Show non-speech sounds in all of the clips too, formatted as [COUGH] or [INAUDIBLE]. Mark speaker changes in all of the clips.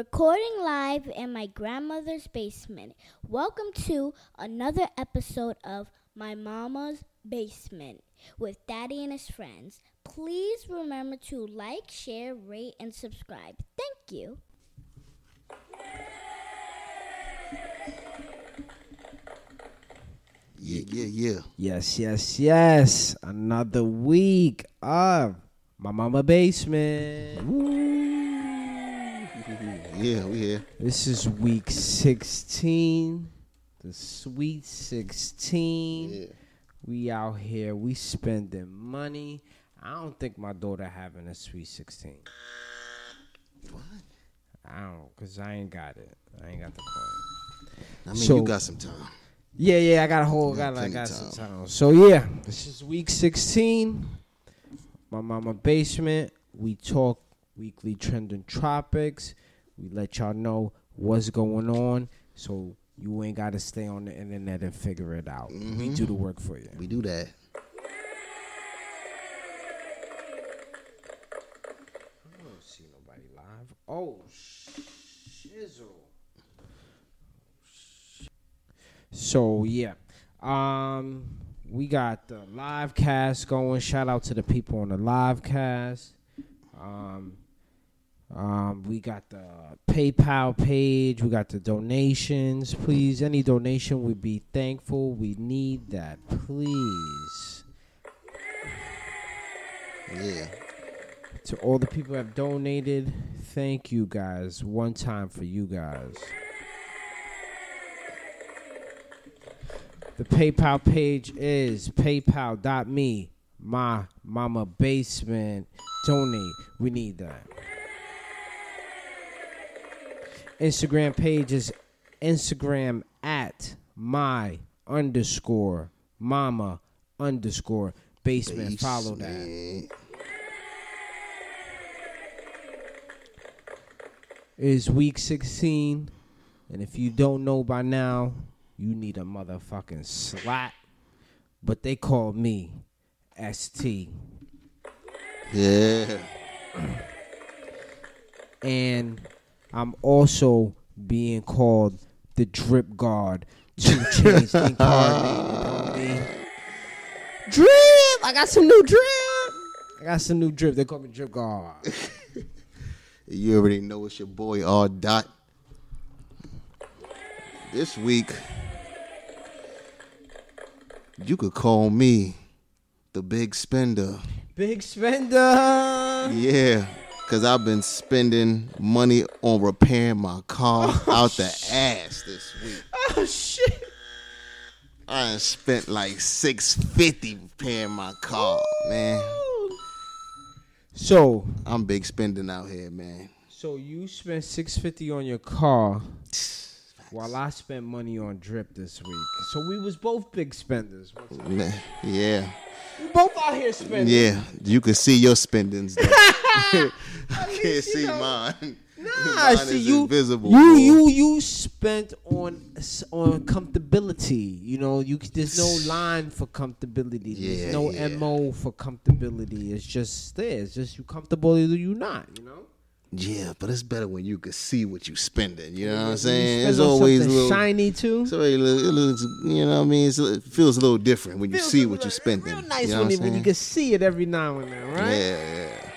Speaker 1: Recording live in my grandmother's basement. Welcome to another episode of My Mama's Basement with Daddy and his friends. Please remember to like, share, rate, and subscribe. Thank you.
Speaker 2: Yeah, yeah, yeah.
Speaker 3: Yes, yes, yes. Another week of my mama basement.
Speaker 2: Yeah, we here.
Speaker 3: This is week 16. The sweet 16.
Speaker 2: Yeah.
Speaker 3: We out here, we spending money. I don't think my daughter having a sweet 16.
Speaker 2: What?
Speaker 3: I don't, cause I ain't got it. I ain't got the coin.
Speaker 2: I mean,
Speaker 3: So-
Speaker 2: you got some time.
Speaker 3: Yeah, yeah, I got a whole,
Speaker 2: You got
Speaker 3: got, I
Speaker 2: plenty
Speaker 3: got
Speaker 2: time.
Speaker 3: some time. So yeah, this is week 16. My mama basement. We talk weekly trending tropics. We let y'all know what's going on, so you ain't gotta stay on the internet and figure it out.
Speaker 2: Mm-hmm.
Speaker 3: We do the work for you.
Speaker 2: We do that.
Speaker 3: I don't see nobody live. Oh, shizzle. So yeah, um, we got the live cast going. Shout out to the people on the live cast. Um, um, we got the PayPal page. We got the donations. Please, any donation, we'd be thankful. We need that, please.
Speaker 2: Yeah.
Speaker 3: to all the people who have donated thank you guys one time for you guys the paypal page is paypal.me my mama basement donate we need that instagram page is instagram at my underscore mama underscore basement follow that
Speaker 2: Basement.
Speaker 3: is week 16. And if you don't know by now, you need a motherfucking slap. But they call me ST.
Speaker 2: Yeah.
Speaker 3: And I'm also being called the drip guard. Two chains incarnated on me. Drip! I got some new drip! I got some new drip. They call me drip guard.
Speaker 2: You already know it's your boy R Dot. This week, you could call me the big spender.
Speaker 3: Big spender!
Speaker 2: Yeah. Cause I've been spending money on repairing my car out the ass this week.
Speaker 3: Oh shit!
Speaker 2: I done spent like six fifty repairing my car, man.
Speaker 3: So,
Speaker 2: I'm big spending out here, man.
Speaker 3: So you spent six fifty on your car, while I spent money on drip this week. So we was both big spenders.
Speaker 2: Man, Yeah,
Speaker 3: We both out here spending.
Speaker 2: yeah. You can see your spendings.
Speaker 3: [LAUGHS]
Speaker 2: Though. [LAUGHS] I can't see mine.
Speaker 3: Nah,
Speaker 2: [LAUGHS] mine
Speaker 3: Ah, see
Speaker 2: is
Speaker 3: you,
Speaker 2: invisible.
Speaker 3: you,
Speaker 2: boy.
Speaker 3: you, you spent on s- on comfortability. You know, you c- there's no line for comfortability.
Speaker 2: Yeah,
Speaker 3: there's no
Speaker 2: yeah.
Speaker 3: mo for comfortability. It's just there. It's just you comfortable or you not. You know.
Speaker 2: Yeah, but it's better when you can see what you spending. You know what I'm
Speaker 3: When you
Speaker 2: saying?
Speaker 3: spend
Speaker 2: It's
Speaker 3: on
Speaker 2: always a
Speaker 3: something
Speaker 2: little.
Speaker 3: shiny too.
Speaker 2: It's always a little. It looks, you know what I mean? It's, it feels a little different when you
Speaker 3: Feels
Speaker 2: see
Speaker 3: like-
Speaker 2: what you're
Speaker 3: like,
Speaker 2: spending.
Speaker 3: Real nice
Speaker 2: you know
Speaker 3: when,
Speaker 2: what
Speaker 3: it-
Speaker 2: I'm
Speaker 3: when you
Speaker 2: saying?
Speaker 3: can see it every now and then, right?
Speaker 2: Yeah, yeah.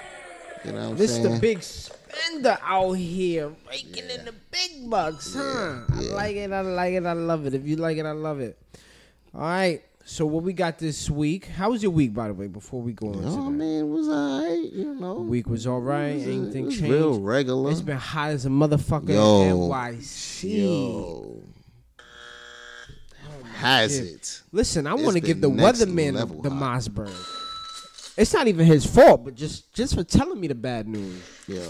Speaker 2: You know what I'm
Speaker 3: This
Speaker 2: saying?
Speaker 3: the big spender out here raking in the big bucks, huh? I like it. I like it. I love it. If you like it, I love it. All right. So what we got this week? How was your week, by the way? Before we go into
Speaker 2: You know what I
Speaker 3: that,
Speaker 2: mean? Oh, It was alright. You know,
Speaker 3: week was all right.
Speaker 2: It was, uh, it
Speaker 3: Anything
Speaker 2: was
Speaker 3: changed?
Speaker 2: Real regular.
Speaker 3: It's been hot as a motherfucker
Speaker 2: Yo.
Speaker 3: in NYC.
Speaker 2: Yo.
Speaker 3: Oh,
Speaker 2: Has it?
Speaker 3: Listen, I
Speaker 2: It's
Speaker 3: want to give the
Speaker 2: been next
Speaker 3: weatherman
Speaker 2: level
Speaker 3: the
Speaker 2: hot.
Speaker 3: Mossberg. It's not even his fault, but just just for telling me the bad news.
Speaker 2: Yo.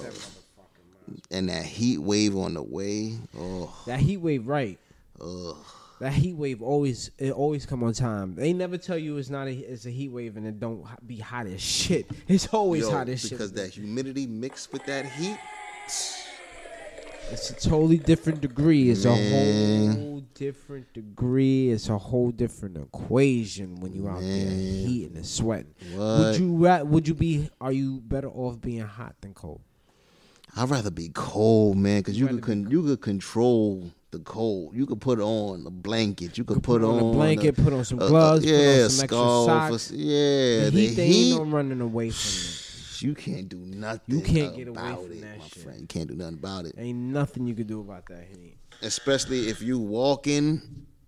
Speaker 2: And that heat wave on the way. Oh,
Speaker 3: That heat wave, right?
Speaker 2: ugh.
Speaker 3: That heat wave always it always come on time. They never tell you it's not a, it's a heat wave and it don't h- be hot as shit. [LAUGHS] It's always
Speaker 2: Yo,
Speaker 3: hot as shit.
Speaker 2: because that humidity mixed with that heat.
Speaker 3: It's a totally different degree. It's
Speaker 2: Man.
Speaker 3: a whole different degree. It's a whole different equation when you out there
Speaker 2: Man.
Speaker 3: heating and sweating.
Speaker 2: What?
Speaker 3: Would you ra- would you be are you better off being hot than cold?
Speaker 2: I'd rather be cold, man, because you
Speaker 3: Rather
Speaker 2: could con- you could control the cold. You could put on a blanket. You could, put, on,
Speaker 3: a blanket, put on some
Speaker 2: a- a-
Speaker 3: gloves,
Speaker 2: yeah, a
Speaker 3: put on some extra
Speaker 2: scarf, a s-
Speaker 3: socks.
Speaker 2: yeah,
Speaker 3: the
Speaker 2: the
Speaker 3: heat, they
Speaker 2: heat.
Speaker 3: ain't no running away
Speaker 2: [SIGHS]
Speaker 3: from it.
Speaker 2: you can't do nothing.
Speaker 3: You can't get away
Speaker 2: about
Speaker 3: from
Speaker 2: it,
Speaker 3: that
Speaker 2: my
Speaker 3: shit.
Speaker 2: friend. You can't do nothing about it,
Speaker 3: Ain't nothing you can do about that heat. [LAUGHS]
Speaker 2: especially if you walking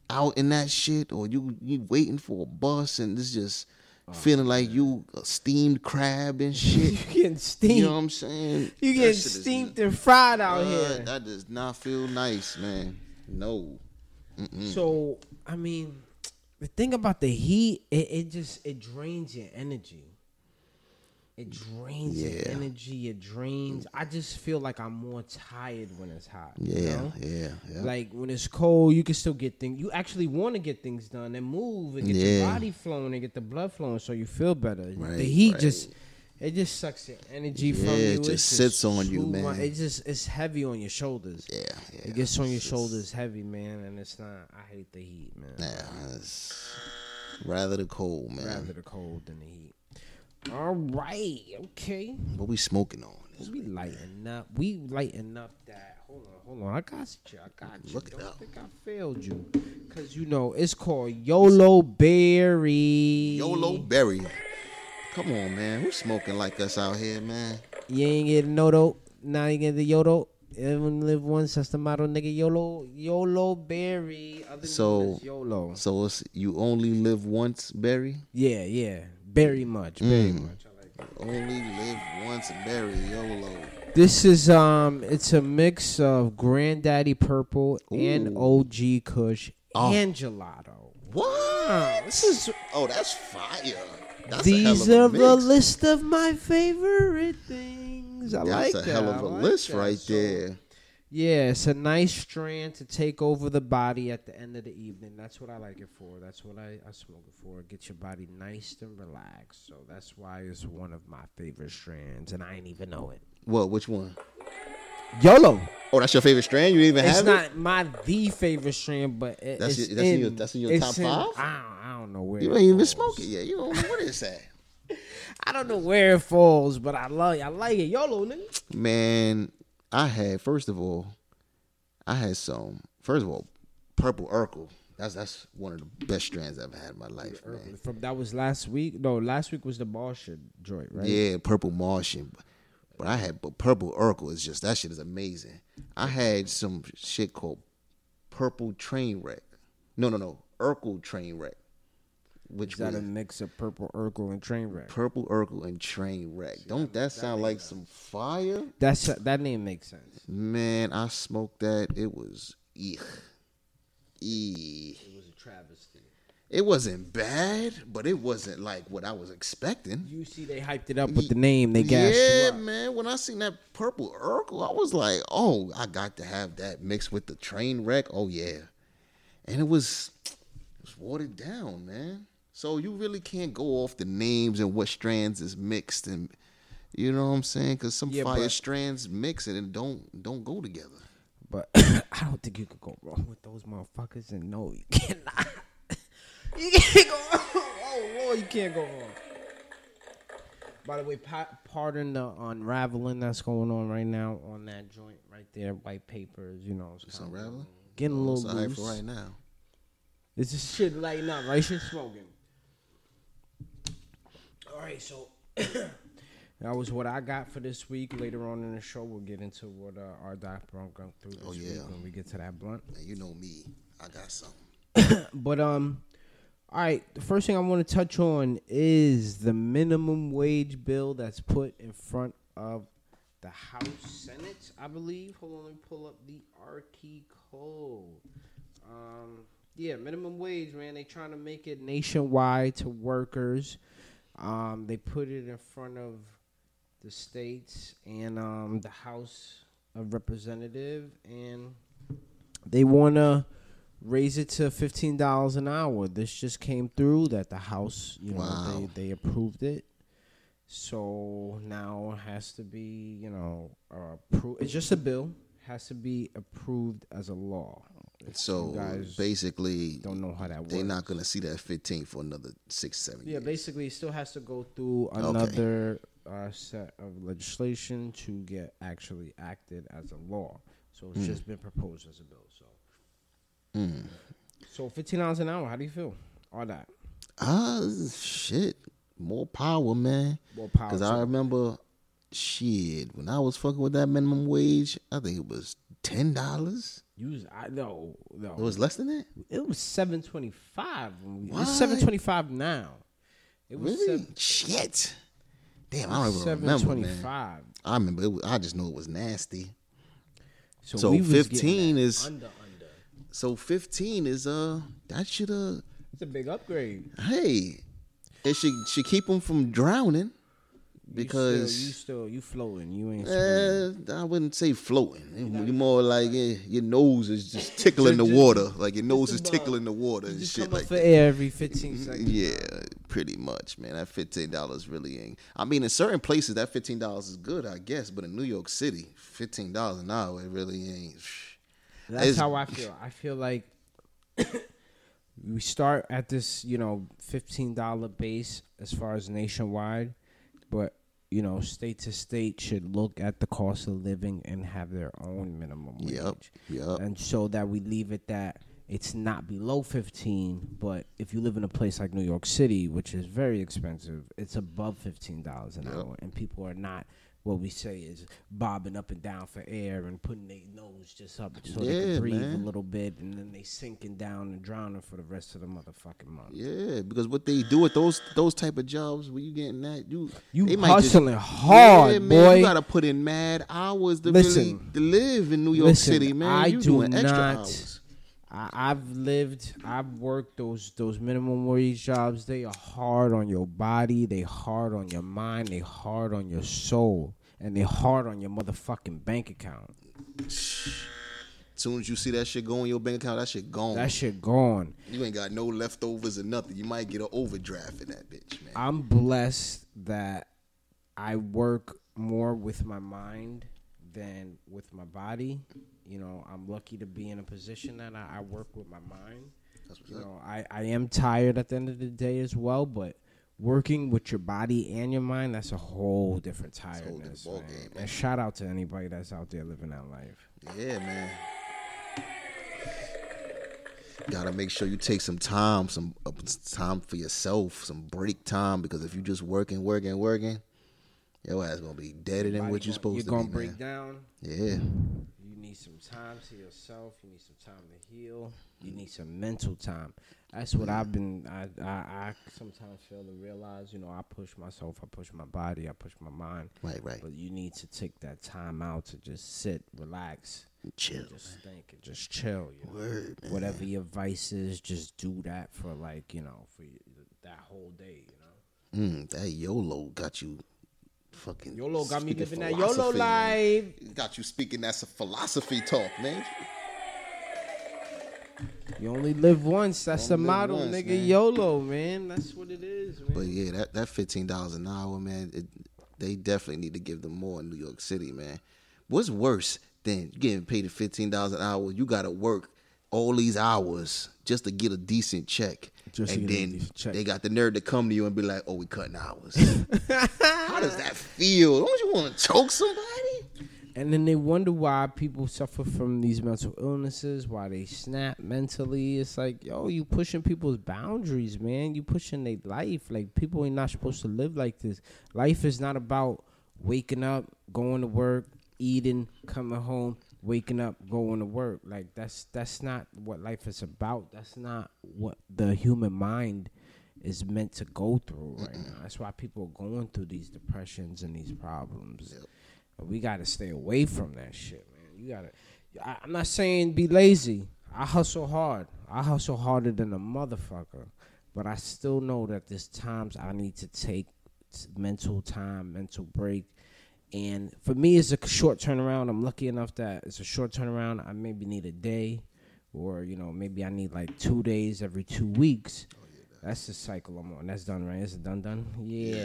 Speaker 2: out in that shit, or you you waiting for a bus and it's just
Speaker 3: Oh,
Speaker 2: feeling like you a steamed crab and
Speaker 3: You
Speaker 2: shit.
Speaker 3: getting steamed.
Speaker 2: you know what I'm saying?
Speaker 3: [LAUGHS]
Speaker 2: That
Speaker 3: you getting
Speaker 2: shit is-
Speaker 3: steamed and fried out
Speaker 2: Uh,
Speaker 3: here.
Speaker 2: That does not feel nice, man. No. mm.
Speaker 3: So I mean, the thing about the heat, it, it just it drains your energy. It drains your
Speaker 2: Yeah.
Speaker 3: energy. It drains. I just feel like I'm more tired when it's hot. you
Speaker 2: Yeah,
Speaker 3: know?
Speaker 2: yeah, yeah.
Speaker 3: Like when it's cold, you can still get things. You actually want to get things done and move and get your
Speaker 2: Yeah.
Speaker 3: body flowing and get the blood flowing, so you feel better.
Speaker 2: Right,
Speaker 3: the heat
Speaker 2: right.
Speaker 3: just it just sucks your energy
Speaker 2: Yeah,
Speaker 3: from you.
Speaker 2: it
Speaker 3: It's
Speaker 2: just sits on you,
Speaker 3: too
Speaker 2: man.
Speaker 3: much- It just it's heavy on your shoulders.
Speaker 2: yeah, yeah.
Speaker 3: It gets on your
Speaker 2: It's-
Speaker 3: shoulders heavy, man, and it's not. I hate the heat, man.
Speaker 2: Nah, it's rather the cold, man.
Speaker 3: Rather the cold than the heat. All right, okay.
Speaker 2: What we smoking on?
Speaker 3: We lighten up. We lighten up that. Hold on, hold on. I got you. I got you.
Speaker 2: Look it
Speaker 3: Don't
Speaker 2: up.
Speaker 3: think I failed you, cause you know it's called Yolo Berry.
Speaker 2: Yolo Berry. Come on, man. Who's smoking like us out here, man?
Speaker 3: You ain't getting no though. Now you get the Yolo. Everyone live once. That's the motto, nigga. Yolo. Yolo Berry. Other known
Speaker 2: So-
Speaker 3: as Yolo.
Speaker 2: So it's you only live once, Berry.
Speaker 3: Yeah, yeah. Very much. Very
Speaker 2: Mm.
Speaker 3: much. I like
Speaker 2: Only live once, Berry. Yolo.
Speaker 3: This is um, it's a mix of Granddaddy Purple and
Speaker 2: Ooh.
Speaker 3: OG Kush
Speaker 2: Oh.
Speaker 3: and Gelato.
Speaker 2: What?
Speaker 3: This is
Speaker 2: Oh, that's fire. That's
Speaker 3: these
Speaker 2: a hell
Speaker 3: are
Speaker 2: of a
Speaker 3: the
Speaker 2: mix.
Speaker 3: list of my favorite things. I
Speaker 2: That's
Speaker 3: like
Speaker 2: a
Speaker 3: that.
Speaker 2: hell of
Speaker 3: I
Speaker 2: a
Speaker 3: like
Speaker 2: list
Speaker 3: that.
Speaker 2: right
Speaker 3: So,
Speaker 2: there.
Speaker 3: Yeah, it's a nice strand to take over the body at the end of the evening. That's what I like it for. That's what I, I smoke it for. Get your body nice and relaxed. So that's why it's one of my favorite strands, and I ain't even know it.
Speaker 2: What? Which one?
Speaker 3: YOLO.
Speaker 2: Oh, that's your favorite strand. You didn't even
Speaker 3: It's
Speaker 2: have
Speaker 3: not my the favorite stream, but it,
Speaker 2: That's
Speaker 3: it's
Speaker 2: your- that's in
Speaker 3: in,
Speaker 2: your- that's in your
Speaker 3: it's
Speaker 2: top five?
Speaker 3: I don't, I don't know where
Speaker 2: it. You
Speaker 3: it
Speaker 2: ain't even
Speaker 3: falls.
Speaker 2: smoke it yet. You don't know what is that.
Speaker 3: I don't know where it falls, but I love it. I like it. YOLO, nigga.
Speaker 2: Man, I had first of all, I had some. First of all, purple Urkel. That's that's one of the best strands I've ever had in my life, man.
Speaker 3: From that was last week. No, last week was the ball shit joint, right?
Speaker 2: Yeah, purple Martian. But I had but purple Urkel is just that shit is amazing. I had some shit called purple train wreck. No, no, no, Urkel train wreck. Which
Speaker 3: Is that
Speaker 2: was-
Speaker 3: a mix of purple Urkel and train wreck?
Speaker 2: Purple Urkel and Train Wreck. Don't that sound like some fire?
Speaker 3: That's that name makes sense.
Speaker 2: Man, I smoked that. It was eek. Eek.
Speaker 3: It was a travesty.
Speaker 2: It wasn't bad, but it wasn't like what I was expecting.
Speaker 3: You see, they hyped it up with the name. They gassed you
Speaker 2: yeah,
Speaker 3: up.
Speaker 2: man. When I seen that purple Urkel, I was like, oh, I got to have that mixed with the train wreck. Oh yeah. And it was it was watered down, man. So you really can't go off the names and what strands is mixed and you know what I'm saying? Cause some
Speaker 3: Yeah,
Speaker 2: fire
Speaker 3: but-
Speaker 2: strands mix it and don't don't go together.
Speaker 3: But [COUGHS] I don't think you could go wrong with those motherfuckers. And no, you [LAUGHS] cannot. you can't go wrong. [LAUGHS] Oh, Lord, you can't go wrong. By the way, pa- pardon the unraveling that's going on right now on that joint right there. White papers, you know. It's
Speaker 2: It's
Speaker 3: kinda
Speaker 2: unraveling?
Speaker 3: Getting a
Speaker 2: It's
Speaker 3: little
Speaker 2: all right
Speaker 3: loose.
Speaker 2: for right now.
Speaker 3: It's just shit lighting up, right? Shit smoking. All right, so [COUGHS] that was what I got for this week. Later on in the show, we'll get into what uh, our doc Brown going through this
Speaker 2: Oh, yeah.
Speaker 3: week when we get to that blunt.
Speaker 2: And you know me. I got something.
Speaker 3: But um, all right. The first thing I want to touch on is the minimum wage bill that's put in front of the House Senate, I believe. Hold on, let me pull up the article. Um, yeah, minimum wage, man. They trying to make it nationwide to workers. Um, they put it in front of the states and um, the House of Representative, and they want to raise it to fifteen dollars an hour. This just came through that the House, you know,
Speaker 2: Wow.
Speaker 3: they, they approved it. So now it has to be, you know, uh, appro- it's just a bill. Has to be approved as a law. If
Speaker 2: So
Speaker 3: you guys
Speaker 2: basically,
Speaker 3: don't know how that works.
Speaker 2: they're not gonna see that 15 for another six, seven
Speaker 3: Yeah,
Speaker 2: years.
Speaker 3: basically, it still has to go through
Speaker 2: Okay.
Speaker 3: another uh, set of legislation to get actually acted as a law. So
Speaker 2: Hmm.
Speaker 3: it's just been proposed as a bill. So, so fifteen dollars an hour. How do you feel? All that.
Speaker 2: Ah, shit. More power, man.
Speaker 3: More power
Speaker 2: Because
Speaker 3: to-
Speaker 2: I remember, shit, when I was fucking with that minimum wage, I think it was ten dollars.
Speaker 3: You was, I no no.
Speaker 2: It was less than that.
Speaker 3: It was seven twenty five.
Speaker 2: What?
Speaker 3: It's seven twenty five now. It was
Speaker 2: Really? shit. Damn, I don't even
Speaker 3: seven
Speaker 2: remember,
Speaker 3: twenty
Speaker 2: man.
Speaker 3: five.
Speaker 2: I remember. It was, I just know it was nasty.
Speaker 3: So,
Speaker 2: So
Speaker 3: we was getting
Speaker 2: 15
Speaker 3: that
Speaker 2: is-
Speaker 3: under under.
Speaker 2: So fifteen is uh that should uh
Speaker 3: It's a big upgrade
Speaker 2: hey it should should keep them from drowning
Speaker 3: you
Speaker 2: because
Speaker 3: still you, still, you floating. You ain't. swimming.
Speaker 2: eh, I wouldn't say floating. You you more like eh, your nose is
Speaker 3: [LAUGHS]
Speaker 2: just tickling the water. Like your nose is
Speaker 3: above.
Speaker 2: tickling the water and
Speaker 3: Just
Speaker 2: shit
Speaker 3: come up
Speaker 2: like
Speaker 3: for
Speaker 2: that. Mm-hmm.
Speaker 3: air every fifteen seconds.
Speaker 2: Yeah, pretty much, man. That fifteen dollars really ain't. I mean, in certain places, that fifteen dollars is good, I guess. But in New York City, fifteen dollars an hour, it really ain't.
Speaker 3: That's
Speaker 2: It's-
Speaker 3: how I feel. I feel like [COUGHS] we start at this, you know, fifteen dollar base as far as nationwide, but you know, state to state should look at the cost of living and have their own minimum wage.
Speaker 2: Yep, yep.
Speaker 3: And so that we leave it that it's not below fifteen, but if you live in a place like New York City, which is very expensive, it's above fifteen dollars an hour, and people are not. What we say is bobbing up and down for air and putting their nose just up so they
Speaker 2: Yeah,
Speaker 3: can breathe
Speaker 2: man.
Speaker 3: a little bit, and then they sinking down and drowning for the rest of the motherfucking month.
Speaker 2: Yeah, because what they do with those those type of jobs, when you getting that, you
Speaker 3: You
Speaker 2: they
Speaker 3: hustling hard, boy.
Speaker 2: You gotta put in mad hours to really
Speaker 3: Listen.
Speaker 2: to live in New York
Speaker 3: Listen,
Speaker 2: City, man.
Speaker 3: I
Speaker 2: you
Speaker 3: do
Speaker 2: doing extra
Speaker 3: not-
Speaker 2: hours.
Speaker 3: I, I've lived, I've worked those those minimum wage jobs. They are hard on your body. They hard on your mind. They hard on your soul, and they hard on your motherfucking bank account.
Speaker 2: As soon as you see that shit go in your bank account, that shit gone.
Speaker 3: That shit gone.
Speaker 2: you ain't got no leftovers or nothing. You might get an overdraft in that bitch, man.
Speaker 3: I'm blessed that I work more with my mind than with my body. You know, I'm lucky to be in a position that I, I work with my mind. You know, I, I am tired at the end of the day as well, but working with your body and your mind, that's a whole different tiredness.
Speaker 2: ball
Speaker 3: man.
Speaker 2: game, man.
Speaker 3: And shout out to anybody that's out there living that life.
Speaker 2: Yeah, man. Gotta make sure you take some time, some uh, time for yourself, some break time, because if you just working, working, working, your ass gonna be deader than what you're supposed
Speaker 3: You're
Speaker 2: to
Speaker 3: gonna
Speaker 2: be, man.
Speaker 3: break down.
Speaker 2: Yeah,
Speaker 3: You need some time to yourself. You need some time to heal. You need some mental time. That's what I've been. I, I I sometimes fail to realize. You know, I push myself. I push my body. I push my mind.
Speaker 2: right, right.
Speaker 3: But you need to take that time out to just sit, relax,
Speaker 2: Chill.
Speaker 3: and just think, and just chill. You know?
Speaker 2: Word, man.
Speaker 3: Whatever your vice is, just do that for like you know for that whole day. You know.
Speaker 2: Mm, that YOLO got you fucking.
Speaker 3: YOLO got me
Speaker 2: speaking
Speaker 3: living that YOLO
Speaker 2: philosophy, man.
Speaker 3: life.
Speaker 2: Got you speaking. That's a philosophy talk, man.
Speaker 3: You only live once. That's the
Speaker 2: Only live
Speaker 3: motto,
Speaker 2: once,
Speaker 3: nigga.
Speaker 2: man.
Speaker 3: YOLO, man. That's what it is, man.
Speaker 2: But yeah, that, that fifteen dollars an hour, man, it, they definitely need to give them more in New York City, man. What's worse than getting paid at fifteen dollars an hour? You got to work all these hours just to get a decent check,
Speaker 3: Just to
Speaker 2: and
Speaker 3: get a
Speaker 2: then
Speaker 3: decent check.
Speaker 2: they got the nerve to come to you and be like, "Oh, we cutting
Speaker 3: [LAUGHS]
Speaker 2: hours." How does that feel? Don't you want to choke somebody?
Speaker 3: And then they wonder why people suffer from these mental illnesses, why they snap mentally. It's like, yo, you pushing people's boundaries, man. You pushing their life. Like people ain't not supposed to live like this. Life is not about waking up, going to work, eating, coming home, waking up, going to work. Like that's that's not what life is about. That's not what the human mind is meant to go through right now. That's why people are going through these depressions and these problems. And We gotta stay away from that shit, man. You gotta. I, I'm not saying be lazy. I hustle hard. I hustle harder than a motherfucker, but I still know that there's times I need to take s- mental time, mental break. And for me, it's a short turnaround. I'm lucky enough that it's a short turnaround. I maybe need a day, or you know, maybe I need like two days every two weeks.
Speaker 2: Oh,
Speaker 3: That's the cycle I'm on. That's done, right? It's done, done. Yeah,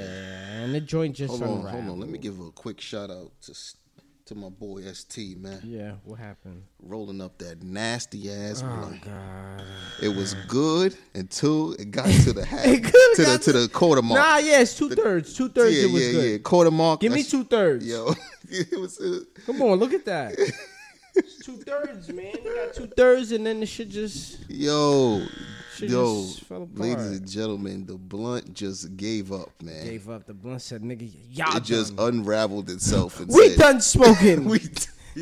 Speaker 3: and the joint just
Speaker 2: Hold on, hold
Speaker 3: unraveled.
Speaker 2: on. Let me give a quick shout out to S- to my boy ST, man.
Speaker 3: Yeah, what happened?
Speaker 2: Rolling up that nasty ass blunt.
Speaker 3: Oh, God.
Speaker 2: It was good until it got to
Speaker 3: [LAUGHS]
Speaker 2: the half, to
Speaker 3: It could've
Speaker 2: the
Speaker 3: got
Speaker 2: to the quarter mark.
Speaker 3: Nah, yeah, it's two thirds. Two thirds.
Speaker 2: yeah,
Speaker 3: it was
Speaker 2: yeah,
Speaker 3: good.
Speaker 2: yeah. Quarter mark.
Speaker 3: Give me
Speaker 2: that's-
Speaker 3: two thirds.
Speaker 2: Yo, [LAUGHS] it was. It was
Speaker 3: Come on, look at that.
Speaker 2: [LAUGHS]
Speaker 3: It's two thirds, man. They got two thirds, and then the shit just
Speaker 2: Yo,
Speaker 3: Shit
Speaker 2: yo,
Speaker 3: just fell apart.
Speaker 2: ladies and gentlemen, the blunt just gave up, man.
Speaker 3: gave up. The blunt said, "Nigga, y'all
Speaker 2: it just
Speaker 3: done.
Speaker 2: unraveled itself. And
Speaker 3: we
Speaker 2: said,
Speaker 3: done smoking.
Speaker 2: [LAUGHS]
Speaker 3: we,
Speaker 2: We,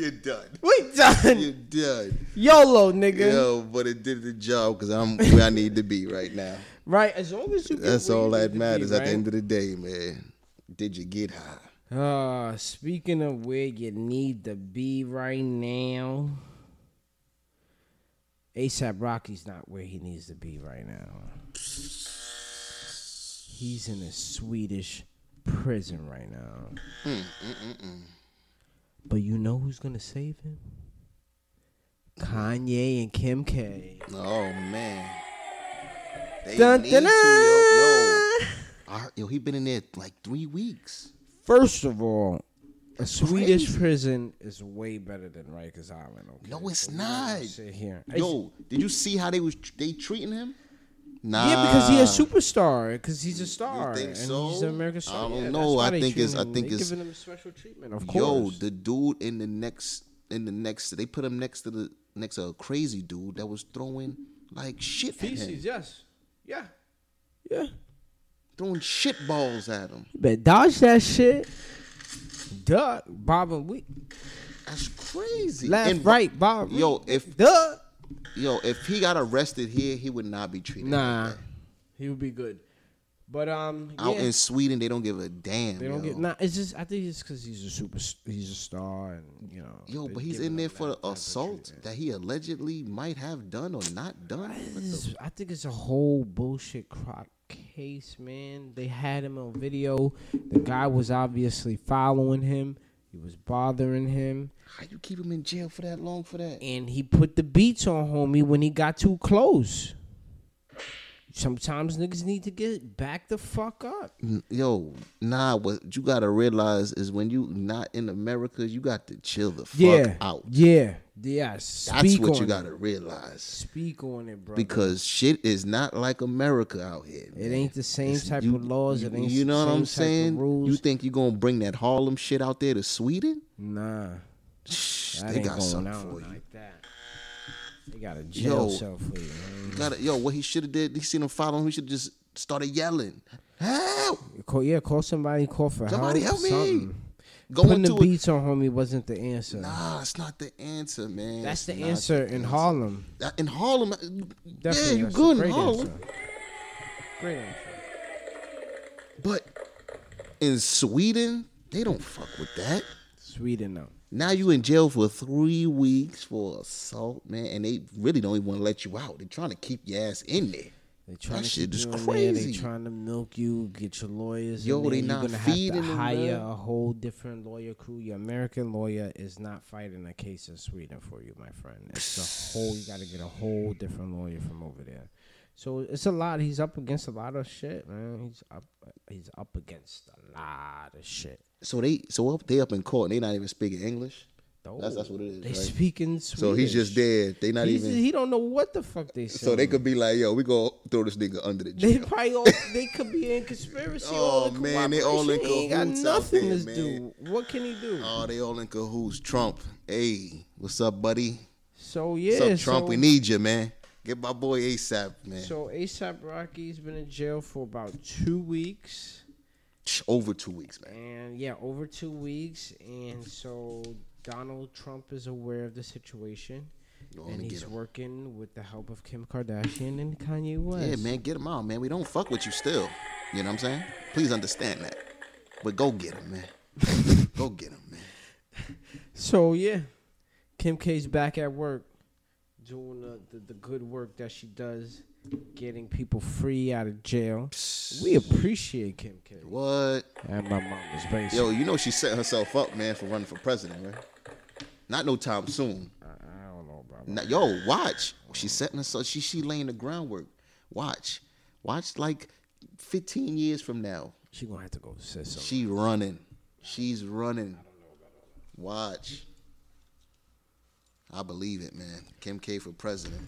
Speaker 2: you're done.
Speaker 3: done.
Speaker 2: You're done.
Speaker 3: YOLO, nigga.
Speaker 2: Yo, but it did the job because I'm where I need to be right now.
Speaker 3: Right? As long as you. get
Speaker 2: That's
Speaker 3: where
Speaker 2: all
Speaker 3: you need
Speaker 2: that
Speaker 3: to be,
Speaker 2: matters at
Speaker 3: right?
Speaker 2: the end of the day, man. Did you get high?
Speaker 3: Uh, speaking of where you need to be right now, ASAP Rocky's not where he needs to be right now. He's in a Swedish prison right now. But you know who's gonna save him? Kanye and Kim K.
Speaker 2: Oh man, they
Speaker 3: Dun,
Speaker 2: need
Speaker 3: dun,
Speaker 2: to, yo.
Speaker 3: dun.
Speaker 2: yo. I heard- Yo, he been in there like three weeks.
Speaker 3: First of all, a Swedish prison is way better than Rikers Island. Okay?
Speaker 2: No, it's
Speaker 3: So we're not gonna
Speaker 2: not.
Speaker 3: Sit here.
Speaker 2: Yo, did you see how they was they treating him? Nah.
Speaker 3: Yeah, because he a superstar. Because he's a star.
Speaker 2: uh, think
Speaker 3: and
Speaker 2: so?
Speaker 3: He's an American star.
Speaker 2: I don't
Speaker 3: Yeah,
Speaker 2: know.
Speaker 3: that's why
Speaker 2: I
Speaker 3: they
Speaker 2: think
Speaker 3: treat
Speaker 2: it's- I
Speaker 3: him-
Speaker 2: think
Speaker 3: they
Speaker 2: it's-
Speaker 3: giving him special treatment. Of
Speaker 2: Yo,
Speaker 3: course.
Speaker 2: the dude in the next in the next they put him next to the next to a crazy dude that was throwing like shit at him,
Speaker 3: feces. Yes. Yeah. Yeah.
Speaker 2: throwing shit balls at him.
Speaker 3: You better dodge that shit. Duck, bob, and we
Speaker 2: That's crazy.
Speaker 3: left,
Speaker 2: And-
Speaker 3: right, bob. and
Speaker 2: Yo, if
Speaker 3: weak. duck.
Speaker 2: yo, if he got arrested here, he would not be treated. like
Speaker 3: Nah,
Speaker 2: that.
Speaker 3: he would be good. But um,
Speaker 2: Out
Speaker 3: yeah.
Speaker 2: in Sweden, they don't give a damn.
Speaker 3: They don't
Speaker 2: yo.
Speaker 3: get. Nah, it's just I think it's because he's a super. He's a star, and you know.
Speaker 2: Yo,
Speaker 3: they
Speaker 2: but he's
Speaker 3: giving
Speaker 2: in there
Speaker 3: him that
Speaker 2: for
Speaker 3: type of
Speaker 2: assault
Speaker 3: treatment.
Speaker 2: that he allegedly might have done or not done. What
Speaker 3: This
Speaker 2: the-
Speaker 3: is- I think it's a whole bullshit crock case, man. They had him on video. The guy was obviously following him. He was bothering him,
Speaker 2: How you keep him in jail for that long for that?
Speaker 3: and he put the beats on homie when he got too close. Sometimes niggas need to get back the fuck up.
Speaker 2: N- Yo, nah. What you gotta realize is when you not in America, you got to chill the fuck
Speaker 3: yeah.
Speaker 2: out.
Speaker 3: Yeah. Yeah. Speak
Speaker 2: That's what
Speaker 3: on
Speaker 2: you
Speaker 3: it.
Speaker 2: gotta realize
Speaker 3: Speak on it, bro.
Speaker 2: because shit is not like America out here.
Speaker 3: It
Speaker 2: man.
Speaker 3: ain't the same
Speaker 2: It's-
Speaker 3: type
Speaker 2: you-
Speaker 3: of laws.
Speaker 2: You,
Speaker 3: it ain't
Speaker 2: you know what
Speaker 3: the same
Speaker 2: I'm
Speaker 3: type of
Speaker 2: saying?
Speaker 3: rules.
Speaker 2: You think you gonna bring that Harlem shit out there to Sweden?
Speaker 3: nah,
Speaker 2: Shh,
Speaker 3: that
Speaker 2: they
Speaker 3: ain't
Speaker 2: got
Speaker 3: going
Speaker 2: something
Speaker 3: on
Speaker 2: for you.
Speaker 3: like that. They got a jail
Speaker 2: Yo.
Speaker 3: cell for you. Man.
Speaker 2: Got it. Yo, what he should have did, he seen him following, him, he should have just started yelling. Help!
Speaker 3: You Call, yeah, call somebody. Call for
Speaker 2: Somebody
Speaker 3: help.
Speaker 2: help me.
Speaker 3: Something.
Speaker 2: Going
Speaker 3: Putting the
Speaker 2: to a,
Speaker 3: beats on homie wasn't the answer.
Speaker 2: Nah, that's not the answer, man.
Speaker 3: That's the
Speaker 2: Not
Speaker 3: answer in Harlem.
Speaker 2: That- In Harlem, uh, you- yeah,
Speaker 3: Definitely,
Speaker 2: you
Speaker 3: that's a
Speaker 2: good in
Speaker 3: great
Speaker 2: Harlem.
Speaker 3: Answer. Great answer.
Speaker 2: But in Sweden, they don't fuck with that.
Speaker 3: Sweden, though.
Speaker 2: Now you in jail for three weeks for assault, man, and they really don't even want to let you out. They're trying to keep your ass in there.
Speaker 3: They trying to
Speaker 2: shit
Speaker 3: keep
Speaker 2: is
Speaker 3: you in there, They
Speaker 2: crazy.
Speaker 3: trying to milk you, get your lawyers.
Speaker 2: Yo,
Speaker 3: in there.
Speaker 2: they
Speaker 3: You're
Speaker 2: not
Speaker 3: gonna have to
Speaker 2: feeding 'em,
Speaker 3: hire
Speaker 2: man.
Speaker 3: a whole different lawyer crew. Your American lawyer is not fighting a case in Sweden for you, my friend. It's a whole. You got to get a whole different lawyer from over there. So it's a lot. He's up against a lot of shit, man. He's up. He's up against a lot of shit.
Speaker 2: So they so up they up in court and they not even speaking English.
Speaker 3: Though
Speaker 2: That's- that's what it is,
Speaker 3: They
Speaker 2: right?
Speaker 3: speak in Swedish.
Speaker 2: So he's just dead. They not
Speaker 3: He's-
Speaker 2: even.
Speaker 3: He don't know what the fuck they say.
Speaker 2: so they could be like, yo, we go throw this nigga under the
Speaker 3: They
Speaker 2: jail.
Speaker 3: probably all, they could be in conspiracy.
Speaker 2: Oh,
Speaker 3: all in
Speaker 2: man, they all in
Speaker 3: cooperation. He ain't got
Speaker 2: cahoots out
Speaker 3: nothing.
Speaker 2: there,
Speaker 3: This
Speaker 2: man.
Speaker 3: dude, what can he do?
Speaker 2: Oh, they all in cahoots. Trump, hey, what's up, buddy?
Speaker 3: so yeah,
Speaker 2: what's up, Trump?
Speaker 3: so,
Speaker 2: we need you, man. Get my boy ASAP, man.
Speaker 3: So ASAP Rocky's been in jail for about two weeks,
Speaker 2: Ch- Over two weeks, man.
Speaker 3: and yeah, over two weeks, and so Donald Trump is aware of the situation.
Speaker 2: Go on
Speaker 3: And
Speaker 2: and get
Speaker 3: he's
Speaker 2: him.
Speaker 3: working with the help of Kim Kardashian and Kanye West.
Speaker 2: Yeah, man, get him out, man. We don't fuck with you still. You know what I'm saying? Please understand that. But go get him,
Speaker 3: [LAUGHS]
Speaker 2: man. go get him, man.
Speaker 3: So yeah, Kim K's back at work, doing the, the, the good work that she does, getting people free out of jail. We appreciate Kim K.
Speaker 2: What?
Speaker 3: And my mama's basement.
Speaker 2: Yo, you know she set herself up, man, for running for president, man. Not no time soon.
Speaker 3: I, I don't know about
Speaker 2: Now, yo, watch. She's setting herself. She she laying the groundwork. Watch, watch. Like fifteen years from now,
Speaker 3: She gonna have to go to say something.
Speaker 2: she running. She's running. Watch. I believe it, man. Kim K for president.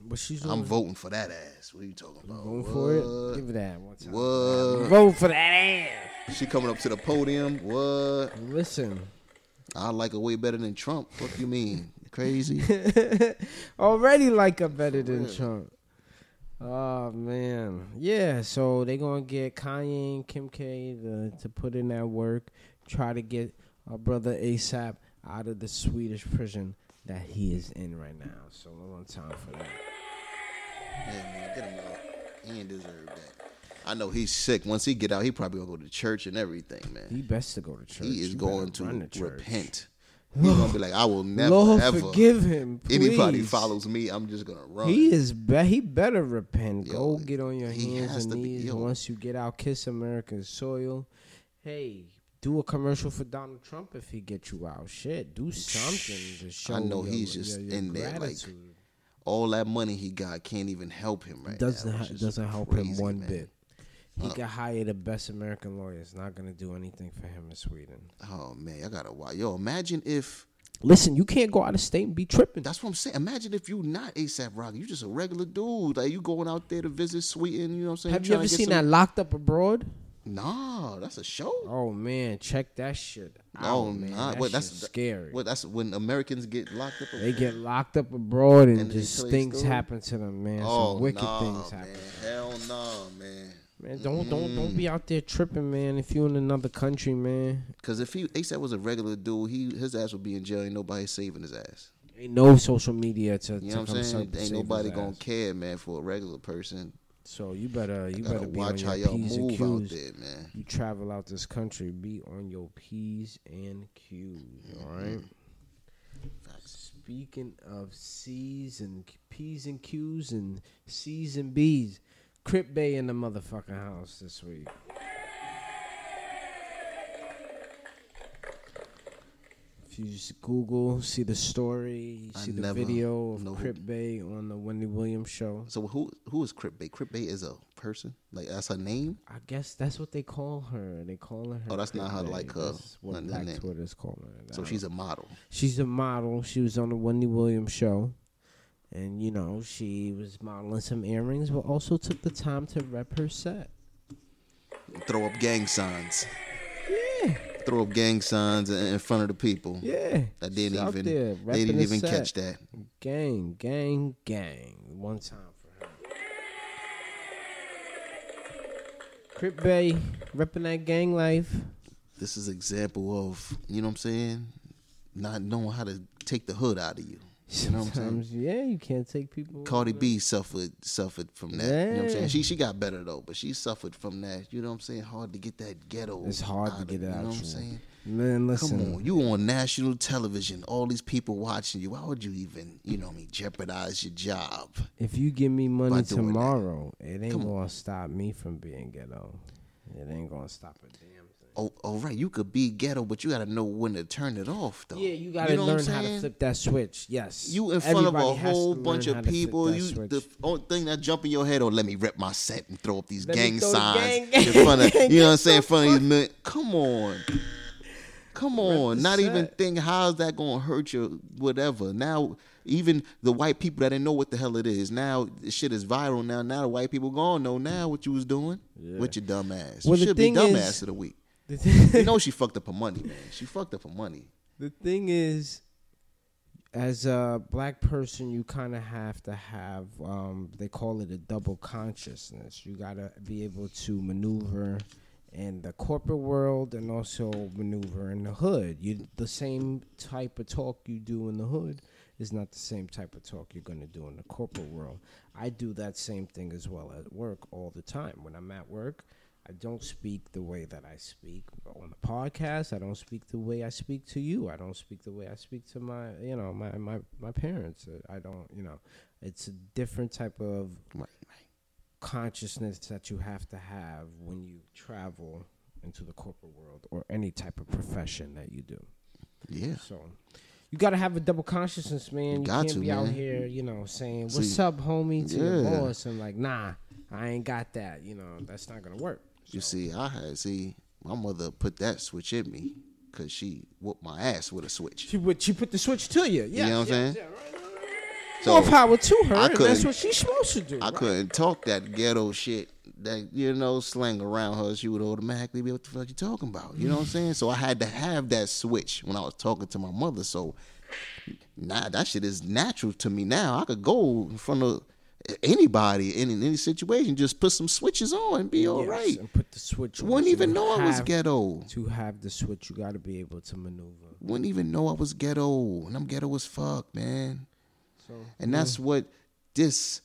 Speaker 3: But she's
Speaker 2: I'm
Speaker 3: doing-
Speaker 2: voting for that ass. What are you talking about?
Speaker 3: voting for it.
Speaker 2: What?
Speaker 3: Give it that one time.
Speaker 2: What?
Speaker 3: Vote for that ass.
Speaker 2: She coming up to the podium. What?
Speaker 3: Listen.
Speaker 2: I like her way better than Trump. What you mean? Crazy.
Speaker 3: [LAUGHS] Already like her better than Trump. Oh man, yeah. So they gonna get Kanye and Kim K to, to put in that work, try to get our brother ASAP out of the Swedish prison that he is in right now. So we're on time for that.
Speaker 2: Yeah, man, get him out. He ain't deserve that. I know he's sick. Once he get out, he probably gonna go to church and everything, man.
Speaker 3: He best to go to church.
Speaker 2: He is
Speaker 3: You
Speaker 2: going to
Speaker 3: better run church. [SIGHS]
Speaker 2: repent. He's gonna be like, I will never
Speaker 3: Lord
Speaker 2: ever
Speaker 3: forgive him.
Speaker 2: anybody
Speaker 3: please.
Speaker 2: follows me. I'm just gonna run.
Speaker 3: He is be- he better repent.
Speaker 2: Yo,
Speaker 3: Go get on your
Speaker 2: he has
Speaker 3: hands
Speaker 2: to
Speaker 3: and
Speaker 2: be-
Speaker 3: knees
Speaker 2: yo.
Speaker 3: once you get out. Kiss American soil. Hey, do a commercial for Donald Trump if he get you out. Shit, do something to show.
Speaker 2: know
Speaker 3: your-
Speaker 2: he's just
Speaker 3: your- your
Speaker 2: in there, like,
Speaker 3: gratitude.
Speaker 2: All that money he got can't even help him right
Speaker 3: doesn't
Speaker 2: now.
Speaker 3: ha-
Speaker 2: which is
Speaker 3: doesn't help him
Speaker 2: crazy,
Speaker 3: one
Speaker 2: man.
Speaker 3: bit. He got hired the best American lawyer. It's not gonna do anything for him in Sweden.
Speaker 2: Oh man, I gotta watch. Yo, imagine if
Speaker 3: Listen, you can't go out of state and be tripping.
Speaker 2: that's what I'm saying. Imagine if you not ASAP Rocky. You just a regular dude. Like you going out there to visit Sweden. You know what I'm saying?
Speaker 3: Have you
Speaker 2: tryna
Speaker 3: ever
Speaker 2: get
Speaker 3: seen that
Speaker 2: some-
Speaker 3: locked up abroad?
Speaker 2: Nah, that's a show.
Speaker 3: Oh man, check that shit out,
Speaker 2: Oh,
Speaker 3: man.
Speaker 2: nah.
Speaker 3: That
Speaker 2: Wait, that's
Speaker 3: shit's
Speaker 2: the-
Speaker 3: scary.
Speaker 2: Well, that's when Americans get locked up.
Speaker 3: They get locked up abroad and,
Speaker 2: And they
Speaker 3: just
Speaker 2: tell you
Speaker 3: things
Speaker 2: story?
Speaker 3: happen to them, man.
Speaker 2: oh,
Speaker 3: Some wicked
Speaker 2: nah,
Speaker 3: things happen.
Speaker 2: man. Hell no, man.
Speaker 3: Man, don't don't don't
Speaker 2: Mm.
Speaker 3: be out there tripping, man. If you in another country, man,
Speaker 2: Because if he ASAP was a regular dude, he his ass would be in jail. Ain't nobody saving his ass.
Speaker 3: ain't no social media to,
Speaker 2: You
Speaker 3: to
Speaker 2: know what
Speaker 3: come
Speaker 2: I'm
Speaker 3: sa-
Speaker 2: saying?
Speaker 3: save
Speaker 2: Ain't nobody
Speaker 3: his
Speaker 2: gonna
Speaker 3: ass.
Speaker 2: care, man. For a regular person,
Speaker 3: So you better you
Speaker 2: gotta
Speaker 3: better be on
Speaker 2: watch
Speaker 3: your
Speaker 2: how y'all
Speaker 3: p's and
Speaker 2: move out
Speaker 3: q's.
Speaker 2: there, man.
Speaker 3: You travel out this country, be on your p's and q's.
Speaker 2: Mm-hmm.
Speaker 3: All right. Speaking of C's and P's and Q's and C's and B's, Crip Bay in the motherfucking house this week. If you just Google, see the story, you
Speaker 2: I
Speaker 3: see the
Speaker 2: never
Speaker 3: video of
Speaker 2: know who-
Speaker 3: Crip Bay on the Wendy Williams show.
Speaker 2: So who who is Crip Bay? Crip Bay is a person. Like that's her name.
Speaker 3: I guess that's what they call her. They call her.
Speaker 2: Oh, that's not
Speaker 3: Crip
Speaker 2: her,
Speaker 3: Bay.
Speaker 2: like, uh,
Speaker 3: That's what
Speaker 2: her- her
Speaker 3: Black
Speaker 2: name.
Speaker 3: Twitter's calling her.
Speaker 2: So
Speaker 3: I
Speaker 2: she's a model.
Speaker 3: She's a model. She was on the Wendy Williams show. And, you know, she was modeling some earrings, but also took the time to rep her set.
Speaker 2: Throw up gang signs.
Speaker 3: Yeah,
Speaker 2: Throw up gang signs in in front of the people.
Speaker 3: yeah.
Speaker 2: I didn't
Speaker 3: She's out
Speaker 2: even.
Speaker 3: there
Speaker 2: they
Speaker 3: repping
Speaker 2: didn't
Speaker 3: the
Speaker 2: even
Speaker 3: set.
Speaker 2: catch that.
Speaker 3: Gang, gang, gang. One time for her. Crip Bay, repping that gang life.
Speaker 2: This is example of you know what I'm saying. Not knowing how to take the hood out of you. You know what I'm saying?
Speaker 3: Sometimes, yeah, you can't take people.
Speaker 2: Cardi
Speaker 3: you know.
Speaker 2: B suffered suffered from that. You know what I'm saying?
Speaker 3: Yeah.
Speaker 2: She she got better though, but she suffered from that. You know what I'm saying? Hard to get that ghetto.
Speaker 3: It's hard to
Speaker 2: of-
Speaker 3: get
Speaker 2: You
Speaker 3: it out.
Speaker 2: know what I'm
Speaker 3: you.
Speaker 2: saying?
Speaker 3: Man, listen.
Speaker 2: Come on, you on national television, all these people watching you. Why would you even, you know, what I mean, jeopardize your job?
Speaker 3: If you give me
Speaker 2: By
Speaker 3: money
Speaker 2: doing that.
Speaker 3: tomorrow, it ain't
Speaker 2: Come on.
Speaker 3: gonna stop me from being ghetto. It ain't gonna stop a damn thing.
Speaker 2: Oh, all right, you could be ghetto, but you got to know when to turn it off, though.
Speaker 3: Yeah, you gotta
Speaker 2: know what I'm
Speaker 3: learn how to
Speaker 2: saying?
Speaker 3: flip that switch. Yes.
Speaker 2: You in front of a
Speaker 3: Everybody has
Speaker 2: whole
Speaker 3: to
Speaker 2: bunch of
Speaker 3: learn how to flip
Speaker 2: people.
Speaker 3: that
Speaker 2: You
Speaker 3: switch.
Speaker 2: the only thing that jump in your head, oh, let me rip my set and throw up these
Speaker 3: Let me
Speaker 2: gang
Speaker 3: throw the
Speaker 2: signs
Speaker 3: gang-
Speaker 2: in front
Speaker 3: [LAUGHS]
Speaker 2: of you know what I'm saying. In front of these men. Come on, come on. Not even
Speaker 3: set.
Speaker 2: think how's that gonna hurt your whatever. Now even the white people that didn't know what the hell it is. Now this shit is viral. Now now the white people gonna know now what you was doing with your dumb ass.
Speaker 3: Well,
Speaker 2: you
Speaker 3: the
Speaker 2: should
Speaker 3: thing
Speaker 2: be dumbass
Speaker 3: is-
Speaker 2: of the
Speaker 3: [LAUGHS]
Speaker 2: week.
Speaker 3: [LAUGHS] The, thi-
Speaker 2: You know she fucked up her money, man. She fucked up her money.
Speaker 3: the thing is, as a black person, you kind of have to have. Um, they call it a double consciousness. You gotta be able to maneuver in the corporate world and also maneuver in the hood. You the same type of talk you do in the hood is not the same type of talk you're gonna do in the corporate world. I do that same thing as well at work all the time. When I'm at work, I don't speak the way that I speak on the podcast. I don't speak the way I speak to you. I don't speak the way I speak to my, you know, my my my parents. Uh, I don't, you know, it's a different type of
Speaker 2: Right, right.
Speaker 3: consciousness that you have to have when you travel into the corporate world or any type of profession that you do.
Speaker 2: Yeah.
Speaker 3: So you got to have a double consciousness, man. You
Speaker 2: Got
Speaker 3: can't
Speaker 2: to,
Speaker 3: be out
Speaker 2: man.
Speaker 3: here, you know, saying
Speaker 2: So
Speaker 3: "What's
Speaker 2: you-
Speaker 3: up, homie?" to your
Speaker 2: Yeah.
Speaker 3: boss and like, "Nah, I ain't got that." You know, that's not gonna work.
Speaker 2: You
Speaker 3: So-
Speaker 2: see, I had see my mother put that switch in me. because she whooped my ass with a switch.
Speaker 3: She would she put the switch to you. Yeah,
Speaker 2: You know what
Speaker 3: yeah,
Speaker 2: I'm saying?
Speaker 3: yeah, right, right, right.
Speaker 2: So
Speaker 3: More power to her.
Speaker 2: I
Speaker 3: and that's
Speaker 2: couldn't-
Speaker 3: what she's supposed to do.
Speaker 2: I
Speaker 3: right?
Speaker 2: couldn't talk that ghetto shit that you know slang around her. She would automatically be what the fuck you talking about. You know what I'm saying? So I had to have that switch when I was talking to my mother. So nah, that shit is natural to me now. I could go in front of anybody in, in any situation, just put some switches on and be all
Speaker 3: Yes,
Speaker 2: right.
Speaker 3: And put the switch. on.
Speaker 2: Wouldn't
Speaker 3: So
Speaker 2: even
Speaker 3: you
Speaker 2: know I was
Speaker 3: have
Speaker 2: ghetto.
Speaker 3: To have the switch, you got to be able to maneuver.
Speaker 2: Wouldn't even know I was ghetto, and I'm ghetto as fuck, man.
Speaker 3: So
Speaker 2: And that's what this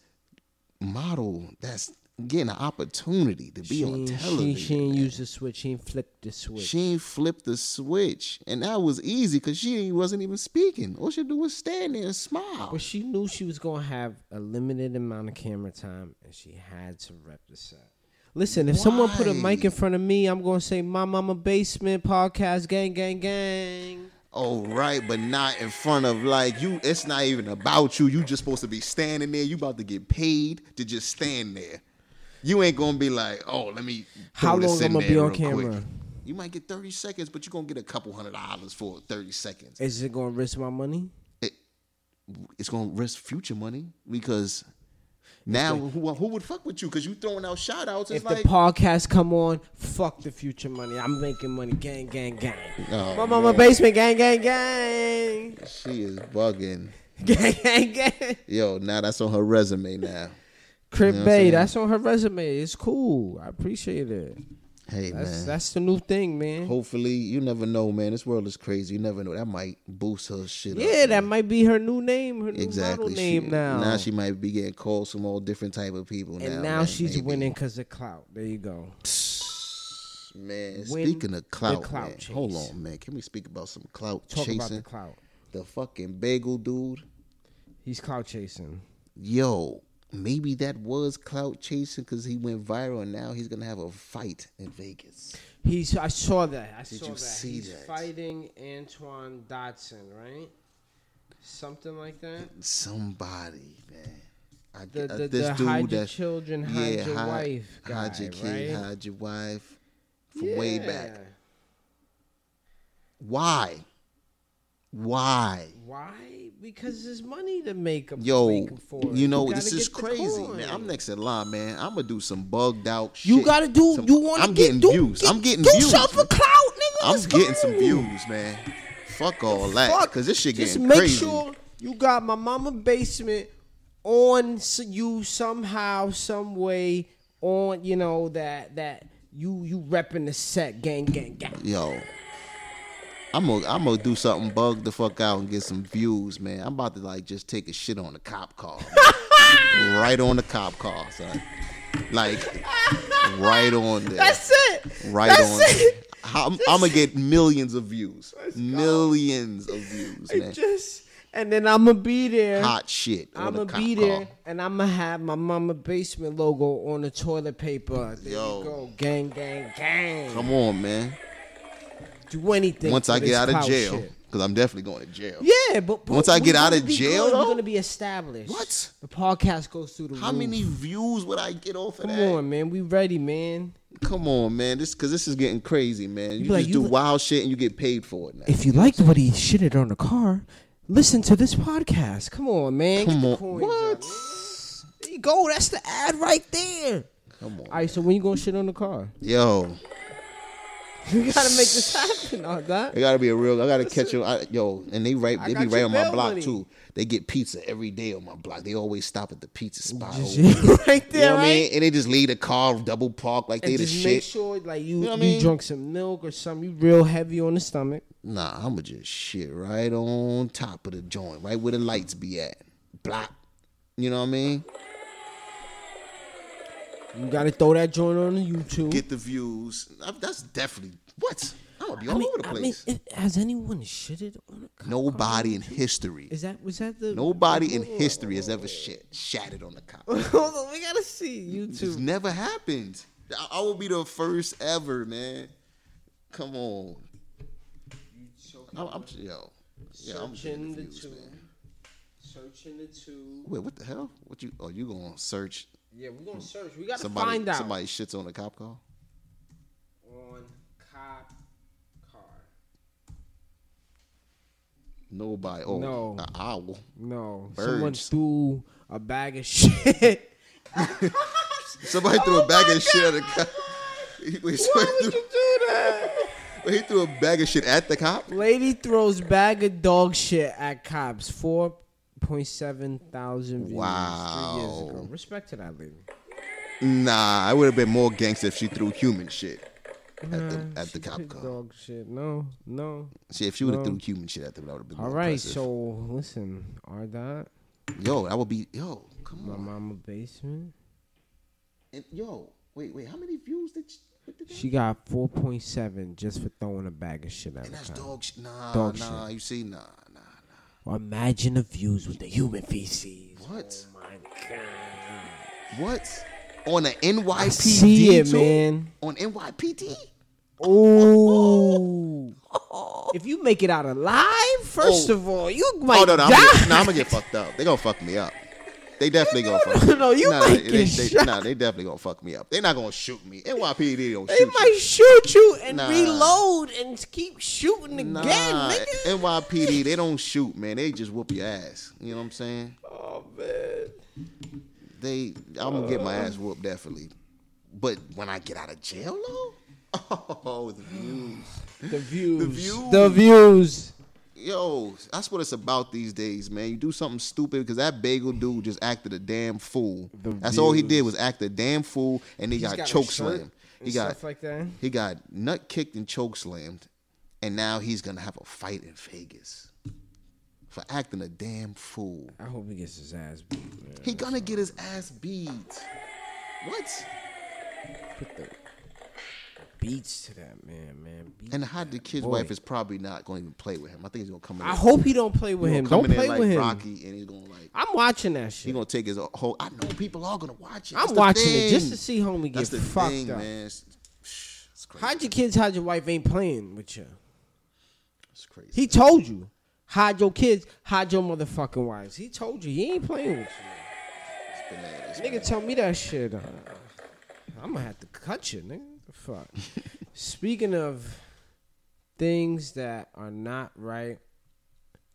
Speaker 2: model that's getting an opportunity to be
Speaker 3: she,
Speaker 2: on
Speaker 3: ain't- she-
Speaker 2: television.
Speaker 3: she ain't use the switch. She ain't flick the switch.
Speaker 2: She ain't flipped the switch, and that was easy because she ain't- wasn't even speaking. All she do was stand there and smile.
Speaker 3: But she knew she was gonna have a limited amount of camera time, and she had to rep the set. Listen, if someone put a mic in front of me, I'm gonna say, "My mama basement podcast, gang, gang, gang."
Speaker 2: All Oh, right, but not in front of like you. It's not even about you. You just supposed to be standing there. You about to get paid to just stand there. You ain't gonna be like, oh, let me.
Speaker 3: How
Speaker 2: throw this
Speaker 3: long
Speaker 2: in
Speaker 3: I'ma
Speaker 2: there
Speaker 3: be on
Speaker 2: real quick."
Speaker 3: camera?
Speaker 2: You might get thirty seconds, but you are gonna get a couple hundred dollars for thirty seconds.
Speaker 3: Is it gonna risk my money?
Speaker 2: It, it's gonna risk future money because now who, who would fuck with you? Because you throwing out shout outs. It's
Speaker 3: If
Speaker 2: like
Speaker 3: the podcast come on, fuck the future money. I'm making money, gang, gang, gang.
Speaker 2: Oh,
Speaker 3: my mama basement, gang, gang, gang, [LAUGHS]
Speaker 2: She is bugging.
Speaker 3: gang, gang, gang.
Speaker 2: Yo, now that's on her resume now.
Speaker 3: Crip
Speaker 2: what I'm
Speaker 3: Bay,
Speaker 2: saying?
Speaker 3: that's on her resume. It's cool. I appreciate it.
Speaker 2: Hey
Speaker 3: That's
Speaker 2: man.
Speaker 3: that's the new thing, man.
Speaker 2: Hopefully, you never know, man. This world is crazy. You never know. That might boost her shit up.
Speaker 3: Yeah, that might be her new name, her new
Speaker 2: exactly.
Speaker 3: model name
Speaker 2: she,
Speaker 3: now.
Speaker 2: she might be getting calls from all different type of people.
Speaker 3: and now,
Speaker 2: now, man,
Speaker 3: she's
Speaker 2: maybe.
Speaker 3: winning because of clout. There you go.
Speaker 2: [SIGHS] Man,
Speaker 3: Win
Speaker 2: speaking
Speaker 3: the
Speaker 2: of clout,
Speaker 3: clout
Speaker 2: man,
Speaker 3: chase.
Speaker 2: hold on, man. Can we speak about some clout
Speaker 3: Talk
Speaker 2: chasing?
Speaker 3: about the clout.
Speaker 2: the fucking bagel dude.
Speaker 3: He's clout chasing.
Speaker 2: Yo, maybe that was clout chasing because he went viral, and now he's gonna have a fight in Vegas.
Speaker 3: He's. I saw that. I saw
Speaker 2: you
Speaker 3: that.
Speaker 2: see
Speaker 3: He's
Speaker 2: that?
Speaker 3: fighting Antoine Dotson, right? Something like that.
Speaker 2: somebody, man. I,
Speaker 3: The-
Speaker 2: uh,
Speaker 3: the-
Speaker 2: this
Speaker 3: the
Speaker 2: dude
Speaker 3: hide your
Speaker 2: that-
Speaker 3: children, hide your wife
Speaker 2: hide your
Speaker 3: guy,
Speaker 2: kid,
Speaker 3: right?
Speaker 2: hide your wife, from way back.
Speaker 3: Yeah.
Speaker 2: Why? Why?
Speaker 3: Why? Because there's money to make up.
Speaker 2: Yo,
Speaker 3: make up for it.
Speaker 2: you know
Speaker 3: gotta
Speaker 2: this is
Speaker 3: get the
Speaker 2: crazy,
Speaker 3: coin.
Speaker 2: man. I'm next in line, man. I'm gonna do some bugged out shit.
Speaker 3: You gotta do.
Speaker 2: Some-
Speaker 3: you want?
Speaker 2: I'm getting views. I'm getting
Speaker 3: do
Speaker 2: views.
Speaker 3: something for
Speaker 2: man.
Speaker 3: clout, nigga.
Speaker 2: I'm
Speaker 3: Let's
Speaker 2: getting some
Speaker 3: go.
Speaker 2: views, man. Fuck all that,
Speaker 3: Fuck.
Speaker 2: because this shit
Speaker 3: Just
Speaker 2: getting
Speaker 3: make
Speaker 2: crazy.
Speaker 3: sure you got my mama basement on s- you somehow, some way on. You know that that you you repping the set, gang, gang, gang.
Speaker 2: Yo, I'm gonna I'm gonna do something, bug the fuck out, and get some views, man. I'm about to like just take a shit on the cop car, man.
Speaker 3: [LAUGHS]
Speaker 2: right on the cop car, son. Like right on there,
Speaker 3: That's it.
Speaker 2: right
Speaker 3: That's
Speaker 2: on.
Speaker 3: It.
Speaker 2: [LAUGHS] I'm, I'm gonna get millions of views, millions of views,
Speaker 3: It
Speaker 2: man.
Speaker 3: Just and then I'ma be there.
Speaker 2: Hot shit. on
Speaker 3: I'ma
Speaker 2: the cop
Speaker 3: be
Speaker 2: car.
Speaker 3: there, and I'ma have my mama basement logo on the toilet paper. There
Speaker 2: Yo.
Speaker 3: you go, gang, gang, gang.
Speaker 2: Come on, man.
Speaker 3: Do anything
Speaker 2: Once
Speaker 3: for
Speaker 2: I
Speaker 3: this
Speaker 2: get out of
Speaker 3: clout
Speaker 2: jail,
Speaker 3: shit.
Speaker 2: because I'm definitely going to jail.
Speaker 3: Yeah, but, but
Speaker 2: Once I
Speaker 3: we
Speaker 2: get out
Speaker 3: gonna
Speaker 2: of
Speaker 3: be
Speaker 2: jail,
Speaker 3: good.
Speaker 2: though?
Speaker 3: we're gonna be established.
Speaker 2: What?
Speaker 3: The podcast goes through the
Speaker 2: How
Speaker 3: roof.
Speaker 2: many views would I get off of
Speaker 3: Come
Speaker 2: that?
Speaker 3: on, man. We ready, man.
Speaker 2: Come on, man. This because this is getting crazy, man. You
Speaker 3: be
Speaker 2: just
Speaker 3: like, you
Speaker 2: do
Speaker 3: look-
Speaker 2: wild shit and you get paid for it now.
Speaker 3: If you liked what he shitted on the car, listen to this podcast. Come on, man.
Speaker 2: Come
Speaker 3: Get the
Speaker 2: on.
Speaker 3: coins
Speaker 2: What?
Speaker 3: out, man. There you go. That's the ad right there.
Speaker 2: Come on,
Speaker 3: All right. So when you gonna shit on the car? [LAUGHS]
Speaker 2: yo.
Speaker 3: You gotta make this happen, [LAUGHS] all that.
Speaker 2: It gotta be a real. I gotta catch you, I, yo. And they right, they
Speaker 3: got
Speaker 2: be
Speaker 3: your
Speaker 2: right on my
Speaker 3: bail
Speaker 2: block
Speaker 3: money.
Speaker 2: too. They get pizza every day on my block. They always stop at the pizza spot.
Speaker 3: Just-
Speaker 2: over.
Speaker 3: right
Speaker 2: You
Speaker 3: there,
Speaker 2: know what I
Speaker 3: right?
Speaker 2: mean? And they just leave the car double parked like they
Speaker 3: And
Speaker 2: the
Speaker 3: just make
Speaker 2: shit.
Speaker 3: sure, like you, you,
Speaker 2: You know what I mean?
Speaker 3: drunk some milk or something. You real heavy on the stomach.
Speaker 2: Nah, I'ma just shit right on top of the joint, right where the lights be at. Block. You know what I mean?
Speaker 3: You gotta throw that joint on the YouTube.
Speaker 2: Get the views. I- that's definitely what. I'm gonna be all over the place.
Speaker 3: it- has anyone shitted on a cop?
Speaker 2: Nobody in history.
Speaker 3: Is that was that the
Speaker 2: Nobody in history has ever shit shattered on the cop.
Speaker 3: [LAUGHS] Hold on, we gotta see
Speaker 2: It's
Speaker 3: YouTube.
Speaker 2: never happened. I, I will be the first ever, man. Come on. I'm, I'm yo. Yeah, I'm
Speaker 3: Searching
Speaker 2: getting
Speaker 3: the
Speaker 2: the views,
Speaker 3: tube.
Speaker 2: man.
Speaker 3: Searching the tube.
Speaker 2: Wait, what the hell? What you? Oh, you gonna search
Speaker 3: Yeah, we're gonna search. We gotta
Speaker 2: somebody?
Speaker 3: find out
Speaker 2: Somebody shits on a cop car.
Speaker 3: on cop car.
Speaker 2: Nobody. Oh,
Speaker 3: No.
Speaker 2: an owl.
Speaker 3: No, someone
Speaker 2: Birds.
Speaker 3: threw a bag of [LAUGHS] shit. Oh
Speaker 2: Somebody threw a bag of shit at a cop. [LAUGHS] Wait, somebody threw-
Speaker 3: do that?
Speaker 2: [LAUGHS] wait, he threw a bag of shit at the cop?
Speaker 3: Lady throws bag of dog shit at cops. Four point seven thousand views. Three years
Speaker 2: Wow.
Speaker 3: ago. Respect to that lady.
Speaker 2: Nah, I would have been more gangster if she threw human shit at the,
Speaker 3: Nah,
Speaker 2: at the
Speaker 3: she
Speaker 2: cop
Speaker 3: took
Speaker 2: car.
Speaker 3: Dog shit. No, no.
Speaker 2: See, if she would have
Speaker 3: No.
Speaker 2: threw human shit at them, that would have been
Speaker 3: All
Speaker 2: more
Speaker 3: right.
Speaker 2: impressive.
Speaker 3: So listen, are that
Speaker 2: Yo, that would be. Yo, come
Speaker 3: my
Speaker 2: on.
Speaker 3: mama basement?
Speaker 2: And, yo, wait, wait. How many views did she. What did that-
Speaker 3: She got four point seven just for throwing a bag of shit at
Speaker 2: And
Speaker 3: a
Speaker 2: that's
Speaker 3: cop.
Speaker 2: dog shit. Nah,
Speaker 3: Dog
Speaker 2: nah. You see, nah, nah.
Speaker 3: Imagine the views with the human feces.
Speaker 2: What?
Speaker 3: Oh my god.
Speaker 2: What? On an NYPD?
Speaker 3: see it,
Speaker 2: too?
Speaker 3: man.
Speaker 2: On NYPD?
Speaker 3: Ooh. If you make it out alive, first
Speaker 2: Oh.
Speaker 3: of all, you
Speaker 2: Oh
Speaker 3: might
Speaker 2: no, no, I'm
Speaker 3: die.
Speaker 2: gonna, no, I'm gonna get fucked up. They gonna fuck me up. They definitely gonna fuck.
Speaker 3: no,
Speaker 2: me
Speaker 3: no, you
Speaker 2: nah,
Speaker 3: might
Speaker 2: they, they,
Speaker 3: get
Speaker 2: they-
Speaker 3: shot.
Speaker 2: nah, they definitely gonna fuck me up. They're not gonna shoot me. NYPD don't
Speaker 3: [LAUGHS] They
Speaker 2: shoot
Speaker 3: might shoot you and
Speaker 2: Nah.
Speaker 3: reload and keep shooting
Speaker 2: you.
Speaker 3: again,
Speaker 2: Nah,
Speaker 3: nigga.
Speaker 2: NYPD they don't shoot, man. They just whoop your ass. You know what I'm saying?
Speaker 3: oh man.
Speaker 2: They, I'm gonna get my ass whooped definitely. But when I get out of jail, though, [LAUGHS] oh the views,
Speaker 3: The views.
Speaker 2: views.
Speaker 3: The views.
Speaker 2: yo, that's what it's about these days, man. You do something stupid because that bagel dude just acted a damn fool.
Speaker 3: The
Speaker 2: that's all he
Speaker 3: views.
Speaker 2: did was act a damn fool, and he
Speaker 3: He's
Speaker 2: got,
Speaker 3: got a
Speaker 2: choke
Speaker 3: shirt
Speaker 2: slammed. He
Speaker 3: and
Speaker 2: got
Speaker 3: stuff like that.
Speaker 2: He got nut kicked and choke slammed, and now he's gonna have a fight in Vegas for acting a damn fool.
Speaker 3: I hope he gets his ass beat, man.
Speaker 2: He gonna get his ass beat. What?
Speaker 3: Put the beats to that man, man. Beat
Speaker 2: And the hot the kid's
Speaker 3: boy.
Speaker 2: wife is probably not gonna even play with him. I think he's gonna come in.
Speaker 3: I hope he don't play with
Speaker 2: he's
Speaker 3: him.
Speaker 2: gonna come
Speaker 3: Don't
Speaker 2: in
Speaker 3: play
Speaker 2: there
Speaker 3: with
Speaker 2: like
Speaker 3: him.
Speaker 2: Rocky, and he's gonna like
Speaker 3: I'm watching that shit.
Speaker 2: he's gonna take his whole. I know people are gonna watch it. That's
Speaker 3: I'm
Speaker 2: the
Speaker 3: watching it just
Speaker 2: thing.
Speaker 3: to see homie get
Speaker 2: That's the
Speaker 3: fucked
Speaker 2: thing,
Speaker 3: up.
Speaker 2: man. It's, it's crazy.
Speaker 3: Hide your kids, hide your wife ain't playing with you.
Speaker 2: It's crazy.
Speaker 3: He told you. Hide your kids, hide your motherfucking wives. He told you he ain't playing with you.
Speaker 2: It's bananas, man.
Speaker 3: Nigga tell me that shit. uh, I'm gonna have to cut you, nigga. The fuck. Speaking of things that are not right,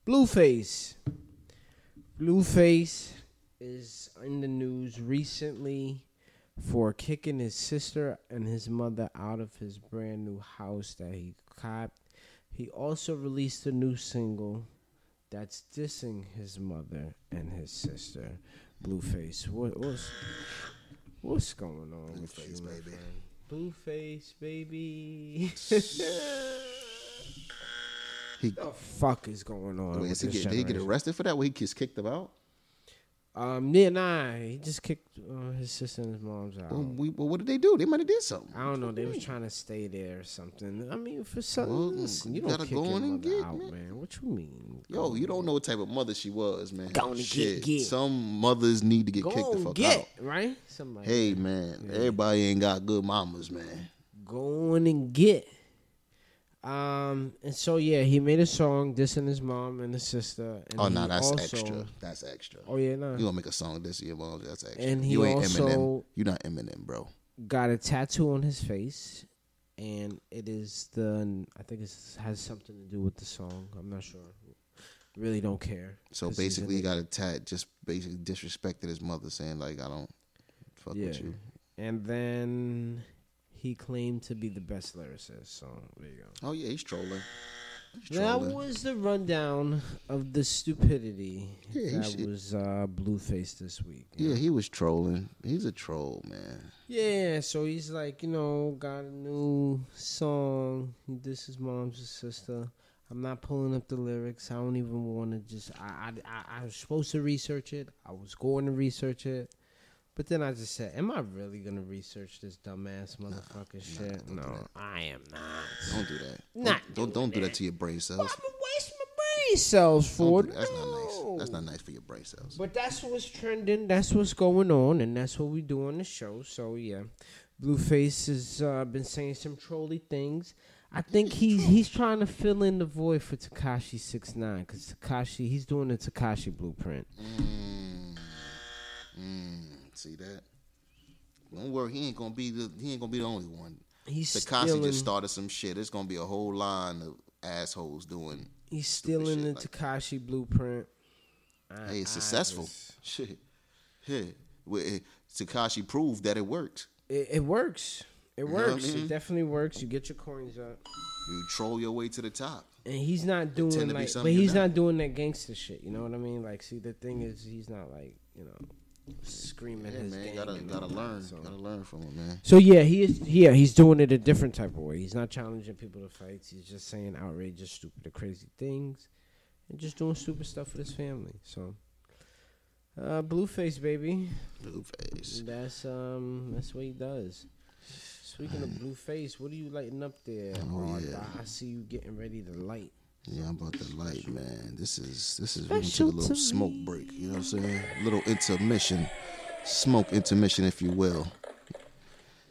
Speaker 3: Blueface. Blueface is in the news recently for kicking his sister and his mother out of his brand new house that he copped. He also released a new single that's dissing his mother and his sister, Blueface. What, what's what's going on
Speaker 2: Blueface,
Speaker 3: with you, my
Speaker 2: baby.
Speaker 3: friend? Blueface, baby.
Speaker 2: He-
Speaker 3: the fuck is going on?
Speaker 2: Wait,
Speaker 3: with
Speaker 2: is he
Speaker 3: this
Speaker 2: get, did he get
Speaker 3: generation?
Speaker 2: arrested for that? Where he just kicked him out?
Speaker 3: Um, yeah, nah, he just kicked uh, his sister and his mom's out.
Speaker 2: Well, we, well, what did they do? They might have did something.
Speaker 3: I don't know. They was trying to stay there or something. I mean, for something,
Speaker 2: Well,
Speaker 3: listen,
Speaker 2: you
Speaker 3: you, don't
Speaker 2: gotta
Speaker 3: kick
Speaker 2: go
Speaker 3: your
Speaker 2: in
Speaker 3: mother
Speaker 2: and get,
Speaker 3: out, man.
Speaker 2: man.
Speaker 3: What you mean?
Speaker 2: Yo, you don't know what type of mother she was, man.
Speaker 3: Gonna get-
Speaker 2: Shit.
Speaker 3: get.
Speaker 2: Some mothers need to get
Speaker 3: go
Speaker 2: kicked the
Speaker 3: and
Speaker 2: fuck
Speaker 3: get
Speaker 2: out.
Speaker 3: right. Somebody
Speaker 2: Hey, man, everybody ain't got good mamas, man.
Speaker 3: go in and get. Um, and so yeah, he made a song dissing his mom and his sister. And
Speaker 2: oh,
Speaker 3: he
Speaker 2: no, that's
Speaker 3: also-
Speaker 2: extra. That's extra.
Speaker 3: Oh yeah, nah.
Speaker 2: You gonna make a song this year, mom? That's extra.
Speaker 3: And he
Speaker 2: you ain't Eminem.
Speaker 3: also-
Speaker 2: You not Eminem, bro.
Speaker 3: got a tattoo on his face, and it is the I think it has something to do with the song. I'm not sure. Really don't care.
Speaker 2: So
Speaker 3: 'cause he's in
Speaker 2: basically, he
Speaker 3: it.
Speaker 2: got a tat. Just basically disrespected his mother, saying like, "I don't fuck with
Speaker 3: Yeah.
Speaker 2: you."
Speaker 3: and then he claimed to be the best lyricist. So there you go.
Speaker 2: Oh yeah, he's trolling. He's
Speaker 3: That
Speaker 2: trolling.
Speaker 3: was the rundown of the stupidity
Speaker 2: Yeah, he
Speaker 3: that
Speaker 2: should-
Speaker 3: was uh, Blueface this week. you
Speaker 2: yeah, he was trolling. He's a troll, man.
Speaker 3: Yeah, so he's like, you know, got a new song. This is mom's sister. I'm not pulling up the lyrics. I don't even want to just. I, I I I was supposed to research it. I was going to research it, but then I just said, "Am I really gonna research this dumbass motherfucking shit?"
Speaker 2: don't do
Speaker 3: no,
Speaker 2: that.
Speaker 3: I am not.
Speaker 2: Don't do that.
Speaker 3: Not
Speaker 2: don't don't,
Speaker 3: doing
Speaker 2: don't do that
Speaker 3: that.
Speaker 2: to your brain cells.
Speaker 3: Why would I waste my brain cells for
Speaker 2: Don't do- that's not nice. That's
Speaker 3: No.
Speaker 2: not nice for your brain cells.
Speaker 3: But that's what's trending. That's what's going on, and that's what we do on the show. So yeah, Blueface has uh, been saying some trolly things. I think he's he's trying to fill in the void for Takashi Six Nine because Takashi he's doing the Takashi blueprint.
Speaker 2: Mm. Mm. See that? Don't worry, he ain't gonna be the he ain't gonna be the only one.
Speaker 3: He's
Speaker 2: Takashi
Speaker 3: stealing-
Speaker 2: just started some shit. It's gonna be a whole line of assholes doing
Speaker 3: He's
Speaker 2: Stupid
Speaker 3: stealing the
Speaker 2: shit like
Speaker 3: Takashi blueprint. I-
Speaker 2: Hey, it's
Speaker 3: I
Speaker 2: successful.
Speaker 3: just-
Speaker 2: [LAUGHS] Shit. Yeah. Well, it- Takashi proved that it works.
Speaker 3: it, it works. It
Speaker 2: know what I
Speaker 3: works.
Speaker 2: mean?
Speaker 3: It definitely works. You get your coins up,
Speaker 2: You troll your way to the top.
Speaker 3: and he's not
Speaker 2: tend
Speaker 3: doing
Speaker 2: to be
Speaker 3: like, but
Speaker 2: something
Speaker 3: he's
Speaker 2: you're
Speaker 3: not doing that gangster shit. You know what I mean? Like, see, the thing is, he's not like, you know, screaming
Speaker 2: Yeah,
Speaker 3: his
Speaker 2: man.
Speaker 3: gang
Speaker 2: Gotta
Speaker 3: and
Speaker 2: gotta
Speaker 3: all that,
Speaker 2: learn.
Speaker 3: so.
Speaker 2: Gotta learn from him, man.
Speaker 3: So yeah, he is. Yeah, he's doing it a different type of way. He's not challenging people to fights. He's just saying outrageous, stupid, or crazy things, and just doing stupid stuff with his family. So, uh, Blueface baby,
Speaker 2: Blueface.
Speaker 3: that's um, that's what he does. Speaking of Blueface, what are you lighting up there?
Speaker 2: Oh,
Speaker 3: Oh,
Speaker 2: yeah.
Speaker 3: I see you getting ready to light.
Speaker 2: Yeah, I'm about to light, man. This is this is we gonna take a little
Speaker 3: Special to
Speaker 2: smoke break. You know what I'm saying? little intermission, smoke intermission, if you will.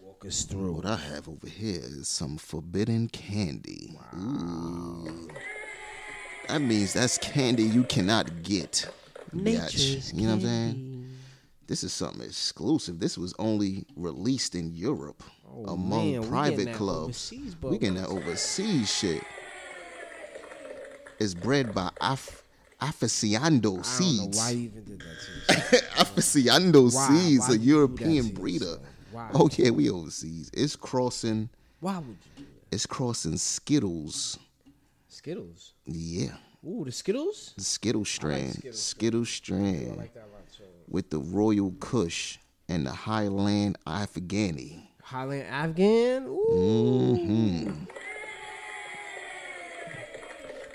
Speaker 3: Walk us through.
Speaker 2: What I have over here is some forbidden candy. Ooh. That means that's candy you cannot get. Biatch. You know what I'm saying? This is something exclusive. This was only released in Europe
Speaker 3: Oh,
Speaker 2: among
Speaker 3: man, we getting
Speaker 2: private
Speaker 3: that
Speaker 2: clubs.
Speaker 3: overseas
Speaker 2: We getting that
Speaker 3: bubble.
Speaker 2: overseas shit. It's bred by Af- Aficionado
Speaker 3: I don't know
Speaker 2: Seeds. [LAUGHS]
Speaker 3: why you even did that to yourself.
Speaker 2: Aficionado
Speaker 3: Why-
Speaker 2: Seeds,
Speaker 3: why
Speaker 2: a
Speaker 3: you do that to
Speaker 2: European
Speaker 3: yourself?
Speaker 2: breeder.
Speaker 3: Why?
Speaker 2: Oh, yeah, we overseas. It's crossing.
Speaker 3: [LAUGHS] Why would you do that?
Speaker 2: It's crossing Skittles.
Speaker 3: Skittles.
Speaker 2: Yeah.
Speaker 3: Ooh, the Skittles.
Speaker 2: The Skittle strand. Skittle,
Speaker 3: Skittles,
Speaker 2: strand
Speaker 3: I like that a lot too.
Speaker 2: with the Royal Kush and the Highland Afghani. Mm-hmm.
Speaker 3: Highland Afghan.
Speaker 2: Mm.
Speaker 3: Ooh.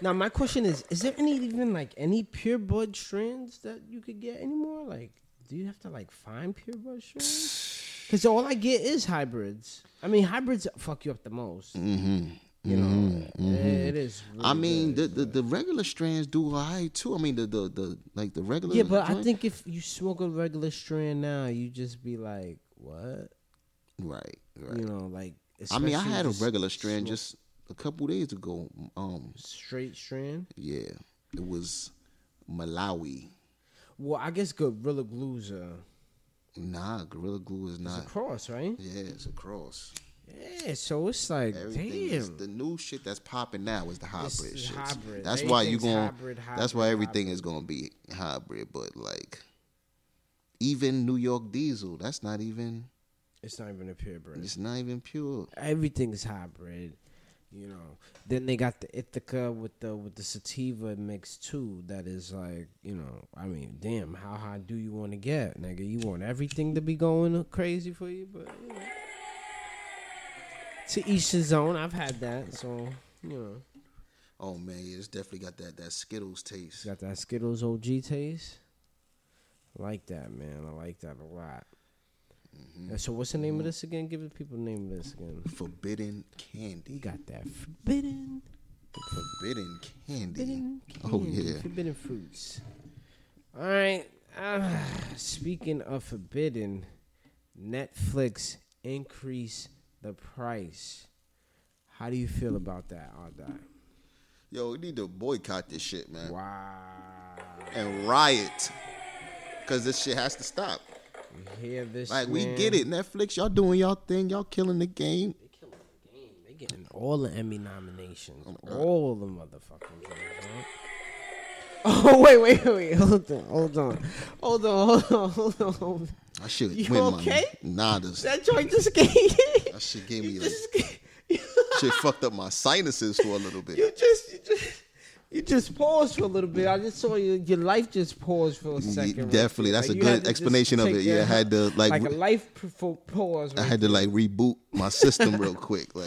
Speaker 3: Now my question is: Is there any even like any pureblood strands that you could get anymore? Like, do you have to like find pureblood strands?
Speaker 2: [SIGHS]
Speaker 3: Because all I get is hybrids. I mean, hybrids fuck you up the most.
Speaker 2: Mm-hmm.
Speaker 3: You know, it is.
Speaker 2: I
Speaker 3: really
Speaker 2: mean,
Speaker 3: good.
Speaker 2: the, the, the regular strands do alright too. I mean, the the, the like the regular.
Speaker 3: yeah, but I
Speaker 2: joint-
Speaker 3: think if you smoke a regular strand now, you just be like, what?
Speaker 2: right, right.
Speaker 3: You know, like.
Speaker 2: I mean, I
Speaker 3: especially
Speaker 2: had a
Speaker 3: just
Speaker 2: regular strand
Speaker 3: smoke-
Speaker 2: just a couple days ago. Um,
Speaker 3: straight strand.
Speaker 2: yeah, it was Malawi.
Speaker 3: Well, I guess Gorilla Glue's a,
Speaker 2: Nah, Gorilla Glue is
Speaker 3: it's a
Speaker 2: not.
Speaker 3: cross, right?
Speaker 2: Yeah, it's a cross.
Speaker 3: Yeah, so it's like,
Speaker 2: Everything
Speaker 3: damn.
Speaker 2: is, the new shit that's popping now is the hybrid
Speaker 3: This is
Speaker 2: shit.
Speaker 3: hybrid.
Speaker 2: That's why you
Speaker 3: Everything's
Speaker 2: going.
Speaker 3: hybrid,
Speaker 2: that's why
Speaker 3: hybrid,
Speaker 2: everything is going to be hybrid. But like, even New York diesel, that's not even.
Speaker 3: it's not even a purebred.
Speaker 2: It's not even pure.
Speaker 3: Everything's hybrid, you know. Then they got the Ithaca with the with the sativa mix too. That is like, you know, I mean, damn, how high do you want to get, nigga? You want everything to be going crazy for you, but you know. to each his own. I've had that, so you know,
Speaker 2: Oh man, yeah, it's definitely got that that Skittles taste.
Speaker 3: Got that Skittles OG taste. I like that, man. I like that a lot. And So, what's the name of this again? Give the people the name of this again.
Speaker 2: Forbidden
Speaker 3: We
Speaker 2: candy.
Speaker 3: got that forbidden,
Speaker 2: Forbidden candy.
Speaker 3: forbidden,
Speaker 2: Oh
Speaker 3: candy,
Speaker 2: yeah.
Speaker 3: forbidden fruits. All right. Uh, speaking of forbidden, Netflix increase the price. How do you feel about that, Arda?
Speaker 2: Yo, we need to boycott this shit, man,
Speaker 3: Wow.
Speaker 2: and riot, cause this shit has to stop.
Speaker 3: You hear this?
Speaker 2: Like we
Speaker 3: man?
Speaker 2: get it, Netflix. Y'all doing y'all thing. Y'all killing the game.
Speaker 3: They killing the game. They getting all the Emmy nominations. all the motherfucking things, right? [LAUGHS] Oh wait, wait, wait! Hold on, hold on, hold on, hold on, hold on. hold on.
Speaker 2: I should
Speaker 3: You
Speaker 2: win
Speaker 3: okay?
Speaker 2: my nah. This,
Speaker 3: That joint just [LAUGHS] gave.
Speaker 2: That shit gave me
Speaker 3: you
Speaker 2: like
Speaker 3: just, [LAUGHS] you
Speaker 2: shit fucked up my sinuses for a little bit.
Speaker 3: just, you just, you just paused for a little bit. I just saw your your life just paused for a second. right
Speaker 2: definitely,
Speaker 3: there.
Speaker 2: that's a
Speaker 3: you had
Speaker 2: good
Speaker 3: to just
Speaker 2: explanation of
Speaker 3: take
Speaker 2: it. Yeah, I
Speaker 3: that-
Speaker 2: had
Speaker 3: [LAUGHS]
Speaker 2: to, like,
Speaker 3: like a
Speaker 2: re-
Speaker 3: life p- for pause.
Speaker 2: I
Speaker 3: right
Speaker 2: had to like reboot my system real quick.
Speaker 3: [LAUGHS]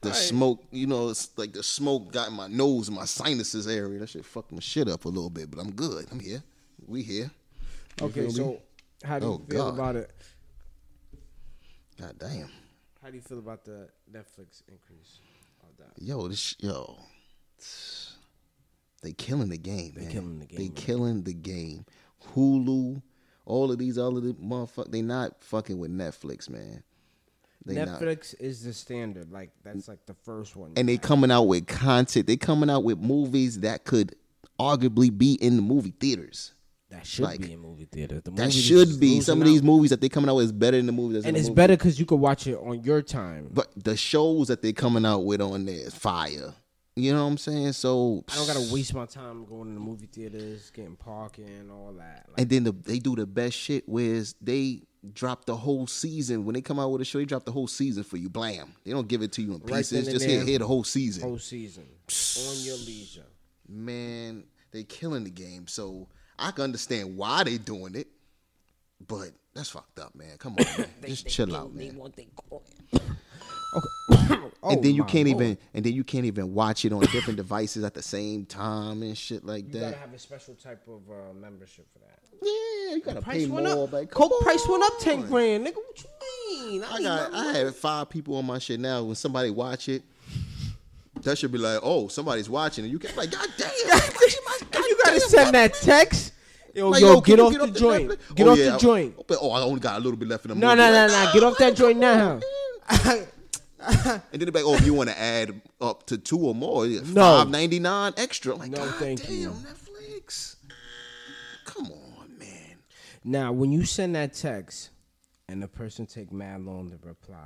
Speaker 2: Like the smoke, you know, it's like the smoke got in my nose, and my sinuses area. That shit fucked my shit up a little bit, but I'm good. I'm here. We here. You
Speaker 3: Okay,
Speaker 2: feel me?
Speaker 3: so how do you
Speaker 2: Oh,
Speaker 3: feel
Speaker 2: God.
Speaker 3: about it?
Speaker 2: God damn.
Speaker 3: How do you feel about the Netflix increase? All that.
Speaker 2: Yo, this yo. They killing the game, man.
Speaker 3: killing the game,
Speaker 2: They
Speaker 3: man.
Speaker 2: killing the game. Hulu, all of these, all of the motherfuckers, they not fucking with Netflix, man. They not.
Speaker 3: Netflix is the standard. Like that's like the first one.
Speaker 2: and they coming out with content. They coming out with movies that could arguably be in the movie theaters.
Speaker 3: that should
Speaker 2: like,
Speaker 3: be in movie theater. The
Speaker 2: That
Speaker 3: movies is
Speaker 2: should be
Speaker 3: losing
Speaker 2: some of
Speaker 3: out.
Speaker 2: these movies that they coming out with is better than the movies. That's in
Speaker 3: And
Speaker 2: the
Speaker 3: it's
Speaker 2: movie.
Speaker 3: better because you could watch it on your time.
Speaker 2: but the shows that they coming out with on there is fire. You know what I'm saying? So
Speaker 3: I don't gotta waste my time going to the movie theaters, getting parking, and all that. Like,
Speaker 2: And then the, they do the best shit, whereas they drop the whole season when they come out with a show. They drop the whole season for you. Blam! They don't give it to you in
Speaker 3: Right
Speaker 2: pieces.
Speaker 3: then and
Speaker 2: Just here,
Speaker 3: there.
Speaker 2: here the whole season.
Speaker 3: whole season on your leisure.
Speaker 2: Man, they killing the game. So I can understand why they doing it, but that's fucked up, man. Come on,
Speaker 3: [LAUGHS]
Speaker 2: man. just chill out, man.
Speaker 3: [COUGHS] Oh,
Speaker 2: and then you
Speaker 3: my
Speaker 2: can't
Speaker 3: lord.
Speaker 2: even and then you can't even watch it on different devices at the same time and shit like
Speaker 3: You
Speaker 2: that.
Speaker 3: gotta have a special type of uh, membership for that.
Speaker 2: yeah, you gotta pay
Speaker 3: Price went
Speaker 2: more.
Speaker 3: up.
Speaker 2: Like, come
Speaker 3: Coke price went up ten
Speaker 2: on.
Speaker 3: grand, nigga. What you mean?
Speaker 2: I got I have five people on my shit now. When somebody watch it, that should be like, oh, somebody's watching, and you can like, god
Speaker 3: [LAUGHS]
Speaker 2: damn,
Speaker 3: you gotta send that text. Yo, yo, get off the joint. Get off the joint.
Speaker 2: But oh, I only got a little bit left in the
Speaker 3: No,
Speaker 2: movie.
Speaker 3: no, no,
Speaker 2: Like,
Speaker 3: no. Get off that joint now.
Speaker 2: [LAUGHS] And then they're like, oh, if you want to add up to two or more,
Speaker 3: No.
Speaker 2: five ninety nine extra. I'm like,
Speaker 3: No,
Speaker 2: god
Speaker 3: thank
Speaker 2: damn,
Speaker 3: you.
Speaker 2: Netflix. Come on, man.
Speaker 3: Now, when you send that text and the person take mad long to reply,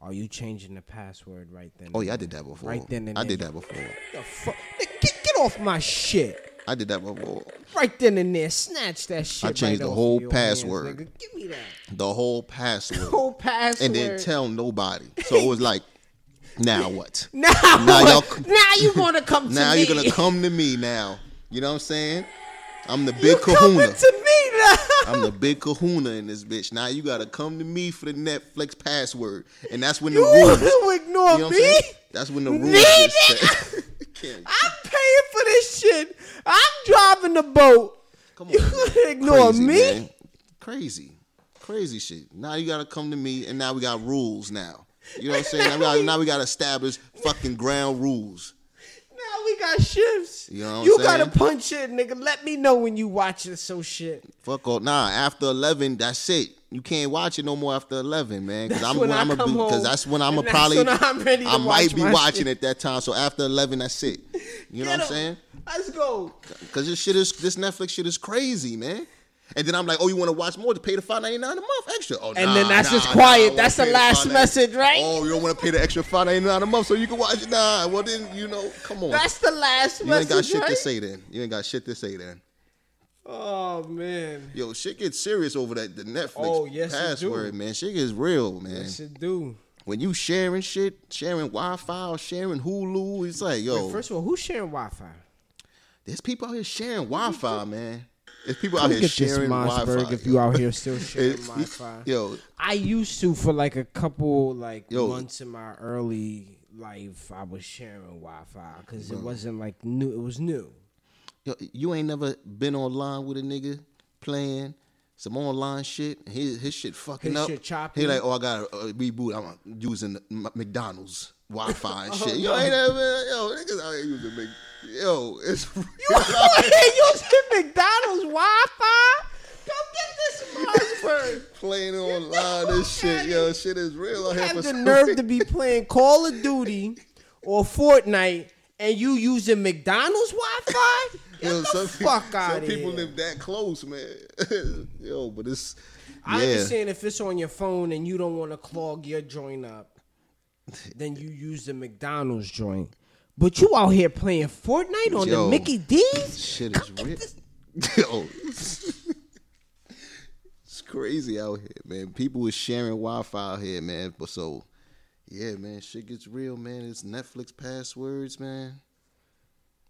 Speaker 3: are you changing the password right then?
Speaker 2: Oh yeah, I did that before.
Speaker 3: Right then and
Speaker 2: I
Speaker 3: there.
Speaker 2: did that before.
Speaker 3: The fuck? Nigga, Get, get off my shit.
Speaker 2: I did that before.
Speaker 3: Right then and there, snatch that shit.
Speaker 2: changed
Speaker 3: right
Speaker 2: the
Speaker 3: off of
Speaker 2: whole
Speaker 3: your hands,
Speaker 2: password.
Speaker 3: nigga. Give me that
Speaker 2: The whole password.
Speaker 3: [LAUGHS] whole password.
Speaker 2: and then tell nobody. So it was like,
Speaker 3: [LAUGHS]
Speaker 2: now what?
Speaker 3: Now,
Speaker 2: Now
Speaker 3: what?
Speaker 2: y'all c-
Speaker 3: [LAUGHS] now you gonna come to
Speaker 2: Now
Speaker 3: me.
Speaker 2: you're
Speaker 3: [LAUGHS]
Speaker 2: gonna come to me now. You know what I'm saying? I'm the
Speaker 3: You
Speaker 2: big
Speaker 3: coming
Speaker 2: kahuna.
Speaker 3: to me now.
Speaker 2: I'm the big kahuna in this bitch. Now you gotta come to me for the Netflix password. And that's when
Speaker 3: You
Speaker 2: the rules
Speaker 3: [LAUGHS] you ignore
Speaker 2: you know what I'm
Speaker 3: me?
Speaker 2: saying? That's when the rules
Speaker 3: Me,
Speaker 2: get set.
Speaker 3: [LAUGHS]
Speaker 2: [LAUGHS] Can't-
Speaker 3: I'm paying for this shit. I'm driving the boat.
Speaker 2: Come
Speaker 3: you
Speaker 2: on,
Speaker 3: gonna [LAUGHS] ignore
Speaker 2: Crazy,
Speaker 3: me?
Speaker 2: man. Crazy. Crazy shit. Now you gotta come to me and now we got rules now. You know what I'm saying? Now we gotta, now we gotta establish fucking ground rules.
Speaker 3: Now we got shifts.
Speaker 2: You know what
Speaker 3: you
Speaker 2: I'm
Speaker 3: gotta
Speaker 2: saying?
Speaker 3: punch it, nigga. Let me know when you watch this. So shit.
Speaker 2: Fuck all. Nah, after eleven, that's it. You can't watch it no more after eleven, man. Because
Speaker 3: That's
Speaker 2: I'm
Speaker 3: when I
Speaker 2: I'm a
Speaker 3: come
Speaker 2: be-
Speaker 3: home,
Speaker 2: that's when I'm a
Speaker 3: and [LAUGHS] that's
Speaker 2: probably
Speaker 3: when I'm ready to
Speaker 2: I might
Speaker 3: watch
Speaker 2: be
Speaker 3: my
Speaker 2: watching
Speaker 3: shit.
Speaker 2: at that time. So after eleven, that's it. You know
Speaker 3: Get
Speaker 2: what I'm
Speaker 3: up.
Speaker 2: saying?
Speaker 3: Let's go.
Speaker 2: Because this shit is this Netflix shit is crazy, man. And then I'm like, oh, you want to watch more? To pay the five ninety nine a month extra. Oh,
Speaker 3: And
Speaker 2: nah,
Speaker 3: then that's
Speaker 2: nah,
Speaker 3: just
Speaker 2: nah,
Speaker 3: quiet.
Speaker 2: I wanna
Speaker 3: That's the
Speaker 2: pay
Speaker 3: last
Speaker 2: $5.99.
Speaker 3: message, right?
Speaker 2: Oh, you don't want to pay the extra five ninety nine a month so you can watch it? Nah. Well, then you know, come on.
Speaker 3: That's the last
Speaker 2: you ain't
Speaker 3: message.
Speaker 2: got shit
Speaker 3: right?
Speaker 2: to say then. You ain't got shit to say then.
Speaker 3: Oh man.
Speaker 2: Yo, shit gets serious over that the Netflix
Speaker 3: Oh, yes, it
Speaker 2: password,
Speaker 3: do.
Speaker 2: man. Shit gets real, man.
Speaker 3: Yes, it do.
Speaker 2: When you sharing shit, sharing Wi-Fi, or sharing Hulu, it's like, yo,
Speaker 3: First of all, who's sharing Wi-Fi?
Speaker 2: there's people out here sharing Wi-Fi, man. There's people out
Speaker 3: Come
Speaker 2: here
Speaker 3: get this
Speaker 2: sharing
Speaker 3: Mossberg
Speaker 2: Wi-Fi.
Speaker 3: if
Speaker 2: yo.
Speaker 3: you out here still sharing
Speaker 2: [LAUGHS] It's-
Speaker 3: Wi-Fi.
Speaker 2: [LAUGHS] Yo,
Speaker 3: I used to for like a couple like
Speaker 2: Yo.
Speaker 3: months in my early life, I was sharing Wi-Fi because it wasn't like new. It
Speaker 2: [LAUGHS]
Speaker 3: was new. [LAUGHS]
Speaker 2: yo, you ain't never been online with a nigga playing some online shit. and His his shit fucking
Speaker 3: His
Speaker 2: up.
Speaker 3: shit choppy.
Speaker 2: He like, oh, I gotta uh, reboot. I'm uh, using M- McDonald's
Speaker 3: [LAUGHS]
Speaker 2: Wi-Fi
Speaker 3: Oh,
Speaker 2: and shit. Yo, ain't never, yo, niggas out here using Mc. Yo, it's [LAUGHS]
Speaker 3: You using McDonald's Wi-Fi? Come get this Mossberg.
Speaker 2: playing online and shit. Yo, shit is real out
Speaker 3: You
Speaker 2: here for
Speaker 3: have the
Speaker 2: some
Speaker 3: nerve
Speaker 2: reason.
Speaker 3: to be playing Call of Duty or Fortnite and you using McDonald's Wi-Fi?
Speaker 2: [LAUGHS]
Speaker 3: Get
Speaker 2: Yo,
Speaker 3: the
Speaker 2: pe-
Speaker 3: fuck out
Speaker 2: some
Speaker 3: of
Speaker 2: people
Speaker 3: here.
Speaker 2: live that close, man. [LAUGHS] Yo, but it's
Speaker 3: I
Speaker 2: yeah.
Speaker 3: understand if it's on your phone and you don't want to clog your joint up, then you use the McDonald's joint. But you out here playing Fortnite on
Speaker 2: Yo.
Speaker 3: the Mickey D's?
Speaker 2: Shit is real. [LAUGHS] Yo, it's crazy out here, man. People is sharing Wi-Fi out here, man. But so, yeah, man, shit gets real, man. It's Netflix passwords, man.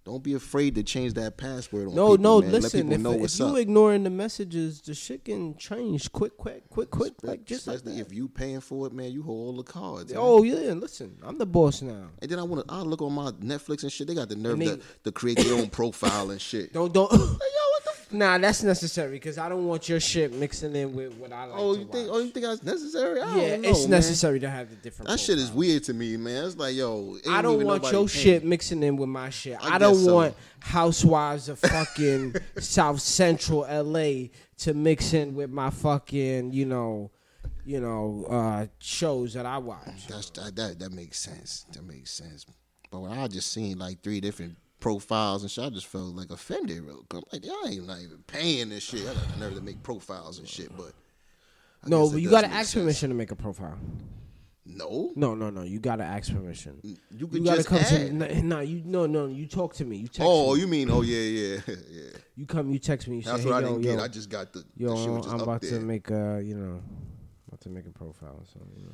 Speaker 2: Don't be afraid to change that password on
Speaker 3: No,
Speaker 2: people,
Speaker 3: no.
Speaker 2: man.
Speaker 3: Listen,
Speaker 2: Let
Speaker 3: if,
Speaker 2: people know
Speaker 3: if
Speaker 2: what's
Speaker 3: you
Speaker 2: up.
Speaker 3: ignoring the messages, the shit can change quick, quick, quick, quick, like just like
Speaker 2: Especially
Speaker 3: that.
Speaker 2: if you paying for it, man, you hold all the cards. man.
Speaker 3: Oh yeah, listen, I'm the boss now.
Speaker 2: And then I want to. I look on my Netflix and shit. They got the nerve
Speaker 3: And they-
Speaker 2: to, to create their own profile and shit.
Speaker 3: [COUGHS] Don't don't. [LAUGHS] Nah, that's necessary because I don't want your shit mixing in with what I like.
Speaker 2: oh,
Speaker 3: to
Speaker 2: you think?
Speaker 3: watch.
Speaker 2: Oh, you think that's necessary? I
Speaker 3: yeah,
Speaker 2: don't know,
Speaker 3: it's
Speaker 2: man.
Speaker 3: necessary to have the different.
Speaker 2: That shit is
Speaker 3: profile.
Speaker 2: weird to me, man. It's like, yo, ain't
Speaker 3: I don't
Speaker 2: even
Speaker 3: want your
Speaker 2: nobody paying.
Speaker 3: shit mixing in with my shit.
Speaker 2: I
Speaker 3: I, don't
Speaker 2: guess so.
Speaker 3: want housewives
Speaker 2: [LAUGHS]
Speaker 3: of fucking South Central LA to mix in with my fucking, you know, you know, uh shows that I watch.
Speaker 2: That's, that, that that makes sense. That makes sense. But when I just seen like three different profiles and shit, I just felt like offended real quick. I'm like, y'all ain't not even paying this shit. I got the nerve to make profiles and shit, but I
Speaker 3: No,
Speaker 2: guess it
Speaker 3: but you
Speaker 2: does
Speaker 3: got to
Speaker 2: make
Speaker 3: ask
Speaker 2: sense.
Speaker 3: permission to make a profile.
Speaker 2: No,
Speaker 3: No, no, no. You gotta ask permission.
Speaker 2: you
Speaker 3: You
Speaker 2: could
Speaker 3: gotta
Speaker 2: just
Speaker 3: come
Speaker 2: add.
Speaker 3: to me. No, you no, no. You talk to me. You text
Speaker 2: oh,
Speaker 3: me.
Speaker 2: you mean oh yeah yeah [LAUGHS] yeah.
Speaker 3: You come. You text me. You
Speaker 2: That's
Speaker 3: say,
Speaker 2: what
Speaker 3: hey,
Speaker 2: I
Speaker 3: yo,
Speaker 2: didn't
Speaker 3: yo,
Speaker 2: get. I just got the, the shit
Speaker 3: yo,
Speaker 2: was just
Speaker 3: I'm
Speaker 2: up
Speaker 3: about
Speaker 2: there.
Speaker 3: to make a, you know, about to make a profile. So you know.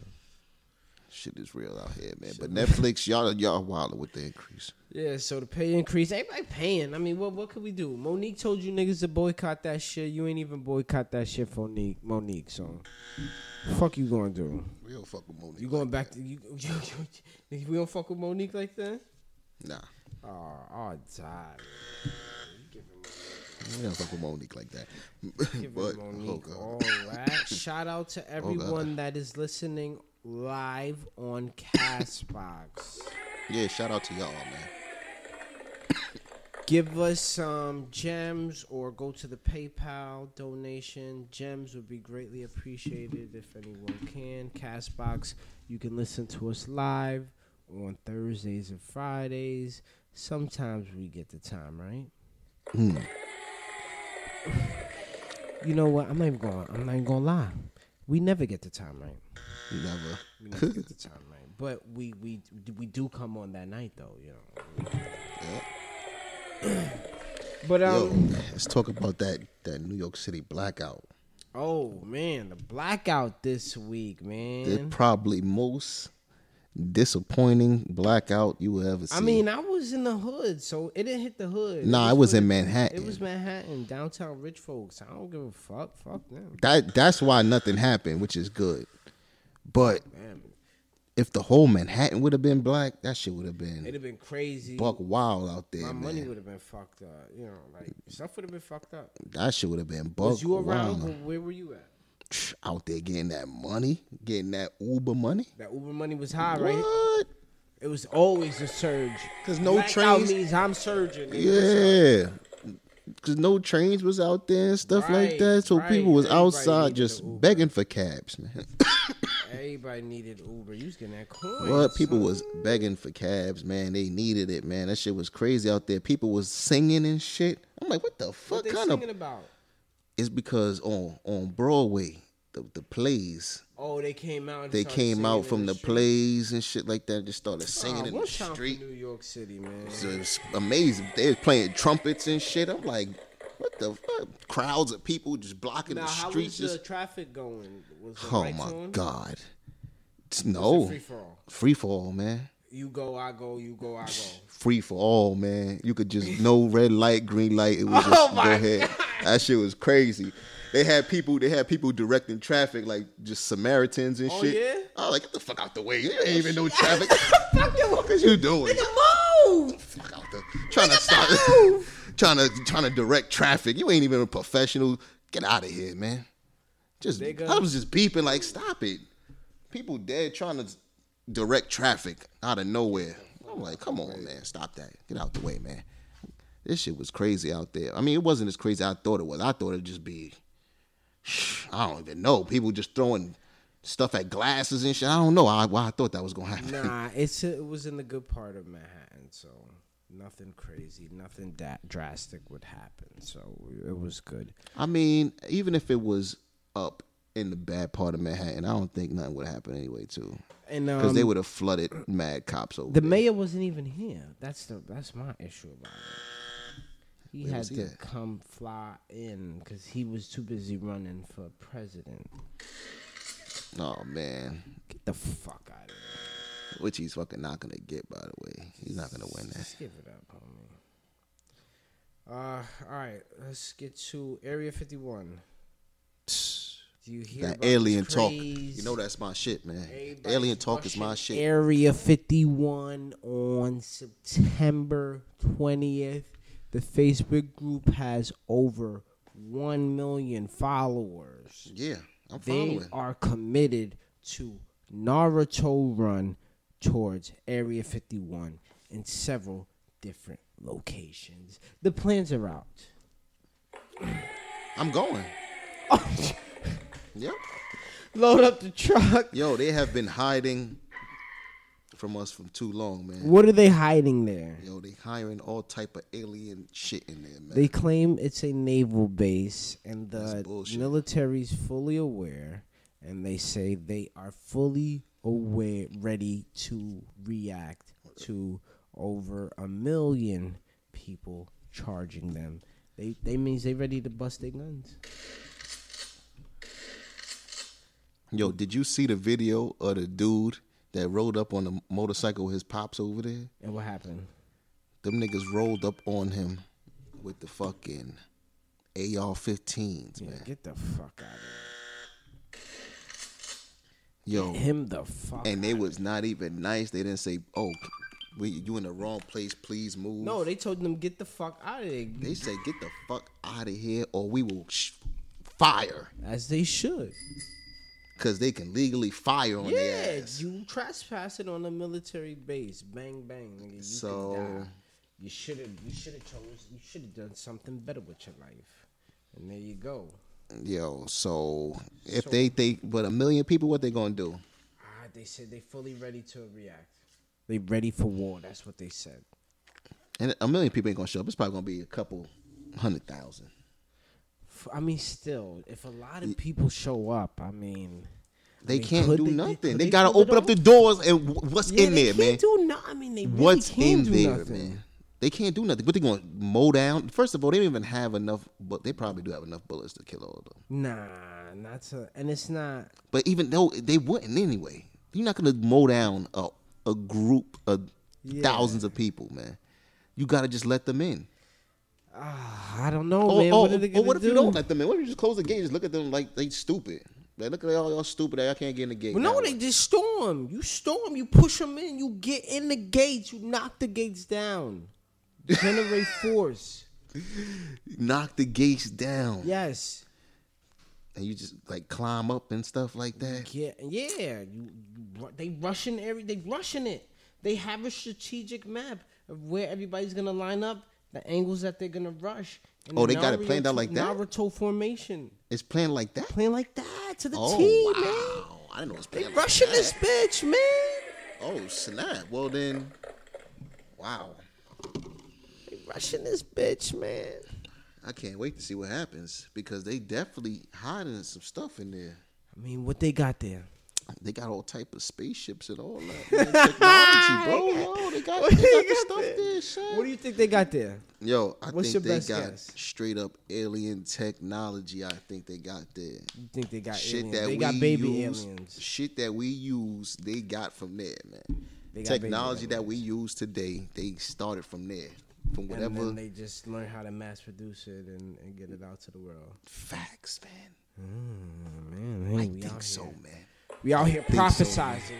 Speaker 2: Shit is real out here, man. But Netflix, y'all y'all wilding with the increase.
Speaker 3: Yeah, so the pay increase. Everybody paying. I mean, what what could we do? Monique told you niggas to boycott that shit. You ain't even boycott that shit for Monique. Monique, so fuck you gonna do?
Speaker 2: We don't fuck with Monique.
Speaker 3: You going
Speaker 2: like
Speaker 3: back to you? [LAUGHS] you, you- nigga, we don't fuck with Monique like that.
Speaker 2: that. Nah,
Speaker 3: Oh, oh, die.
Speaker 2: we don't fuck with Monique like that. [LAUGHS]
Speaker 3: Give
Speaker 2: but
Speaker 3: it
Speaker 2: oh
Speaker 3: Monique
Speaker 2: god,
Speaker 3: all that. Shout out to everyone that is listening live on Castbox.
Speaker 2: yeah. Shout out to y'all, man.
Speaker 3: give us some gems or go to the PayPal donation. Gems would be greatly appreciated if anyone can. Castbox, you can listen to us live on Thursdays and Fridays. Sometimes we get the time right. [SIGHS] You know what? I'm not even going. I'm not even going to lie. We never get the time right.
Speaker 2: Never.
Speaker 3: We never get the time right. But we we we do come on that night though. You know. But um.
Speaker 2: Yo, let's talk about that that New York City blackout.
Speaker 3: Oh man, the blackout this week,
Speaker 2: The
Speaker 3: man.
Speaker 2: probably most disappointing blackout you will ever see.
Speaker 3: I mean, I was in the hood, so it didn't hit the hood.
Speaker 2: nah, it was in Manhattan.
Speaker 3: It was Manhattan, downtown rich folks. I don't give a fuck. Fuck them.
Speaker 2: that that's why nothing happened, which is good. But
Speaker 3: Damn,
Speaker 2: if the whole Manhattan would have been black, that shit would have
Speaker 3: it'd
Speaker 2: been
Speaker 3: have been crazy.
Speaker 2: buck wild out there,
Speaker 3: My
Speaker 2: man.
Speaker 3: money would have been fucked up. You know, like stuff would have been fucked up.
Speaker 2: that shit would have been buck
Speaker 3: Was you around?
Speaker 2: wild.
Speaker 3: Where were you at?
Speaker 2: Tch, Out there getting that money, getting that Uber money.
Speaker 3: That Uber money was high, right?
Speaker 2: What?
Speaker 3: It was always a surge.
Speaker 2: 'Cause no
Speaker 3: Blackout
Speaker 2: trains-
Speaker 3: means I'm surging. nigga.
Speaker 2: Yeah. Cause no trains was out there and stuff like
Speaker 3: Right,
Speaker 2: that, so
Speaker 3: right.
Speaker 2: people was
Speaker 3: Everybody
Speaker 2: outside
Speaker 3: needed
Speaker 2: just
Speaker 3: an Uber.
Speaker 2: begging for cabs, man.
Speaker 3: Everybody needed Uber. You was getting that coin.
Speaker 2: What people
Speaker 3: son.
Speaker 2: was begging for cabs, man. They needed it, man. That shit was crazy out there. People was singing and shit. I'm like, what the
Speaker 3: What
Speaker 2: fuck
Speaker 3: they
Speaker 2: kind
Speaker 3: singing
Speaker 2: of?
Speaker 3: about?
Speaker 2: It's because on on Broadway, the the plays
Speaker 3: Oh, they came out. And
Speaker 2: they
Speaker 3: started
Speaker 2: came
Speaker 3: singing in
Speaker 2: out from the,
Speaker 3: street.
Speaker 2: plays and shit like that. Just started singing
Speaker 3: Oh,
Speaker 2: in the
Speaker 3: what's time for
Speaker 2: street.
Speaker 3: New York City, man.
Speaker 2: So It was amazing. They was playing trumpets and shit. I'm like, what the fuck? Crowds of people just blocking
Speaker 3: Now,
Speaker 2: the
Speaker 3: how
Speaker 2: streets.
Speaker 3: was the
Speaker 2: Just,
Speaker 3: traffic going? Was the
Speaker 2: oh
Speaker 3: lights
Speaker 2: my
Speaker 3: on?
Speaker 2: god, It's-
Speaker 3: It's a
Speaker 2: no
Speaker 3: free for all.
Speaker 2: free fall, man.
Speaker 3: You go, I go. You go,
Speaker 2: [LAUGHS]
Speaker 3: I go.
Speaker 2: free for all, man. You could just
Speaker 3: [LAUGHS]
Speaker 2: no red light, green light. It was
Speaker 3: Oh
Speaker 2: just go ahead. That shit was crazy. They had people. They had people directing traffic, like just Samaritans and
Speaker 3: Oh,
Speaker 2: shit.
Speaker 3: yeah? Oh,
Speaker 2: I was like, get the fuck out the way. There ain't even no
Speaker 3: [LAUGHS]
Speaker 2: traffic. What the fuck is you doing?
Speaker 3: Move.
Speaker 2: Fuck out the trying to stop, [LAUGHS] trying to trying to direct traffic. You ain't even a professional. Get out of here, man. Just
Speaker 3: Nigga.
Speaker 2: I was just beeping like, stop it. People dead trying to direct traffic out of nowhere. I'm like, come on, man, stop that. Get out the way, man. This shit was crazy out there. I mean, it wasn't as crazy as I thought it was. I thought it'd just be, I don't even know. People just throwing stuff at glasses and shit. I don't know why, why I thought that was gonna happen.
Speaker 3: Nah, it's it was in the good part of Manhattan, so nothing crazy, nothing that drastic would happen. So it was good.
Speaker 2: I mean, even if it was up in the bad part of Manhattan, I don't think nothing would happen anyway, too.
Speaker 3: And
Speaker 2: Because
Speaker 3: um,
Speaker 2: they would have flooded mad cops over.
Speaker 3: the mayor wasn't even here. That's the that's my issue about it. He had
Speaker 2: was he
Speaker 3: to
Speaker 2: at?
Speaker 3: come fly in because he was too busy running for president.
Speaker 2: oh man,
Speaker 3: Get the fuck out of here.
Speaker 2: which he's fucking not gonna get. By the way, he's not gonna win that.
Speaker 3: Just give it up, homie. Uh, all right, let's get to Area 51. Do you hear
Speaker 2: That
Speaker 3: about
Speaker 2: alien
Speaker 3: this
Speaker 2: talk,
Speaker 3: craze?
Speaker 2: you know that's my shit, man.
Speaker 3: Everybody's
Speaker 2: Alien talk is my
Speaker 3: rushing
Speaker 2: shit.
Speaker 3: Area 51 on September 20th. The Facebook group has over 1 million followers.
Speaker 2: yeah, I'm
Speaker 3: They
Speaker 2: following.
Speaker 3: are committed to Naruto run towards Area 51 in several different locations. The plans are out.
Speaker 2: I'm going. Yep.
Speaker 3: Load up the truck.
Speaker 2: Yo, they have been hiding from us for too long, man.
Speaker 3: What are they hiding there?
Speaker 2: Yo, they hiring all type of alien shit in there, man.
Speaker 3: They claim it's a naval base, and
Speaker 2: That's
Speaker 3: the
Speaker 2: bullshit.
Speaker 3: military's fully aware, and they say they are fully aware, ready to react to over a million people charging them. They they means they ready to bust their guns. Mm.
Speaker 2: Yo, did you see the video of the dude that rode up on the motorcycle with his pops over there?
Speaker 3: And what happened?
Speaker 2: Them niggas rolled up on him with the fucking AR-15s,
Speaker 3: Yeah,
Speaker 2: man.
Speaker 3: get the fuck out of
Speaker 2: Yo,
Speaker 3: [LAUGHS] here. Him the fuck.
Speaker 2: and they was not even nice. They didn't say, "Oh, we, you in the wrong place. Please move."
Speaker 3: no, they told them get the fuck out of there.
Speaker 2: they say, "Get the fuck out of here, or we will sh- fire."
Speaker 3: As they should.
Speaker 2: Cause they can legally fire on their
Speaker 3: Yeah,
Speaker 2: ass.
Speaker 3: you trespassing on a military base. Bang bang. Nigga, you
Speaker 2: So-
Speaker 3: could die. you should have you should have chose you should have done something better with your life. And there you go.
Speaker 2: Yo, so if they think, but a million people, what they gonna do?
Speaker 3: Ah, they said they fully ready to react. They ready for war. That's what they said.
Speaker 2: And a million people ain't gonna show up. It's probably gonna be a couple hundred thousand.
Speaker 3: F- I mean, still, if a lot of people show up, I mean,
Speaker 2: They
Speaker 3: I mean,
Speaker 2: can't
Speaker 3: could
Speaker 2: do
Speaker 3: they-
Speaker 2: nothing. They,
Speaker 3: could they
Speaker 2: gotta
Speaker 3: pull it
Speaker 2: open up
Speaker 3: off?
Speaker 2: the doors and wh- what's
Speaker 3: Yeah,
Speaker 2: in
Speaker 3: they
Speaker 2: there,
Speaker 3: can't
Speaker 2: man.
Speaker 3: Do no, I mean, they really
Speaker 2: what's
Speaker 3: can't
Speaker 2: in
Speaker 3: do
Speaker 2: there,
Speaker 3: nothing.
Speaker 2: man? They can't do nothing. But they gonna mow down. First of all, they don't even have enough. But they probably do have enough bullets to kill all of them.
Speaker 3: Nah, not to, and it's not.
Speaker 2: But even though they wouldn't anyway, you're not gonna mow down a a group of
Speaker 3: Yeah.
Speaker 2: thousands of people, man. You gotta just let them in.
Speaker 3: ah, I don't know,
Speaker 2: Oh,
Speaker 3: man.
Speaker 2: oh,
Speaker 3: what are they
Speaker 2: oh,
Speaker 3: gonna
Speaker 2: what if
Speaker 3: do?
Speaker 2: you don't let them in? What if you just close the gate? Just look at them like they stupid. Like look at y'all, y'all stupid. I can't get in the gate.
Speaker 3: Well, no,
Speaker 2: now.
Speaker 3: they just storm. You storm. You push them in. You get in the gates. You knock the gates down.
Speaker 2: [LAUGHS]
Speaker 3: Generate force.
Speaker 2: knock the gates down
Speaker 3: Yes.
Speaker 2: and you just like climb up and stuff like that.
Speaker 3: Yeah, yeah. You, you ru- they rushing every. They rushing it. They have a strategic map of where everybody's gonna line up, the angles that they're gonna rush. and
Speaker 2: Oh,
Speaker 3: the
Speaker 2: they got it planned out like that?
Speaker 3: Naruto formation,
Speaker 2: It's planned like that.
Speaker 3: playing like that to the
Speaker 2: Oh
Speaker 3: T, man.
Speaker 2: wow! I didn't know it's
Speaker 3: They
Speaker 2: planned. like
Speaker 3: rushing
Speaker 2: that.
Speaker 3: this bitch, man.
Speaker 2: Oh snap! Well then, wow!
Speaker 3: They rushing this bitch, man.
Speaker 2: I can't wait to see what happens because they definitely hiding some stuff in there.
Speaker 3: I mean, what they got there?
Speaker 2: They got all type of spaceships and all that man,
Speaker 3: [LAUGHS]
Speaker 2: technology, bro. Yo, they got, they got the stuff there, son.
Speaker 3: What do you think they got there?
Speaker 2: Yo, I
Speaker 3: What's
Speaker 2: think
Speaker 3: your
Speaker 2: they
Speaker 3: best
Speaker 2: got
Speaker 3: guess?
Speaker 2: straight up alien technology. I think they got there.
Speaker 3: You think they got
Speaker 2: shit
Speaker 3: aliens?
Speaker 2: that
Speaker 3: they
Speaker 2: we
Speaker 3: got baby
Speaker 2: use,
Speaker 3: aliens.
Speaker 2: shit that we use, they got from there, man.
Speaker 3: They got baby
Speaker 2: Technology that we use today, they started from there, from
Speaker 3: And
Speaker 2: whatever
Speaker 3: then they just learn how to mass produce it and, and get it out to the world.
Speaker 2: facts, man.
Speaker 3: Oh, Man, man,
Speaker 2: I
Speaker 3: we
Speaker 2: think
Speaker 3: out
Speaker 2: so,
Speaker 3: here.
Speaker 2: man.
Speaker 3: We out here
Speaker 2: think so,
Speaker 3: prophesizing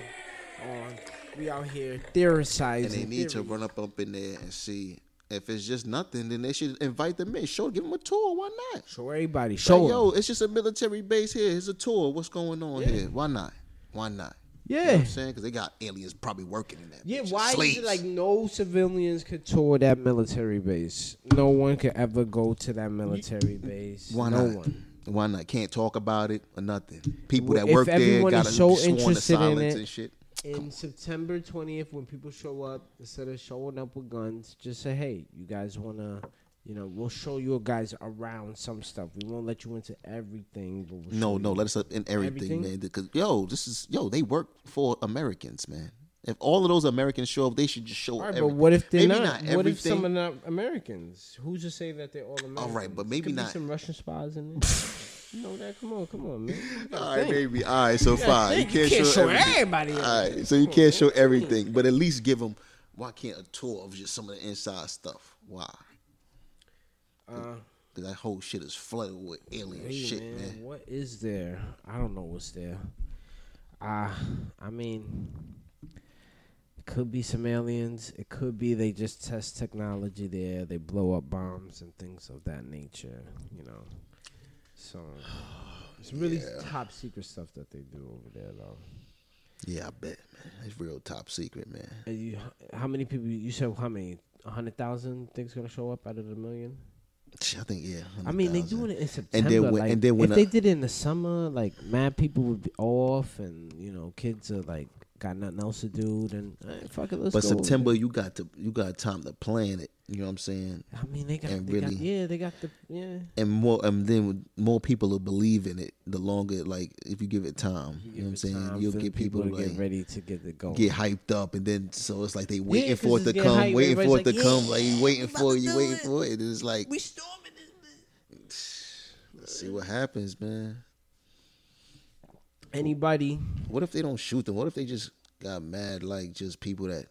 Speaker 3: on. We out here theorizing.
Speaker 2: And they need to
Speaker 3: theories.
Speaker 2: run up up in there and see if it's just nothing. Then they should invite them in, show, give them a tour. Why not?
Speaker 3: Show everybody. Show
Speaker 2: Like,
Speaker 3: 'em.
Speaker 2: yo, it's just a military base here. It's a tour. What's going on here? Why not? Why not? You know
Speaker 3: Yeah.
Speaker 2: what I'm saying because they got aliens probably working in that.
Speaker 3: Yeah,
Speaker 2: bitch.
Speaker 3: why
Speaker 2: Slaves.
Speaker 3: is it like no civilians could tour that military base? No one could ever go to that military base.
Speaker 2: Why
Speaker 3: no
Speaker 2: not?
Speaker 3: one.
Speaker 2: Why not? Can't talk about it or nothing. People that
Speaker 3: If
Speaker 2: work there
Speaker 3: everyone
Speaker 2: got
Speaker 3: is so
Speaker 2: sworn to
Speaker 3: interested in
Speaker 2: silence
Speaker 3: it-
Speaker 2: and shit.
Speaker 3: in September 20th, when people show up, instead of showing up with guns, just say, hey, you guys want to, you know, we'll show you guys around some stuff. We won't let you into everything. But we'll
Speaker 2: No,
Speaker 3: show
Speaker 2: no,
Speaker 3: you."
Speaker 2: let us up in everything,
Speaker 3: Everything?
Speaker 2: man. Because yo, this is yo, they work for Americans, man. If all of those Americans show up, they should just show
Speaker 3: All
Speaker 2: up.
Speaker 3: right,
Speaker 2: every-
Speaker 3: but what if they're
Speaker 2: maybe
Speaker 3: not?
Speaker 2: everything.
Speaker 3: what if some are not Americans? Who's to say that they're all Americans?
Speaker 2: right, but
Speaker 3: There
Speaker 2: maybe
Speaker 3: could be
Speaker 2: not.
Speaker 3: some Russian spies in
Speaker 2: [LAUGHS]
Speaker 3: there. you know that? Come on, come on, man. You gotta
Speaker 2: all right,
Speaker 3: think.
Speaker 2: maybe. All right, so fine. You
Speaker 3: think.
Speaker 2: can't,
Speaker 3: You can't show
Speaker 2: everything.
Speaker 3: everybody
Speaker 2: All right, so you can't show everything, but at least give them. Why can't a tour of just some of the inside stuff? Why?
Speaker 3: Uh,
Speaker 2: Because that whole shit is flooded with alien
Speaker 3: Hey,
Speaker 2: shit,
Speaker 3: man,
Speaker 2: man.
Speaker 3: What is there? I don't know what's there. Ah, I mean, it could be some aliens. It could be they just test technology there. They blow up bombs and things of that nature. You know, so
Speaker 2: [SIGHS]
Speaker 3: it's really top secret stuff that they do over there, though.
Speaker 2: Yeah, I bet, man. It's real top secret, man.
Speaker 3: And you, how many people? You said how many? A hundred thousand things gonna show up out of the million.
Speaker 2: I think yeah.
Speaker 3: I mean, they
Speaker 2: 100,000.
Speaker 3: doing it in
Speaker 2: then
Speaker 3: September.
Speaker 2: when-
Speaker 3: like,
Speaker 2: and then when
Speaker 3: if
Speaker 2: a-
Speaker 3: they did it in the summer, like mad people would be off, and you know, kids are like got nothing else to do. Then eh, fuck it, let's
Speaker 2: But
Speaker 3: go with
Speaker 2: September,
Speaker 3: it.
Speaker 2: you got to you got time to plan it. You know what I'm saying?
Speaker 3: I mean, they got,
Speaker 2: And
Speaker 3: they got
Speaker 2: really-
Speaker 3: yeah, they got the yeah.
Speaker 2: And more, and then more people will believe in it. The longer, like, if you give it time, you, know what I'm saying, you'll get people,
Speaker 3: to
Speaker 2: like
Speaker 3: get ready to get the goal.
Speaker 2: get hyped up, and then so it's like they waiting
Speaker 3: 'cause
Speaker 2: for it
Speaker 3: it's
Speaker 2: to
Speaker 3: getting
Speaker 2: come,
Speaker 3: hype,
Speaker 2: waiting for it
Speaker 3: everybody's
Speaker 2: to
Speaker 3: like,
Speaker 2: come,
Speaker 3: yeah,
Speaker 2: like you waiting
Speaker 3: about
Speaker 2: for
Speaker 3: to
Speaker 2: it, you
Speaker 3: do
Speaker 2: waiting
Speaker 3: it.
Speaker 2: for it. And it's like
Speaker 3: We storming this. bitch.
Speaker 2: let's see what happens, man.
Speaker 3: Anybody?
Speaker 2: What if they don't shoot them? What if they just got mad, like just people that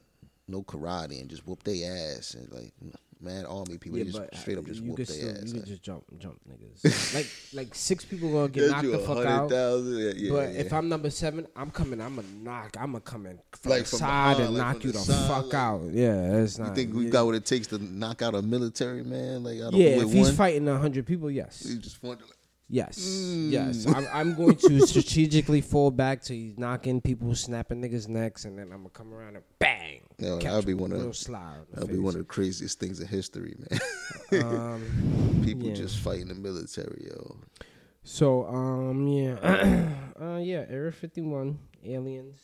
Speaker 2: know karate and just whoop their ass and like mad army people, they just straight up just
Speaker 3: uh, you
Speaker 2: whoop
Speaker 3: could
Speaker 2: their
Speaker 3: still,
Speaker 2: ass.
Speaker 3: you could
Speaker 2: Like,
Speaker 3: just jump, jump
Speaker 2: [LAUGHS]
Speaker 3: niggas. like like six people gonna get knocked the fuck out. but if I'm number seven, I'm coming. I'm gonna knock. I'm gonna come in from
Speaker 2: Like
Speaker 3: the
Speaker 2: from
Speaker 3: side
Speaker 2: behind,
Speaker 3: and
Speaker 2: like
Speaker 3: knock
Speaker 2: from
Speaker 3: you the,
Speaker 2: the side,
Speaker 3: fuck
Speaker 2: like-
Speaker 3: out. Yeah, that's not.
Speaker 2: you think we got what it takes to knock out a military man? Like I don't
Speaker 3: Yeah,
Speaker 2: with
Speaker 3: if he's
Speaker 2: one,
Speaker 3: fighting a hundred people, yes,
Speaker 2: you just wonder, like,
Speaker 3: yes,
Speaker 2: Mm.
Speaker 3: yes. I'm, I'm going to [LAUGHS] strategically fall back to he's knocking people, snapping niggas' necks, and then I'm gonna come around and bang.
Speaker 2: Yeah,
Speaker 3: catch
Speaker 2: that'd be
Speaker 3: him
Speaker 2: one of-
Speaker 3: real sly in the
Speaker 2: that'd be
Speaker 3: face.
Speaker 2: one of the craziest things in history,
Speaker 3: [LAUGHS]
Speaker 2: man. [LAUGHS] people
Speaker 3: Um, yeah.
Speaker 2: just fighting the military, yo.
Speaker 3: So um yeah, [CLEARS THROAT] uh yeah, Area 51 aliens.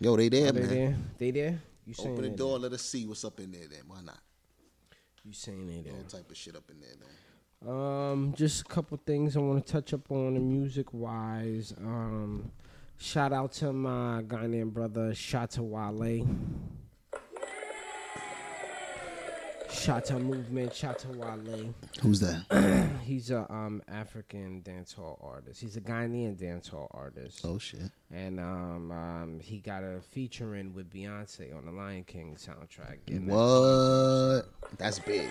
Speaker 2: Yo, they there,
Speaker 3: Are they
Speaker 2: man.
Speaker 3: there? They there? You saying
Speaker 2: Open the
Speaker 3: they
Speaker 2: door, let us see what's up in there. Then why not?
Speaker 3: there. You saying they
Speaker 2: All
Speaker 3: there?
Speaker 2: type of shit up in there, man.
Speaker 3: Um, just a couple things I want to touch up on the music wise. Um, shout out to my Ghanaian brother Shata Wale. Shata movement, Shata Wale. [CLEARS THROAT]
Speaker 2: Who's that?
Speaker 3: He's a um African dancehall artist. He's a Ghanaian dancehall artist.
Speaker 2: oh shit.
Speaker 3: and um, um, he got a featuring with Beyonce on the Lion King soundtrack. And that-
Speaker 2: What? That's big.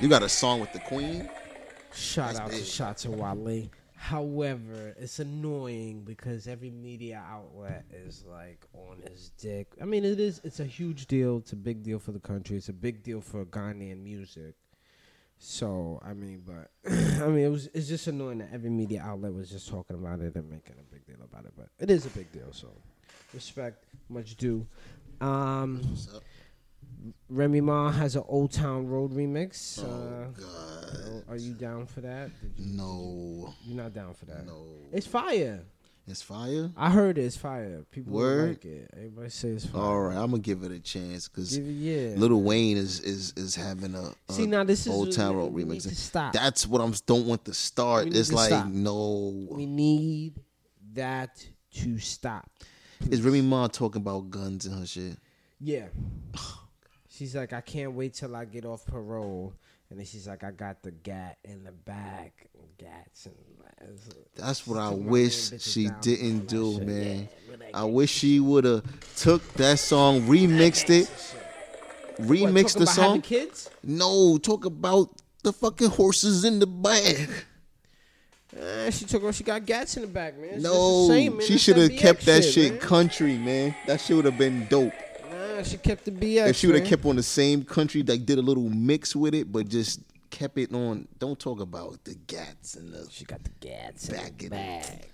Speaker 2: You got a song with the queen?
Speaker 3: Shout out
Speaker 2: big.
Speaker 3: to Shata Wale. However, it's annoying because every media outlet is like on his dick. I mean, it is. It's a huge deal. It's a big deal for the country. It's a big deal for Ghanaian music. So I mean, but [CLEARS THROAT] I mean, it was. It's just annoying that every media outlet was just talking about it and making a big deal about it. But it is a big deal. So respect, much due. Um,
Speaker 2: What's up?
Speaker 3: Remy Ma has an Old Town Road remix.
Speaker 2: Oh
Speaker 3: Uh,
Speaker 2: god.
Speaker 3: are you down for that? Did you,
Speaker 2: No.
Speaker 3: you're not down for that.
Speaker 2: No.
Speaker 3: It's fire.
Speaker 2: It's fire?
Speaker 3: I heard it's fire. People
Speaker 2: Word?
Speaker 3: like it. Everybody says it's fire.
Speaker 2: Alright, I'm gonna give it a chance because
Speaker 3: Give it- yeah.
Speaker 2: Little Wayne is is is having a, a
Speaker 3: See, now this is
Speaker 2: old
Speaker 3: what
Speaker 2: town
Speaker 3: we-
Speaker 2: road
Speaker 3: we
Speaker 2: remix.
Speaker 3: need to stop.
Speaker 2: That's what I'm don't want to start.
Speaker 3: We need
Speaker 2: It's
Speaker 3: to
Speaker 2: like
Speaker 3: stop.
Speaker 2: no
Speaker 3: we need that to stop.
Speaker 2: Is Remy Ma talking about guns and her shit?
Speaker 3: Yeah. She's like, I can't wait till I get off parole. And then she's like, I got the gat in the back. Gats and
Speaker 2: That's what I
Speaker 3: took my man
Speaker 2: wish
Speaker 3: bitches
Speaker 2: she
Speaker 3: down and
Speaker 2: didn't
Speaker 3: all
Speaker 2: do,
Speaker 3: that shit.
Speaker 2: man.
Speaker 3: Yeah, but
Speaker 2: I wish she would have took that song, remixed it,
Speaker 3: What,
Speaker 2: remixed
Speaker 3: talking
Speaker 2: the
Speaker 3: about having
Speaker 2: song.
Speaker 3: Kids?
Speaker 2: No, talk about the fucking horses in the bag.
Speaker 3: Uh, she took off. She got gats in the back, man. It's just the
Speaker 2: No,
Speaker 3: same, man.
Speaker 2: she
Speaker 3: That's
Speaker 2: should have
Speaker 3: BX
Speaker 2: kept that shit
Speaker 3: man.
Speaker 2: country, man. That shit would have been dope.
Speaker 3: Nah, she kept the BX.
Speaker 2: If she would have
Speaker 3: man.
Speaker 2: kept on the same country, like did a little mix with it, but just kept it on. Don't talk about the gats and the
Speaker 3: she got the gats
Speaker 2: Back
Speaker 3: in
Speaker 2: in the
Speaker 3: the bag.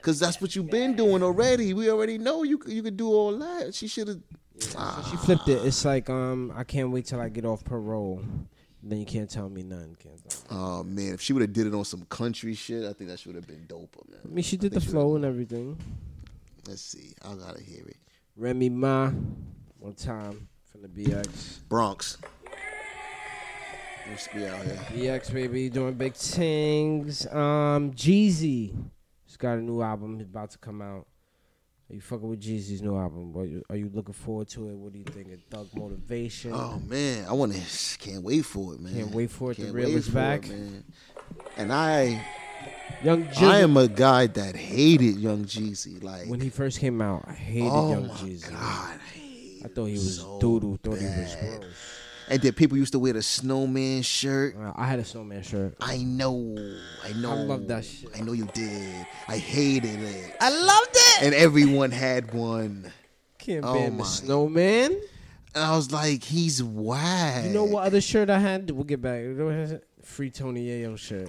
Speaker 2: Cause that's what you've been doing already. We already know you c- you could do all that. She should have.
Speaker 3: So she flipped it. It's like um, I can't wait till I get off parole. Then you can't tell me nothing. Can't tell.
Speaker 2: Oh man, if she would have did it on some country shit, I think that should have been doper,
Speaker 3: I
Speaker 2: man.
Speaker 3: mean, she did the
Speaker 2: think she
Speaker 3: flow and everything.
Speaker 2: Let's see. I gotta hear it.
Speaker 3: Remy Ma, one time from the BX.
Speaker 2: Bronx. Let's be out here.
Speaker 3: BX baby doing big things. Um, Jeezy, he's got a new album about to come out. Are you fucking with Jeezy's new album? Are you, are you looking forward to it? What do you think? Of Thug motivation.
Speaker 2: Oh man, I want to. Can't wait for it, man.
Speaker 3: Can't wait for it. The
Speaker 2: Can't
Speaker 3: reel
Speaker 2: wait
Speaker 3: is
Speaker 2: for it,
Speaker 3: back.
Speaker 2: man. And I,
Speaker 3: Young
Speaker 2: I
Speaker 3: Jeezy.
Speaker 2: am a guy that hated Young Jeezy. Like,
Speaker 3: When he first came out, I hated
Speaker 2: oh
Speaker 3: Young
Speaker 2: my
Speaker 3: Jeezy.
Speaker 2: god, I hate
Speaker 3: I thought he was
Speaker 2: so
Speaker 3: doodle. Thought he was
Speaker 2: bad.
Speaker 3: gross.
Speaker 2: And then people used to wear the snowman shirt.
Speaker 3: Uh, I had a snowman shirt.
Speaker 2: I know, I know.
Speaker 3: love that shit.
Speaker 2: I know you did. I hated it.
Speaker 3: I loved it.
Speaker 2: And everyone had one.
Speaker 3: Can't
Speaker 2: Oh
Speaker 3: ban
Speaker 2: my.
Speaker 3: the snowman.
Speaker 2: And I was like, he's whack.
Speaker 3: You know what other shirt I had? We'll get back. You know what I had? Free Tony Yayo shirt.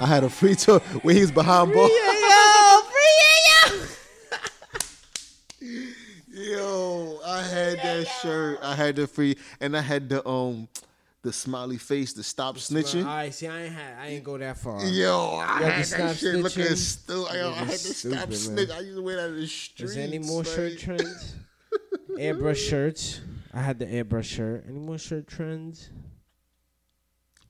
Speaker 2: I had a free tour when he was behind ball.
Speaker 3: Yayo, free Yayo.
Speaker 2: Yo, I had that shirt. I had the free, and I had the um, the smiley face, the stop
Speaker 3: All
Speaker 2: snitching.
Speaker 3: right, see, I ain't had. I ain't go that far.
Speaker 2: Yo, I
Speaker 3: got the
Speaker 2: had
Speaker 3: stop
Speaker 2: that shit looking
Speaker 3: snitching?
Speaker 2: stupid. I had the
Speaker 3: Stupid,
Speaker 2: stop
Speaker 3: man.
Speaker 2: snitch. I used to wear that in the streets. [LAUGHS]
Speaker 3: Is there any more
Speaker 2: like-
Speaker 3: shirt trends? Airbrush shirts. I had the airbrush shirt. Any more shirt trends?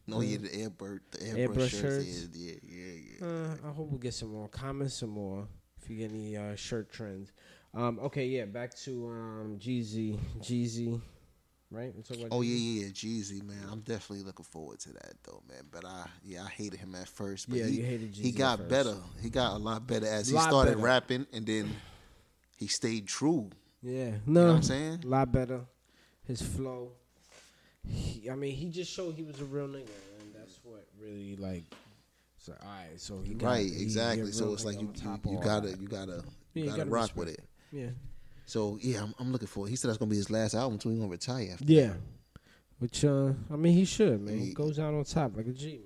Speaker 2: No, yeah, the airbrush, the airbrush,
Speaker 3: Airbrush
Speaker 2: shirts.
Speaker 3: shirts.
Speaker 2: Yeah, yeah, yeah. yeah.
Speaker 3: Uh, I hope we get some more comments, some more. If you get any uh, shirt trends, um, okay, yeah, back to um, Jeezy, Jeezy, right? We're talking about
Speaker 2: Oh
Speaker 3: Jeezy?
Speaker 2: yeah, yeah, yeah, Jeezy, man. I'm definitely looking forward to that though, man. But I, yeah, I hated him at first. But
Speaker 3: Yeah,
Speaker 2: he,
Speaker 3: you hated
Speaker 2: He
Speaker 3: Jeezy at
Speaker 2: got
Speaker 3: first.
Speaker 2: better. He got a lot better as he
Speaker 3: Lot
Speaker 2: started
Speaker 3: better.
Speaker 2: rapping, and then he stayed true.
Speaker 3: yeah.
Speaker 2: You
Speaker 3: No,
Speaker 2: know what I'm saying?
Speaker 3: a lot better. His flow. He, I mean, he just showed he was a real nigga, and that's what really like. So, all right, so he got,
Speaker 2: right,
Speaker 3: he- he a
Speaker 2: exactly.
Speaker 3: real
Speaker 2: So it's
Speaker 3: nigga
Speaker 2: like
Speaker 3: on
Speaker 2: you, you,
Speaker 3: top of
Speaker 2: you
Speaker 3: all
Speaker 2: gotta,
Speaker 3: that.
Speaker 2: you gotta,
Speaker 3: Yeah,
Speaker 2: you
Speaker 3: you
Speaker 2: gotta
Speaker 3: gotta
Speaker 2: rock with it.
Speaker 3: respect yeah,
Speaker 2: So yeah, I'm, I'm looking forward. He said that's gonna be his last album too. He gonna retire. After.
Speaker 3: yeah. Which uh, I mean, he should man. He
Speaker 2: Yeah.
Speaker 3: goes out on top like a G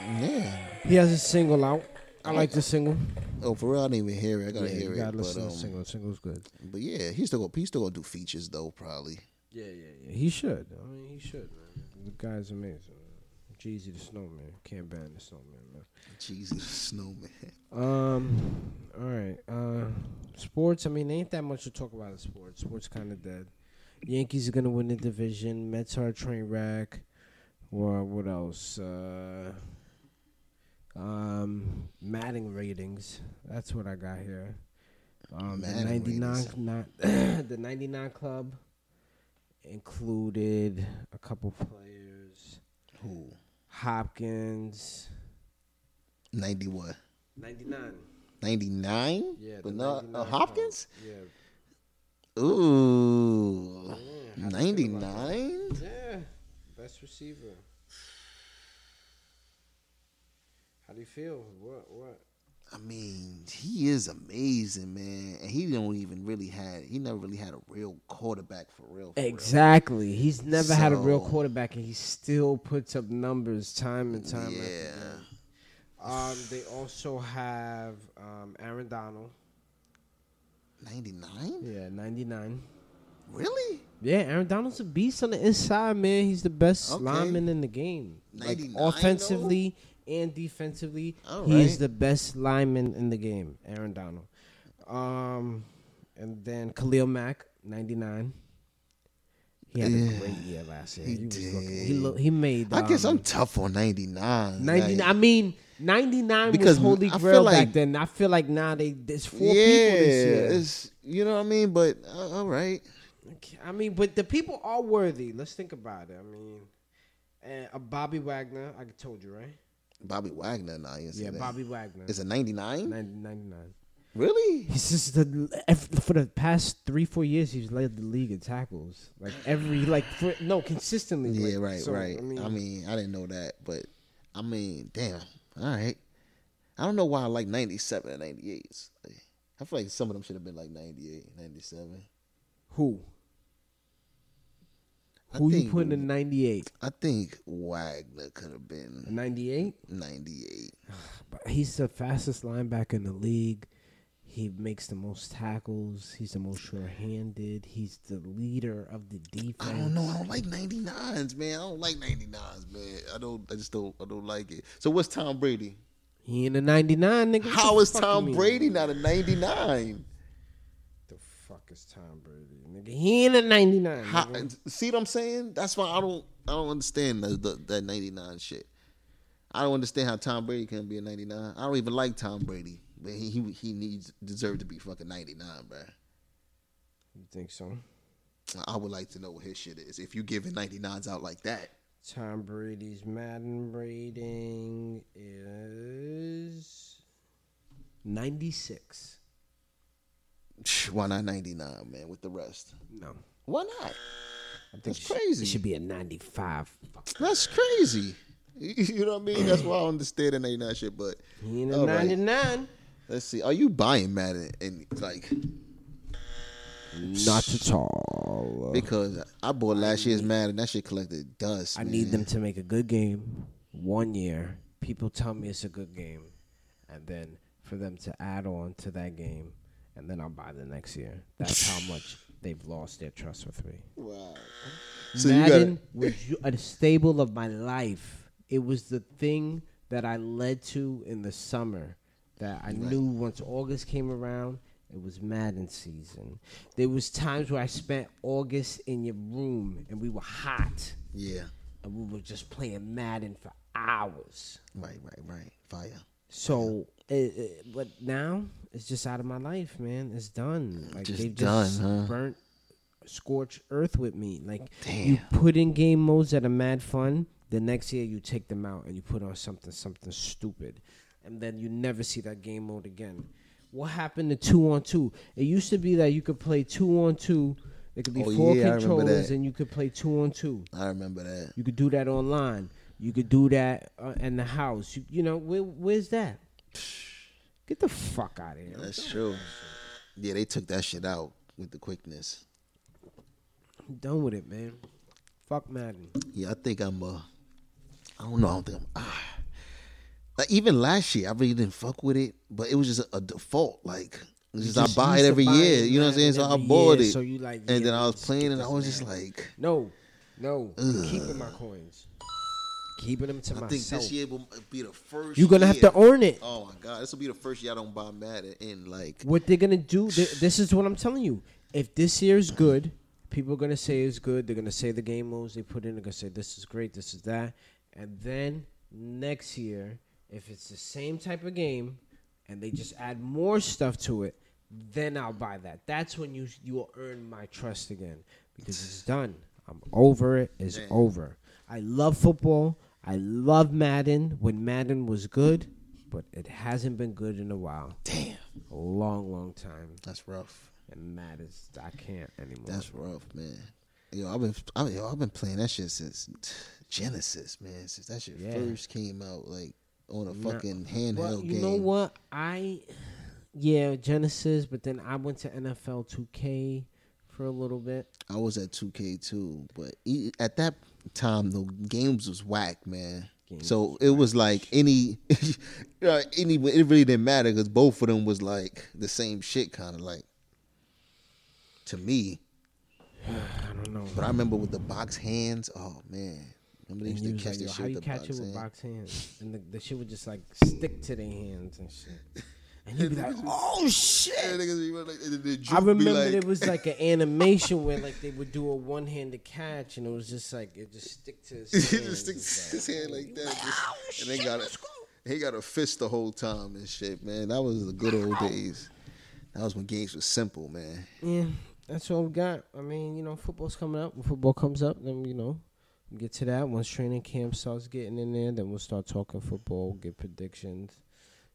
Speaker 3: man.
Speaker 2: Yeah.
Speaker 3: He has a single out. I like the single.
Speaker 2: Oh, for real, I didn't even hear it. I gotta
Speaker 3: yeah,
Speaker 2: hear
Speaker 3: you
Speaker 2: it.
Speaker 3: gotta
Speaker 2: but,
Speaker 3: listen
Speaker 2: um,
Speaker 3: to the single. Single's good.
Speaker 2: but yeah, he's still gonna, he's still gonna do features though, probably.
Speaker 3: Yeah, yeah, yeah. He should. I mean, he should, man. The guy's amazing. man. Jeezy the Snowman. Can't ban the Snowman, man.
Speaker 2: Jesus, [LAUGHS] Snowman.
Speaker 3: Um. All right. Uh, sports. I mean, ain't that much to talk about in sports. Sports kind of dead. Yankees are gonna win the division. Mets are a train wreck. Well, what else? Uh, um, Matting ratings. That's what I got here. Um, the
Speaker 2: Matting
Speaker 3: ninety nine,
Speaker 2: ratings.
Speaker 3: not [CLEARS THROAT] the ninety nine club included a couple players.
Speaker 2: Who?
Speaker 3: Hopkins,
Speaker 2: Ninety what?
Speaker 3: ninety nine.
Speaker 2: Ninety nine.
Speaker 3: Yeah, the
Speaker 2: But not
Speaker 3: 99
Speaker 2: uh,
Speaker 3: club.
Speaker 2: Hopkins.
Speaker 3: Yeah,
Speaker 2: Ooh.
Speaker 3: Yeah, how you
Speaker 2: Ninety
Speaker 3: feel about
Speaker 2: nine.
Speaker 3: that? Yeah, best receiver. How do you feel? What? What?
Speaker 2: I mean, he is amazing, man. And he don't even really had he never really had a real quarterback for real. for real.
Speaker 3: Exactly. He's never had a real
Speaker 2: So-
Speaker 3: quarterback, and he still puts up numbers time and time. after
Speaker 2: Yeah.
Speaker 3: time. Um, they also have um, Aaron Donald.
Speaker 2: Ninety nine?
Speaker 3: Yeah, ninety nine.
Speaker 2: Really?
Speaker 3: Yeah, Aaron Donald's a beast on the inside, man. He's the best
Speaker 2: Okay.
Speaker 3: lineman in the game. Like
Speaker 2: 99 though?
Speaker 3: offensively and defensively,
Speaker 2: All
Speaker 3: he is
Speaker 2: right.
Speaker 3: the best lineman in the game, Aaron Donald. Um, and then Khalil Mack, ninety nine. He had
Speaker 2: Yeah.
Speaker 3: a great year last year.
Speaker 2: He
Speaker 3: was looking. He
Speaker 2: did.
Speaker 3: lo- he made.
Speaker 2: I guess
Speaker 3: um,
Speaker 2: I'm tough on ninety nine.
Speaker 3: 99 I mean, 99
Speaker 2: Because
Speaker 3: was holy
Speaker 2: I feel
Speaker 3: grail back
Speaker 2: like-
Speaker 3: then. I feel like now they there's
Speaker 2: yeah,
Speaker 3: four people this year.
Speaker 2: it's you know what I mean, but uh, all right.
Speaker 3: Okay, I mean, but the people are worthy. Let's think about it. I mean, and uh, Bobby Wagner, I told you, right?
Speaker 2: Bobby Wagner, nah, you didn't say
Speaker 3: Yeah,
Speaker 2: that.
Speaker 3: Bobby Wagner.
Speaker 2: Is it ninety nine?
Speaker 3: 90 99.
Speaker 2: Really?
Speaker 3: He's just the ev- for the past three four years he's led the league in tackles like every like for, no consistently
Speaker 2: Yeah,
Speaker 3: like,
Speaker 2: right,
Speaker 3: so,
Speaker 2: right.
Speaker 3: I mean,
Speaker 2: I didn't know that, but I mean, damn. All right. I don't know why I like 97 and 98s. Like, I feel like some of them should have been like 98, 97.
Speaker 3: who
Speaker 2: I
Speaker 3: who you
Speaker 2: think-
Speaker 3: putting in 98
Speaker 2: I think Wagner could have been
Speaker 3: 98
Speaker 2: 98.
Speaker 3: But he's the fastest linebacker in the league. He makes the most tackles. He's the most sure-handed. He's the leader of the defense.
Speaker 2: I don't know. I don't like 99s, man. I don't like 99s, man. I don't. I just don't. I don't like it. So what's Tom Brady?
Speaker 3: He in the 99, nigga. What
Speaker 2: How
Speaker 3: the
Speaker 2: is
Speaker 3: fuck you
Speaker 2: Tom
Speaker 3: mean?
Speaker 2: Brady not a 99?
Speaker 3: The fuck is Tom Brady, nigga? He in the 99.
Speaker 2: How,
Speaker 3: nigga.
Speaker 2: see what I'm saying? That's why I don't I don't understand the, the, that 99 shit. I don't understand how Tom Brady can be a 99. I don't even like Tom Brady, but he he, he needs deserve to be fucking 99, bro.
Speaker 3: You think so?
Speaker 2: I would like to know what his shit is. If you giving 99s out like that,
Speaker 3: Tom Brady's Madden rating is 96.
Speaker 2: why not 99, man? With the rest,
Speaker 3: No.
Speaker 2: why not?
Speaker 3: I think
Speaker 2: That's
Speaker 3: it should-
Speaker 2: crazy.
Speaker 3: It should be a 95. Fuck.
Speaker 2: That's crazy. [LAUGHS] You know what I mean? That's why I don't understand the 99 shit. But
Speaker 3: He in the
Speaker 2: All right.
Speaker 3: 99.
Speaker 2: let's see. Are you buying Madden? And like,
Speaker 3: Not at all.
Speaker 2: because I bought last year's Madden, that shit collected dust.
Speaker 3: I
Speaker 2: man.
Speaker 3: need them to make a good game one year. People tell me it's a good game, and then for them to add on to that game, and then I'll buy the next year. That's how much they've lost their trust with me.
Speaker 2: Wow. So
Speaker 3: Madden
Speaker 2: you
Speaker 3: was u- a staple of my life. It was the thing that I led to in the summer that I knew once August came around, It was Madden season. There was times where I spent August in your room and we were hot
Speaker 2: Yeah.
Speaker 3: and we were just playing Madden for hours.
Speaker 2: Right, right, right. Fire.
Speaker 3: So, it, it- but now it's just out of my life, man. It's done. Like
Speaker 2: Just
Speaker 3: they've just
Speaker 2: done, huh?
Speaker 3: burnt, scorched earth with me. Like
Speaker 2: Damn.
Speaker 3: you put in game modes that are mad fun. The next year you take them out and you put on something something stupid, and then you never see that game mode again. What happened to two on two? It used to be that you could play two on two. It could be
Speaker 2: Oh,
Speaker 3: four
Speaker 2: yeah, I remember
Speaker 3: controllers,
Speaker 2: that.
Speaker 3: and you could play two on two.
Speaker 2: I remember that.
Speaker 3: You could do that online. You could do that uh, in the house. You, you know, where, where's that? Get the fuck out of here.
Speaker 2: That's true. Yeah, they took that shit out with the quickness.
Speaker 3: I'm done with it, man. Fuck Madden.
Speaker 2: Yeah, I think I'm. Uh, I don't know. I don't think I'm. Ah. Like even last year, I really didn't fuck with it, but it was just a, a default. Like it was just,
Speaker 3: just
Speaker 2: I buy it
Speaker 3: used to
Speaker 2: every
Speaker 3: buy
Speaker 2: year.
Speaker 3: it,
Speaker 2: You know what I'm saying?
Speaker 3: man,
Speaker 2: So I
Speaker 3: every
Speaker 2: bought
Speaker 3: year,
Speaker 2: it,
Speaker 3: so you like,
Speaker 2: and
Speaker 3: yeah,
Speaker 2: then I was
Speaker 3: let's
Speaker 2: playing,
Speaker 3: get
Speaker 2: and I
Speaker 3: this
Speaker 2: was just
Speaker 3: now.
Speaker 2: like,
Speaker 3: No, no. I'm keeping my coins. Keeping them to
Speaker 2: I
Speaker 3: myself.
Speaker 2: think this year will be the first.
Speaker 3: You're gonna have
Speaker 2: year.
Speaker 3: to earn it.
Speaker 2: Oh my god, this will be the first year I don't buy Madden in like.
Speaker 3: What they're gonna do? th- This is what I'm telling you. If this year is good, people are gonna say it's good. They're gonna say the game modes they put in. They're gonna say this is great, this is that, and then next year, if it's the same type of game, and they just add more stuff to it, then I'll buy that. That's when you you will earn my trust again because it's done. I'm over it. It's over. I love football. I love Madden when Madden was good, but it hasn't been good in a while
Speaker 2: Damn,
Speaker 3: a long, long time,
Speaker 2: that's rough.
Speaker 3: and that is I can't anymore.
Speaker 2: That's rough, man. Yo, I've been I, yo, I've been playing that shit since Genesis, man. Since that shit
Speaker 3: Yeah.
Speaker 2: first came out, like on a
Speaker 3: Nah,
Speaker 2: fucking handheld
Speaker 3: Well, you
Speaker 2: game.
Speaker 3: know what? I yeah Genesis, but then I went to NFL 2K for a little bit.
Speaker 2: I was at 2K too, but e- at that time the games was whack, man.
Speaker 3: Games
Speaker 2: so it was like any, [LAUGHS] you know, any. It really didn't matter because both of them was like the same shit, kind of like to me.
Speaker 3: I don't know.
Speaker 2: But I remember with the box hands. Oh man, remember they
Speaker 3: And
Speaker 2: used
Speaker 3: he
Speaker 2: to
Speaker 3: was
Speaker 2: catch
Speaker 3: like,
Speaker 2: the
Speaker 3: Yo,
Speaker 2: shit
Speaker 3: how
Speaker 2: with
Speaker 3: you
Speaker 2: the
Speaker 3: catch
Speaker 2: box
Speaker 3: it with
Speaker 2: hand.
Speaker 3: box hands? And the, the shit would just like stick to their hands and shit.
Speaker 2: [LAUGHS]
Speaker 3: And you'd be like, oh
Speaker 2: Yeah,
Speaker 3: shit.
Speaker 2: niggas be running like- and then the juke
Speaker 3: I
Speaker 2: be
Speaker 3: remember
Speaker 2: like-
Speaker 3: it was like an animation where like they would do a one handed catch and it was just like it just stick
Speaker 2: [LAUGHS]
Speaker 3: to
Speaker 2: [LAUGHS]
Speaker 3: his
Speaker 2: He
Speaker 3: hands.
Speaker 2: just sticks his hand like that, just, and they
Speaker 3: shit,
Speaker 2: got
Speaker 3: let's
Speaker 2: a, he got a fist the whole time and shit, man. That was the good old days. That was when games were simple, man.
Speaker 3: Yeah, that's all we got. I mean, you know, football's coming up. When football comes up, then you know, we get to that. Once training camp starts getting in there, then we'll start talking football, get predictions.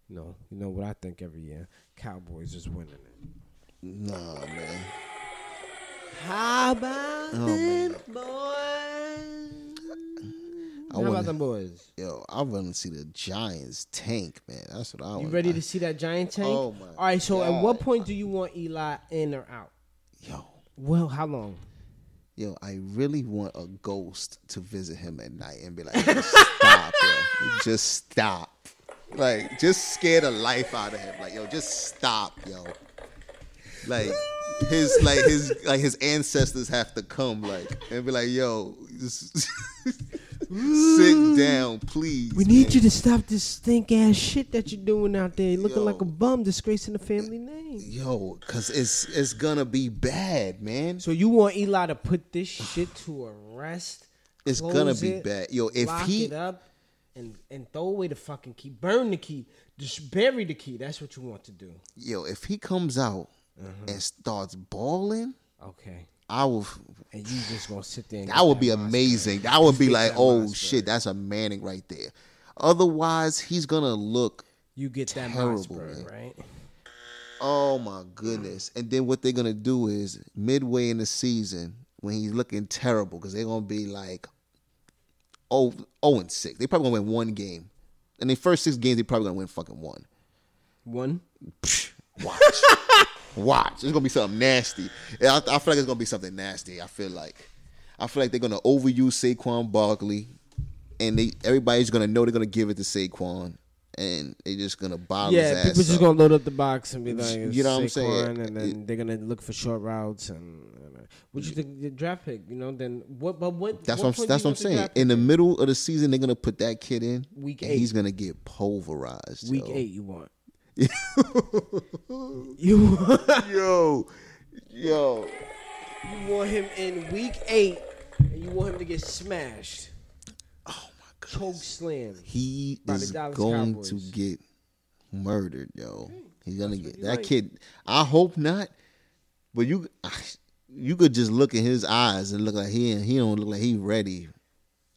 Speaker 3: You know, you know what I think every year. Cowboys is winning it.
Speaker 2: Nah, man.
Speaker 3: How about
Speaker 2: Oh, man.
Speaker 3: them boys?
Speaker 2: I
Speaker 3: How about
Speaker 2: want
Speaker 3: them
Speaker 2: to,
Speaker 3: boys?
Speaker 2: yo, I want to see the Giants tank, man. That's what Oh, I want.
Speaker 3: You ready to see that giant tank?
Speaker 2: Oh, my
Speaker 3: All right. So, at
Speaker 2: God.
Speaker 3: what point do you want Eli in or out?
Speaker 2: Yo,
Speaker 3: Well, how long?
Speaker 2: yo, I really want a ghost to visit him at night and be like, just stop, yo, just stop. Like, just scare the life out of him. Like, yo, just stop, yo. Like his like his like his ancestors have to come like and be like, yo, just [LAUGHS] sit down, please.
Speaker 3: We need
Speaker 2: man.
Speaker 3: you to stop this stink ass shit that you're doing out there, looking
Speaker 2: Yo.
Speaker 3: like a bum, disgracing the family name.
Speaker 2: Yo, cause it's it's gonna be bad, man.
Speaker 3: So you want Eli to put this shit to a rest?
Speaker 2: It's
Speaker 3: close
Speaker 2: gonna be
Speaker 3: it,
Speaker 2: bad. Yo, if
Speaker 3: lock
Speaker 2: he-
Speaker 3: it up and and throw away the fucking key, burn the key, just bury the key. That's what you want to do.
Speaker 2: Yo, if he comes out
Speaker 3: Uh-huh.
Speaker 2: and starts balling,
Speaker 3: Okay.
Speaker 2: I will.
Speaker 3: And you just gonna sit there. And
Speaker 2: That
Speaker 3: get
Speaker 2: would be
Speaker 3: roster.
Speaker 2: amazing. That would be
Speaker 3: Get
Speaker 2: like,
Speaker 3: that
Speaker 2: oh
Speaker 3: roster.
Speaker 2: shit, that's a Manning right there. Otherwise, he's gonna look.
Speaker 3: You get that
Speaker 2: terrible,
Speaker 3: Mossberg,
Speaker 2: man.
Speaker 3: right?
Speaker 2: Oh my goodness! And then what they're gonna do is midway in the season when he's looking terrible because they're gonna be like, oh, oh and six. They probably gonna win one game. In their first six games, they probably gonna win fucking one.
Speaker 3: One.
Speaker 2: Psh, watch,
Speaker 3: [LAUGHS]
Speaker 2: watch. It's gonna be something nasty. And I, I feel like it's gonna be something nasty. I feel like, I feel like they're gonna overuse Saquon Barkley, and they everybody's gonna know they're gonna give it to Saquon, and they're just gonna bottle his
Speaker 3: Yeah,
Speaker 2: ass
Speaker 3: people just
Speaker 2: up.
Speaker 3: gonna load up the box and be like,
Speaker 2: You know what I'm
Speaker 3: Saquon,
Speaker 2: saying?
Speaker 3: and then they're gonna look for short routes and. and what you think the draft pick? You know, then what? But what?
Speaker 2: That's
Speaker 3: what
Speaker 2: what, I'm,
Speaker 3: point
Speaker 2: that's what I'm
Speaker 3: do you want the
Speaker 2: saying.
Speaker 3: draft
Speaker 2: In
Speaker 3: pick
Speaker 2: the
Speaker 3: at?
Speaker 2: middle of the season, they're gonna put that kid in.
Speaker 3: Week
Speaker 2: and
Speaker 3: eight.
Speaker 2: he's gonna get pulverized.
Speaker 3: week
Speaker 2: yo. [LAUGHS]
Speaker 3: eight, you want? You [LAUGHS]
Speaker 2: yo, yo.
Speaker 3: you want him in week eight, and you want him to get smashed,
Speaker 2: Oh my god.
Speaker 3: choke slam.
Speaker 2: He
Speaker 3: By the
Speaker 2: is
Speaker 3: Dallas
Speaker 2: going
Speaker 3: Cowboys.
Speaker 2: to get murdered, yo. He's gonna get that
Speaker 3: right.
Speaker 2: kid. I hope not, but you, [SIGHS] you could just look in his eyes and look like he and he don't look like he ready.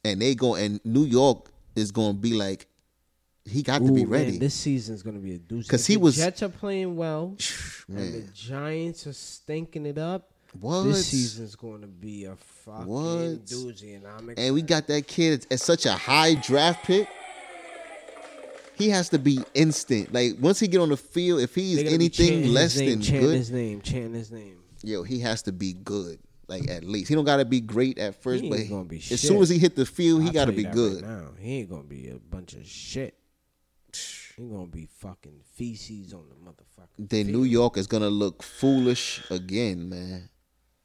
Speaker 2: And they go and New York is gonna be like, he got to be
Speaker 3: Ooh, man,
Speaker 2: ready.
Speaker 3: this season's gonna be a deuce.
Speaker 2: 'Cause
Speaker 3: If
Speaker 2: he
Speaker 3: the
Speaker 2: was-
Speaker 3: Jets are playing well, and
Speaker 2: [SIGHS]
Speaker 3: the
Speaker 2: Man,
Speaker 3: Giants are stinking it up.
Speaker 2: what?
Speaker 3: This season's going to be a fucking
Speaker 2: What?
Speaker 3: doozy, and I'm excited.
Speaker 2: and we got that kid at such a high draft pick. He has to be instant. Like once he get on the field, if he's
Speaker 3: They're gonna be chanting
Speaker 2: anything
Speaker 3: his
Speaker 2: less
Speaker 3: name,
Speaker 2: than
Speaker 3: chanting
Speaker 2: good,
Speaker 3: his name, chanting his name.
Speaker 2: yo, he has to be good. Like at least he don't gotta be great at first,
Speaker 3: He
Speaker 2: but
Speaker 3: ain't gonna be
Speaker 2: as
Speaker 3: shit.
Speaker 2: soon as he hit the field, he
Speaker 3: I'll
Speaker 2: gotta
Speaker 3: tell
Speaker 2: be
Speaker 3: you that
Speaker 2: good.
Speaker 3: Right now he ain't gonna be a bunch of shit. He gonna be fucking feces on the motherfucker.
Speaker 2: then New York is gonna look foolish again, man.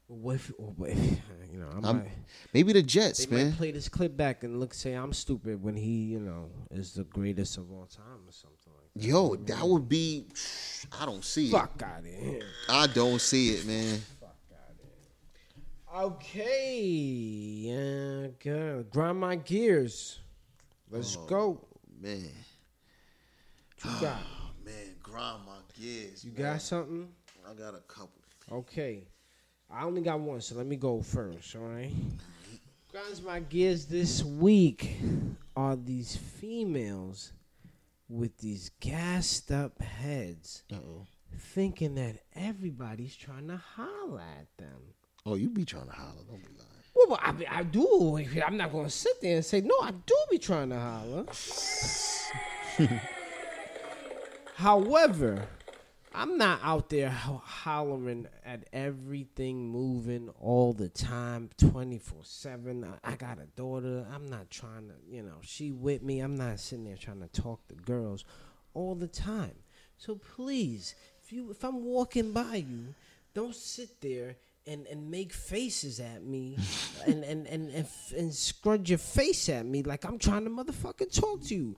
Speaker 3: What if, what if- [LAUGHS] you know, I
Speaker 2: I'm-
Speaker 3: might,
Speaker 2: Maybe the
Speaker 3: they
Speaker 2: Jets, man.
Speaker 3: might play this clip back and look say I'm stupid when he, you know, is the greatest of all time or something like. that.
Speaker 2: Yo, that would be. I don't see it.
Speaker 3: Fuck out of here.
Speaker 2: I don't see it, man.
Speaker 3: Okay, yeah, good. Grind my gears. Let's
Speaker 2: Oh.
Speaker 3: go.
Speaker 2: Man,
Speaker 3: What you got?
Speaker 2: Oh, man, grind my gears.
Speaker 3: You got something?
Speaker 2: I got a couple.
Speaker 3: Okay. I only got one, so let me go first, all right? Grinds my gears this week are these females with these gassed up heads
Speaker 2: Uh oh.
Speaker 3: thinking that everybody's trying to holler at them.
Speaker 2: Oh, you be trying to holler. Don't be lying.
Speaker 3: Well, but I, be- I do. I'm not going to sit there and say, no, I do be trying to holler. [LAUGHS] However, I'm not out there ho- hollering at everything moving all the time, 24 7. I got a daughter. I'm not trying to, you know, she with me. I'm not sitting there trying to talk to girls all the time. So please, if you if I'm walking by you, don't sit there and, and make faces at
Speaker 2: [LAUGHS]
Speaker 3: me and, and, and, and, f- and scrunch your face at me like I'm trying to motherfucking talk to you.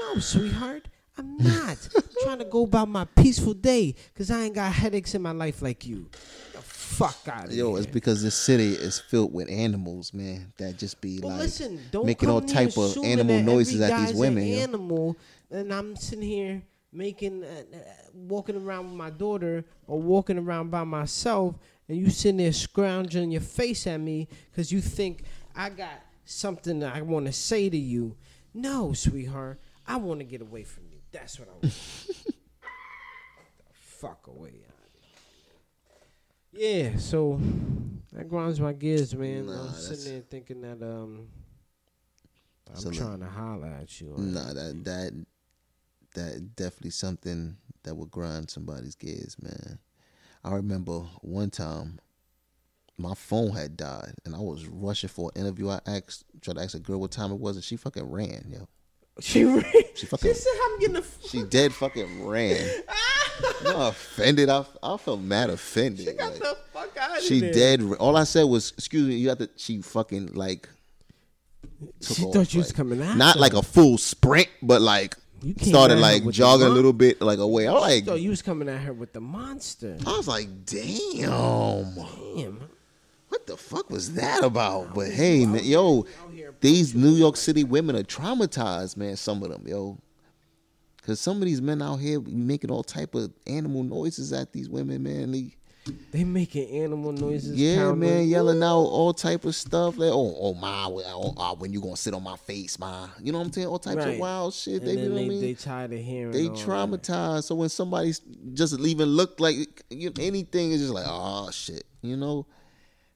Speaker 3: No, sweetheart.
Speaker 2: [LAUGHS]
Speaker 3: I'm not trying to go about my peaceful day because I ain't got headaches in my life like you. The fuck out of here.
Speaker 2: Yo, it's because this city is filled with animals, man. That just be
Speaker 3: Well,
Speaker 2: like
Speaker 3: listen, don't
Speaker 2: making all
Speaker 3: come near
Speaker 2: type of
Speaker 3: assuming
Speaker 2: animal
Speaker 3: that
Speaker 2: noises
Speaker 3: every
Speaker 2: at these
Speaker 3: guy's
Speaker 2: women.
Speaker 3: An
Speaker 2: yo.
Speaker 3: animal, and I'm sitting here making, uh, uh, walking around with my daughter or walking around by myself, and you sitting there scrounging your face at me because you think I got something that I want to say to you. No, sweetheart, I want to get away from you. That's what I want. Get the fuck away. Yeah, so that grinds my gears, man.
Speaker 2: Nah,
Speaker 3: I'm
Speaker 2: that's-
Speaker 3: sitting there thinking that um, I'm
Speaker 2: So, like-
Speaker 3: trying to holler at you.
Speaker 2: Nah, that that that definitely something that would grind somebody's gears, man. I remember one time my phone had died and I was rushing for an interview. I asked tried to ask a girl what time it was and she fucking ran, yo.
Speaker 3: [LAUGHS] She re-
Speaker 2: She
Speaker 3: she,
Speaker 2: fucking-
Speaker 3: said I'm getting a f-
Speaker 2: She dead fucking
Speaker 3: [LAUGHS]
Speaker 2: ran. no offended. I, I felt mad offended.
Speaker 3: got
Speaker 2: like-
Speaker 3: the fuck out of
Speaker 2: She
Speaker 3: there.
Speaker 2: dead. All I said was, "Excuse me." You got to. She fucking like. took
Speaker 3: She
Speaker 2: off,
Speaker 3: thought you was
Speaker 2: like,
Speaker 3: coming out.
Speaker 2: Not like a full sprint, but like
Speaker 3: You came
Speaker 2: started
Speaker 3: at her
Speaker 2: like
Speaker 3: with the
Speaker 2: jogging a
Speaker 3: hump.
Speaker 2: little bit, like away. I was like,
Speaker 3: thought you was coming at her with the monster.
Speaker 2: I was like, damn,
Speaker 3: Damn.
Speaker 2: what the fuck was that about? But hey, man, yo, these New York City women are traumatized, man. Some of them, yo. Cause some of these men out here be making all type of animal noises at these women, man. They,
Speaker 3: They making animal noises.
Speaker 2: Yeah,
Speaker 3: pounding.
Speaker 2: man, yelling out all type of stuff like, oh, oh my, oh, oh, when you gonna sit on my face, ma? You know what I'm saying? All types of
Speaker 3: Right.
Speaker 2: wild shit.
Speaker 3: And
Speaker 2: they, you
Speaker 3: then
Speaker 2: know
Speaker 3: they,
Speaker 2: what I
Speaker 3: they
Speaker 2: mean?
Speaker 3: tired of hearing.
Speaker 2: They,
Speaker 3: all that.
Speaker 2: traumatized. So when somebody's just even look like you know, anything, it's just like, oh shit, you know.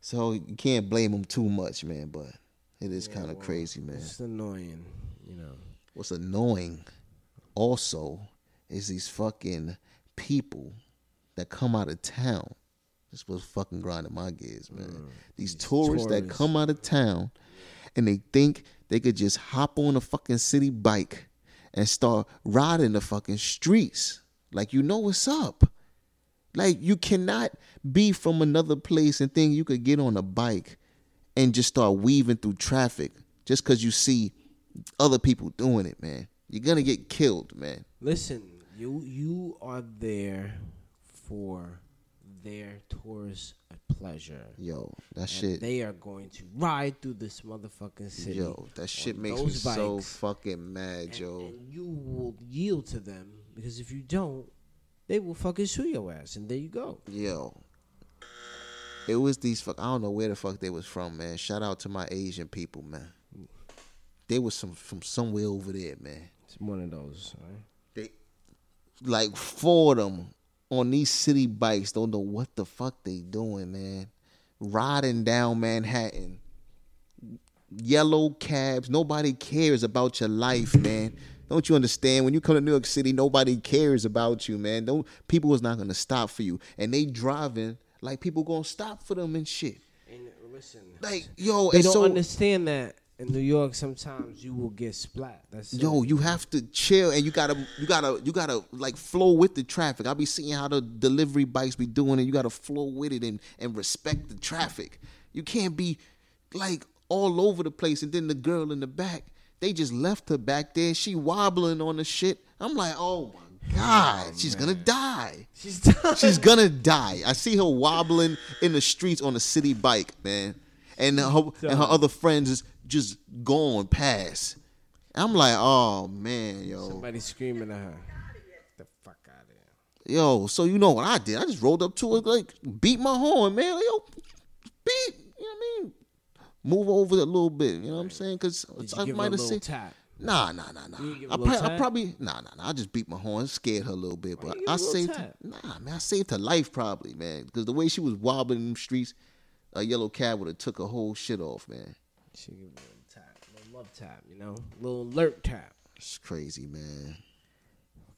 Speaker 2: So you can't blame them too much, man. But it is kind of crazy, man.
Speaker 3: It's annoying, you know.
Speaker 2: What's annoying, also, is these fucking people that come out of town. This was fucking grinding my gears, man. These tourists, that
Speaker 3: tourists.
Speaker 2: come out of town and they think they could just hop on a fucking city bike and start riding the fucking streets. Like you know what's up. Like you cannot be from another place and think you could get on a bike and just start weaving through traffic just because you see other people doing it, man. You're gonna get killed, man.
Speaker 3: Listen, you you you are there for their tourist pleasure.
Speaker 2: Yo, that
Speaker 3: and
Speaker 2: shit.
Speaker 3: They are going to ride through this motherfucking city.
Speaker 2: Yo, that shit
Speaker 3: on
Speaker 2: makes me
Speaker 3: those
Speaker 2: so
Speaker 3: bikes.
Speaker 2: fucking mad,
Speaker 3: and,
Speaker 2: yo.
Speaker 3: and you will yield to them because if you don't, they will fucking sue your ass, and there you go.
Speaker 2: Yo. It was these fuck I don't know where the fuck they was from, man. Shout out to my Asian people, man. They was some from somewhere over there, man.
Speaker 3: It's one of those. right?
Speaker 2: They like four of them on these city bikes don't know what the fuck they doing, man. Riding down Manhattan. Yellow cabs. Nobody cares about your life, man. Don't you understand? When you come to New York City, nobody cares about you, man. Don't people is not gonna stop for you. And they driving like people gonna stop for them and shit.
Speaker 3: And listen,
Speaker 2: Like, yo,
Speaker 3: they
Speaker 2: and
Speaker 3: don't
Speaker 2: so
Speaker 3: understand that in New York. Sometimes you will get splat. That's it.
Speaker 2: Yo, you have to chill and you gotta you gotta you gotta like flow with the traffic. I be seeing how the delivery bikes be doing and you gotta flow with it and and respect the traffic. You can't be like all over the place and then the girl in the back, they just left her back there. She wobbling on the shit. I'm like, oh my God, she's gonna die.
Speaker 3: she's done.
Speaker 2: She's gonna die. I see her wobbling in the streets on a city bike, man, and her and her other friends is just gone past. I'm like, oh man, yo,
Speaker 3: [LAUGHS] Somebody screaming at her. Get the fuck out of here.
Speaker 2: yo. So you know what I did? I just rolled up to her, like beat my horn, man. Like, yo, beat. You know what I mean? Move over a little bit. You know what I'm saying? Because
Speaker 3: Did you
Speaker 2: I
Speaker 3: give her a
Speaker 2: might have
Speaker 3: little
Speaker 2: seen.
Speaker 3: tap?
Speaker 2: Nah, nah, nah,
Speaker 3: You give
Speaker 2: nah. I,
Speaker 3: her a little
Speaker 2: prob- I
Speaker 3: tap?
Speaker 2: probably nah, nah, nah. I just beat my horn, scared her a little bit, but
Speaker 3: you give
Speaker 2: I
Speaker 3: her a little
Speaker 2: saved her.
Speaker 3: tap?
Speaker 2: Nah, man, I saved her life probably, man, because the way she was wobbling in them streets, a yellow cab would have took her whole shit off, man.
Speaker 3: She give her a little tap, a little love tap, you know, a little alert tap.
Speaker 2: It's crazy, man.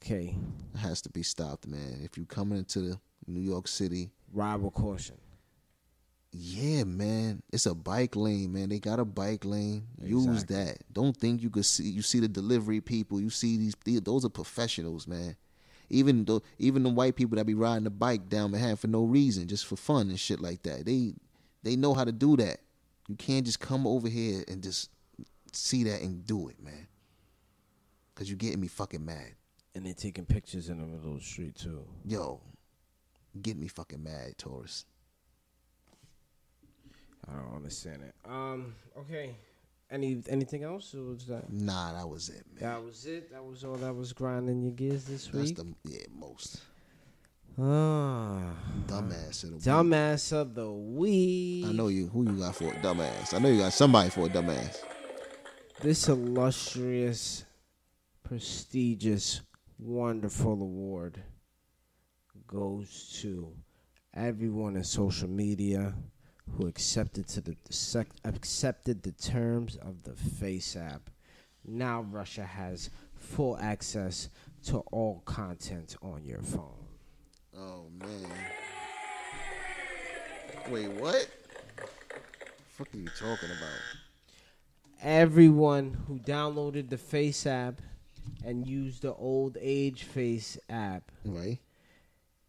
Speaker 3: Okay,
Speaker 2: It has to be stopped, man. If you coming into New York City,
Speaker 3: ride with caution.
Speaker 2: yeah, man, it's a bike lane, man. They got a bike lane. Use
Speaker 3: Exactly.
Speaker 2: that. Don't think you could see. You see the delivery people. You see these. the- Those are professionals, man. Even though, even the white people that be riding the bike down Manhattan for no reason, just for fun and shit like that. They, they know how to do that. You can't just come over here and just see that and do it, man. Cause you're getting me fucking mad.
Speaker 3: And they're taking pictures in the middle of the street too.
Speaker 2: Yo, get me fucking mad, Taurus.
Speaker 3: I don't understand it. Um, okay. Any anything else? Or was that
Speaker 2: Nah, that was it, man.
Speaker 3: that was it? That was all that was grinding your gears this
Speaker 2: That's
Speaker 3: week.
Speaker 2: the yeah most
Speaker 3: Ah,
Speaker 2: dumbass of the week.
Speaker 3: dumbass of the week.
Speaker 2: I know you. Who you got for a dumbass? I know you got somebody for a dumbass.
Speaker 3: this illustrious, prestigious, wonderful award goes to everyone in social media who accepted to the sec, accepted the terms of the Face app. Now Russia has full access to all content on your phone.
Speaker 2: Oh man. Wait, what? fuck are you talking about?
Speaker 3: everyone who downloaded the Face app and used the old age Face app.
Speaker 2: Right?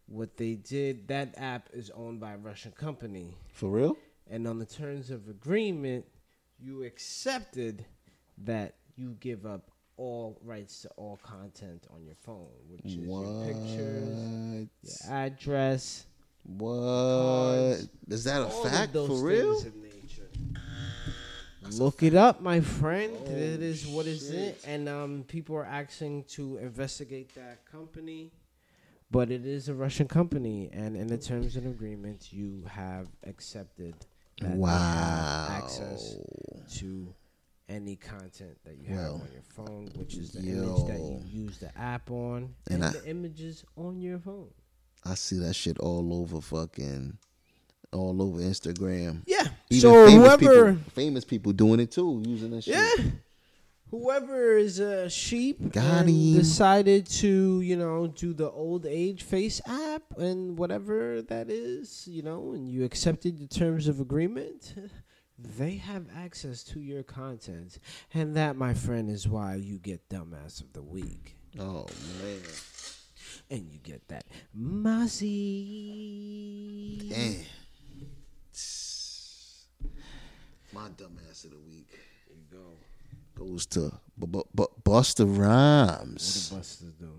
Speaker 3: What they did, that app is owned by a Russian company.
Speaker 2: For real?
Speaker 3: And on the terms of agreement, you accepted that you give up all rights to all content on your phone, which is your pictures,
Speaker 2: What?
Speaker 3: your address,
Speaker 2: What? Is that a
Speaker 3: all
Speaker 2: fact?
Speaker 3: of those
Speaker 2: For real?
Speaker 3: things in nature. Look it up, my friend. it is what is it, and um, people are asking to investigate that company, but it is a Russian company, and in the terms and agreement, you have accepted that they have access to any content that you have
Speaker 2: Well,
Speaker 3: on your phone, which is the image that you
Speaker 2: yo.
Speaker 3: use the app on,
Speaker 2: And
Speaker 3: and,
Speaker 2: I-
Speaker 3: the images on your phone.
Speaker 2: I see that shit all over fucking all over Instagram.
Speaker 3: Yeah.
Speaker 2: Even
Speaker 3: so
Speaker 2: famous
Speaker 3: whoever.
Speaker 2: people, famous people doing it too, using that shit.
Speaker 3: Yeah. Whoever is a sheep
Speaker 2: Got
Speaker 3: and
Speaker 2: him.
Speaker 3: decided to, you know, do the old age face app and whatever that is, you know, and you accepted the terms of agreement, [LAUGHS] they have access to your content. And that, my friend, is why you get dumbass of the week.
Speaker 2: Oh man.
Speaker 3: And you get that Mozzie.
Speaker 2: Damn. My dumbass of the week
Speaker 3: There you go.
Speaker 2: goes to B- B- B- Buster Rhymes.
Speaker 3: Busters do.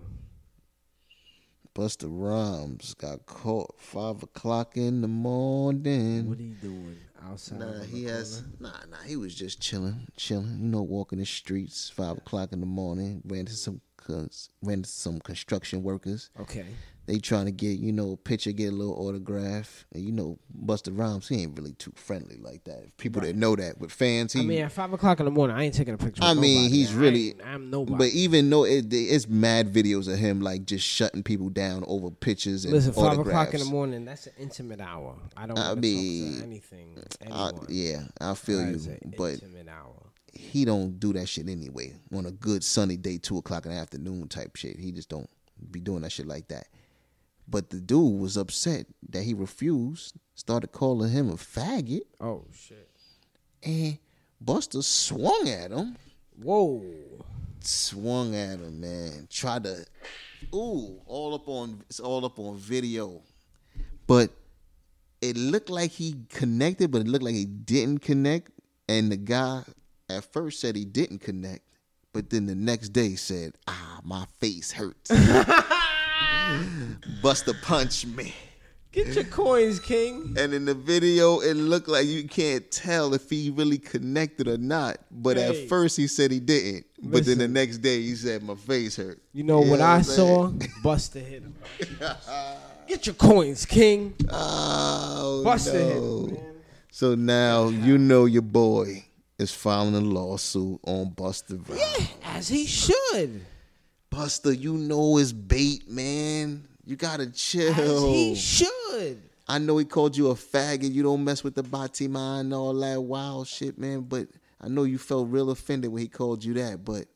Speaker 2: Buster Rhymes got caught five o'clock in the morning.
Speaker 3: What are you doing outside?
Speaker 2: Nah,
Speaker 3: on
Speaker 2: he
Speaker 3: the
Speaker 2: has
Speaker 3: corner?
Speaker 2: nah, nah. He was just chilling, chilling. You know, walking the streets, five o'clock in the morning. Ran into some, cons- ran into some construction workers.
Speaker 3: Okay.
Speaker 2: They trying to get you know a picture, get a little autograph. And you know, Buster Rhymes, he ain't really too friendly like that. People that know that with fans, he.
Speaker 3: I mean, at five o'clock in the morning, I ain't taking a picture.
Speaker 2: I
Speaker 3: with
Speaker 2: mean,
Speaker 3: nobody.
Speaker 2: he's
Speaker 3: I
Speaker 2: really-
Speaker 3: ain't- I'm nobody.
Speaker 2: but even though it, it's mad videos of him like just shutting people down over pictures and
Speaker 3: Listen, five
Speaker 2: autographs.
Speaker 3: o'clock in the morning. That's an intimate hour. I don't
Speaker 2: I
Speaker 3: want to talk
Speaker 2: mean,
Speaker 3: to anything.
Speaker 2: I-
Speaker 3: Anyone.
Speaker 2: yeah, I feel
Speaker 3: That
Speaker 2: you,
Speaker 3: is an
Speaker 2: but
Speaker 3: intimate hour.
Speaker 2: he don't do that shit anyway. On a good sunny day, two o'clock in the afternoon type shit. He just don't be doing that shit like that. But the dude was upset that he refused, started calling him a faggot,
Speaker 3: Oh shit!
Speaker 2: and Buster swung at him.
Speaker 3: Whoa!
Speaker 2: Swung at him, man. Tried to Ooh, all up on it's all up on video. But it looked like he connected, but it looked like he didn't connect. And the guy at first said he didn't connect, but then the next day said, "Ah, my face [LAUGHS] hurts." Buster punched me.
Speaker 3: Get
Speaker 2: [LAUGHS]
Speaker 3: your coins, King.
Speaker 2: And in the video, it looked like you can't tell if he really connected or not. But
Speaker 3: Hey.
Speaker 2: at first, he said he didn't. But then the
Speaker 3: Listen.
Speaker 2: next day, he said, "My face hurt."
Speaker 3: You know
Speaker 2: You
Speaker 3: what
Speaker 2: know
Speaker 3: I
Speaker 2: what I'm [LAUGHS]
Speaker 3: saw? Buster hit him. Get your coins, King.
Speaker 2: Oh,
Speaker 3: Buster hit
Speaker 2: no.
Speaker 3: him. man.
Speaker 2: So now you know your boy is filing a lawsuit on Buster Rhymes.
Speaker 3: As he should.
Speaker 2: Buster, you know it's bait, man. You gotta
Speaker 3: As
Speaker 2: chill.
Speaker 3: he should.
Speaker 2: I know he called you a faggot. You don't mess with the Batima and all that wild shit, man. But I know you felt real offended when he called you that. But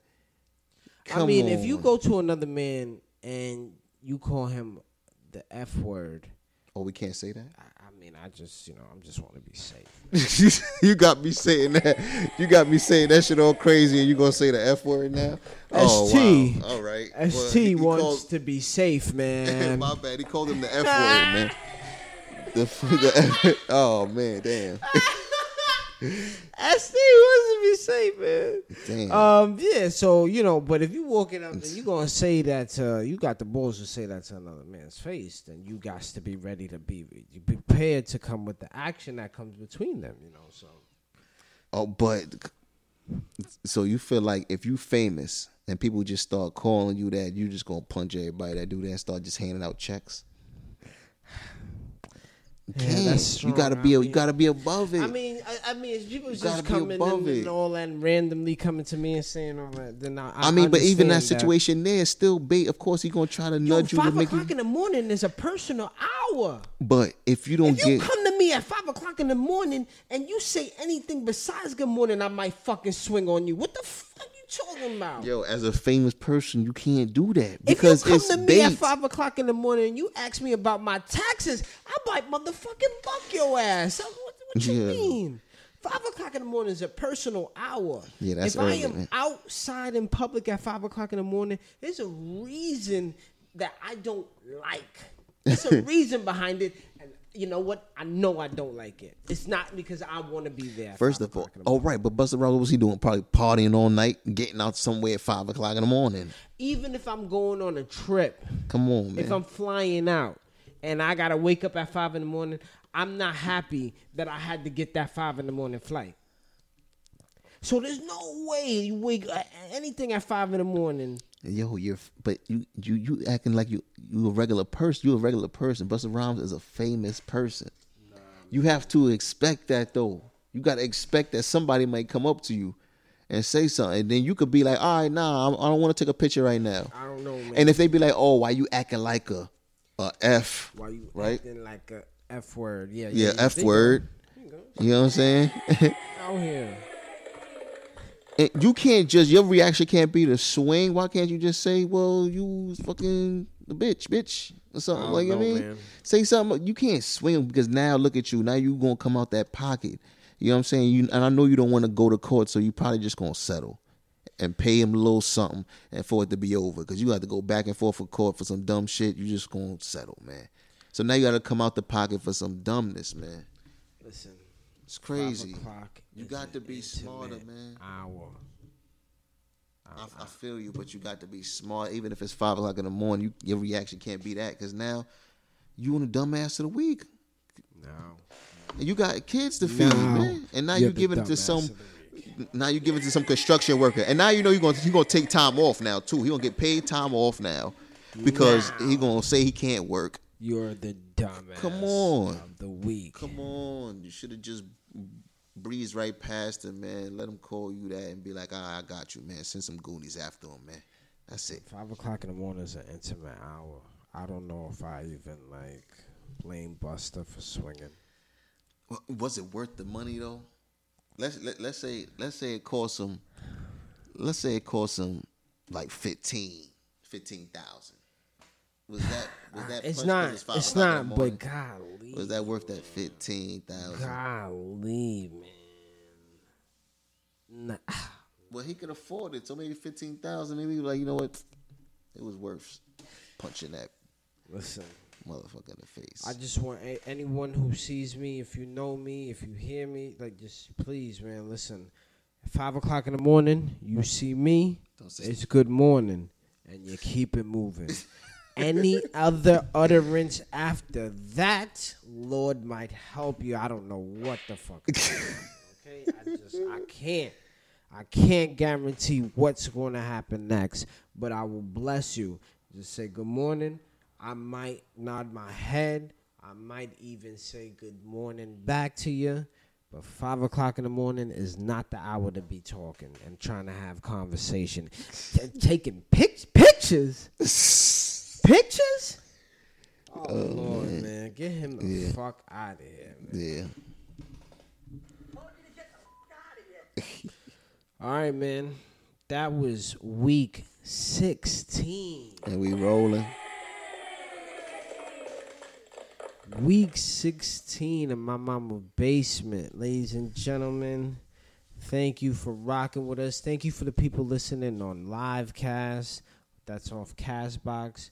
Speaker 2: come
Speaker 3: I mean,
Speaker 2: on.
Speaker 3: if you go to another man and you call him the F word,
Speaker 2: oh, we can't say that. [LAUGHS]
Speaker 3: I, I mean, I just, you know, I'm just want to be safe.
Speaker 2: you got me saying that. You got me saying that shit all crazy, and you gonna say the f word now? Oh,
Speaker 3: ST.
Speaker 2: wow. All right. Well, he- he
Speaker 3: ST wants
Speaker 2: called- [LAUGHS]
Speaker 3: to be safe, man. [LAUGHS]
Speaker 2: My bad. He called him the F word, man. The, f- the F- [LAUGHS] oh man, damn,
Speaker 3: ST wants to be safe, man.
Speaker 2: damn.
Speaker 3: Um, yeah, so you know, but if you walking up and you gonna say that to you got the balls to say that to another man's face, then you got to be ready to be you prepared to come with the action that comes between them, you know. So
Speaker 2: oh, but so you feel like if you famous and people just start calling you that, you just gonna punch everybody that do that and start just handing out checks. Can't.
Speaker 3: that's
Speaker 2: you gotta
Speaker 3: strong.
Speaker 2: be a,
Speaker 3: I
Speaker 2: you
Speaker 3: mean-
Speaker 2: gotta be above it.
Speaker 3: I mean, I, I mean, if people was
Speaker 2: gotta
Speaker 3: just
Speaker 2: be
Speaker 3: coming
Speaker 2: above
Speaker 3: and,
Speaker 2: it.
Speaker 3: and all that and randomly coming to me and saying all that, then I, I,
Speaker 2: I mean, but even that
Speaker 3: understand
Speaker 2: situation there is still bait. Of course, he gonna try to
Speaker 3: Yo,
Speaker 2: nudge you to
Speaker 3: five
Speaker 2: make
Speaker 3: o'clock
Speaker 2: you.
Speaker 3: in the morning is a personal hour.
Speaker 2: But if you don't
Speaker 3: If you
Speaker 2: get,
Speaker 3: come to me at five o'clock in the morning and you say anything besides good morning, I might fucking swing on you. What the fuck you talking about?
Speaker 2: yo, as a famous person, you can't do that
Speaker 3: if
Speaker 2: because
Speaker 3: you come
Speaker 2: it's
Speaker 3: to me
Speaker 2: bait.
Speaker 3: at five o'clock in the morning and you ask me about my taxes, I might motherfucking buck your ass. What, what you
Speaker 2: Yeah.
Speaker 3: mean? Five o'clock in the morning is a personal hour.
Speaker 2: Yeah, that's
Speaker 3: if
Speaker 2: early,
Speaker 3: I am
Speaker 2: man.
Speaker 3: outside in public at five o'clock in the morning, there's a reason that I don't like. There's
Speaker 2: [LAUGHS]
Speaker 3: a reason behind it. And you know what? I know I don't like it. It's not because I want to be there. at
Speaker 2: First
Speaker 3: five
Speaker 2: of all, oh.
Speaker 3: o'clock in the
Speaker 2: all right, but Buster Rhymes, what was he doing? Probably partying all night, getting out somewhere at five o'clock in the morning.
Speaker 3: even if I'm going on a trip,
Speaker 2: Come on, man.
Speaker 3: if I'm flying out and I gotta wake up at five in the morning, I'm not happy that I had to get that five in the morning flight. So there's no way you wake uh, anything at five in the morning.
Speaker 2: Yo, you're but you you you acting like you you a regular person. You a regular person. Buster Rhymes is a famous person. you have to expect that though. You gotta expect that somebody might come up to you and say something. And then you could be like, all right, nah, I'm- I don't want to take a picture right now.
Speaker 3: I don't know, man.
Speaker 2: And if they be like, oh, why you acting like a a F?
Speaker 3: Why you
Speaker 2: right?
Speaker 3: acting like a f word? Yeah,
Speaker 2: Yeah, F
Speaker 3: there you go.
Speaker 2: word.
Speaker 3: There you go.
Speaker 2: You know what I'm saying?
Speaker 3: [LAUGHS] Out here.
Speaker 2: And you can't just your reaction can't be to swing. Why can't you just say, "Well, you was fucking a bitch, bitch," or something?
Speaker 3: I don't
Speaker 2: like you know what I
Speaker 3: know,
Speaker 2: mean,
Speaker 3: man.
Speaker 2: say something. You can't swing because now look at you. Now you gonna come out that pocket. You know what I'm saying? You and I know you don't want to go to court, so you probably just gonna settle and pay him a little something and for it to be over. Because you have to go back and forth for court for some dumb shit. You just gonna settle, man. So now you gotta come out the pocket for some dumbness, man.
Speaker 3: Listen,
Speaker 2: It's
Speaker 3: five
Speaker 2: crazy.
Speaker 3: o'clock
Speaker 2: You
Speaker 3: is
Speaker 2: got
Speaker 3: an
Speaker 2: to be
Speaker 3: intimate
Speaker 2: smarter, man.
Speaker 3: Hour.
Speaker 2: I, I feel you, but you got to be smart. Even if it's five o'clock in the morning, you, your reaction can't be that because now you on the dumbass of the week.
Speaker 3: No.
Speaker 2: And you got kids to feed, man. And now you giving it to some. Now you giving it to some construction worker, and now you know you're gonna you gonna take time off now too. He gonna get paid time off now because he gonna say he can't work.
Speaker 3: You're the dumbass.
Speaker 2: Come on.
Speaker 3: Of the week.
Speaker 2: Come on, you should have just breezed right past him, man. Let him call you that and be like, "All right, I got you, man. Send some goonies after him, man." That's it.
Speaker 3: Five o'clock in the morning is an intimate hour. I don't know if I even like blame Buster for swinging.
Speaker 2: Wa- Was it worth the money though? Let's let, let's say let's say it cost him. Let's say it cost him like fifteen, fifteen thousand. Was that was that?
Speaker 3: It's
Speaker 2: punch
Speaker 3: not.
Speaker 2: business five
Speaker 3: It's
Speaker 2: o'clock in the
Speaker 3: not.
Speaker 2: morning?
Speaker 3: But golly,
Speaker 2: was that worth that fifteen thousand?
Speaker 3: golly, man. Nah. [SIGHS]
Speaker 2: Well, he could afford it, so maybe fifteen thousand. Maybe he was like you know what, it was worth punching that
Speaker 3: Listen,
Speaker 2: motherfucker in the face.
Speaker 3: I just want a- anyone who sees me, if you know me, if you hear me, like just please, man, listen. Five o'clock in the morning, you see me.
Speaker 2: Don't say-
Speaker 3: It's good morning, and you keep
Speaker 2: [LAUGHS]
Speaker 3: it moving. Any other utterance after that, Lord might help you. I don't know what the fuck. is going on, okay, I just I can't. I can't guarantee what's going to happen next, but I will bless you. Just say good morning. I might nod my head. I might even say good morning back to you. But five o'clock in the morning is not the hour to be talking and trying to have conversation. T- taking pic- pictures, pictures. Oh, Lord, man. get him the fuck out of here, man.
Speaker 2: [LAUGHS] yeah,
Speaker 3: All right, man. That was week 16.
Speaker 2: and we rolling.
Speaker 3: Week 16 in my mama basement, ladies and gentlemen. Thank you for rocking with us. Thank you for the people listening on Livecast. That's off Castbox.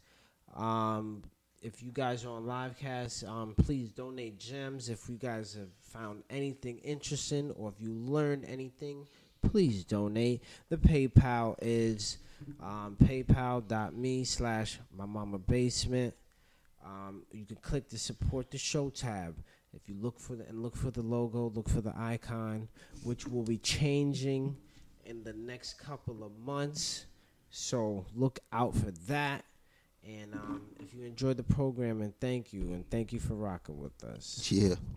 Speaker 3: Um, if you guys are on Livecast, um, please donate gems. If you guys have found anything interesting or if you learned anything, please donate. The PayPal is um, paypal.me slash my mama basement. Um, you can click the support the show tab. If you look for the and look for the logo, look for the icon, which will be changing in the next couple of months. So look out for that. And um, if you enjoyed the program, and thank you, and thank you for rocking with us.
Speaker 2: Yeah.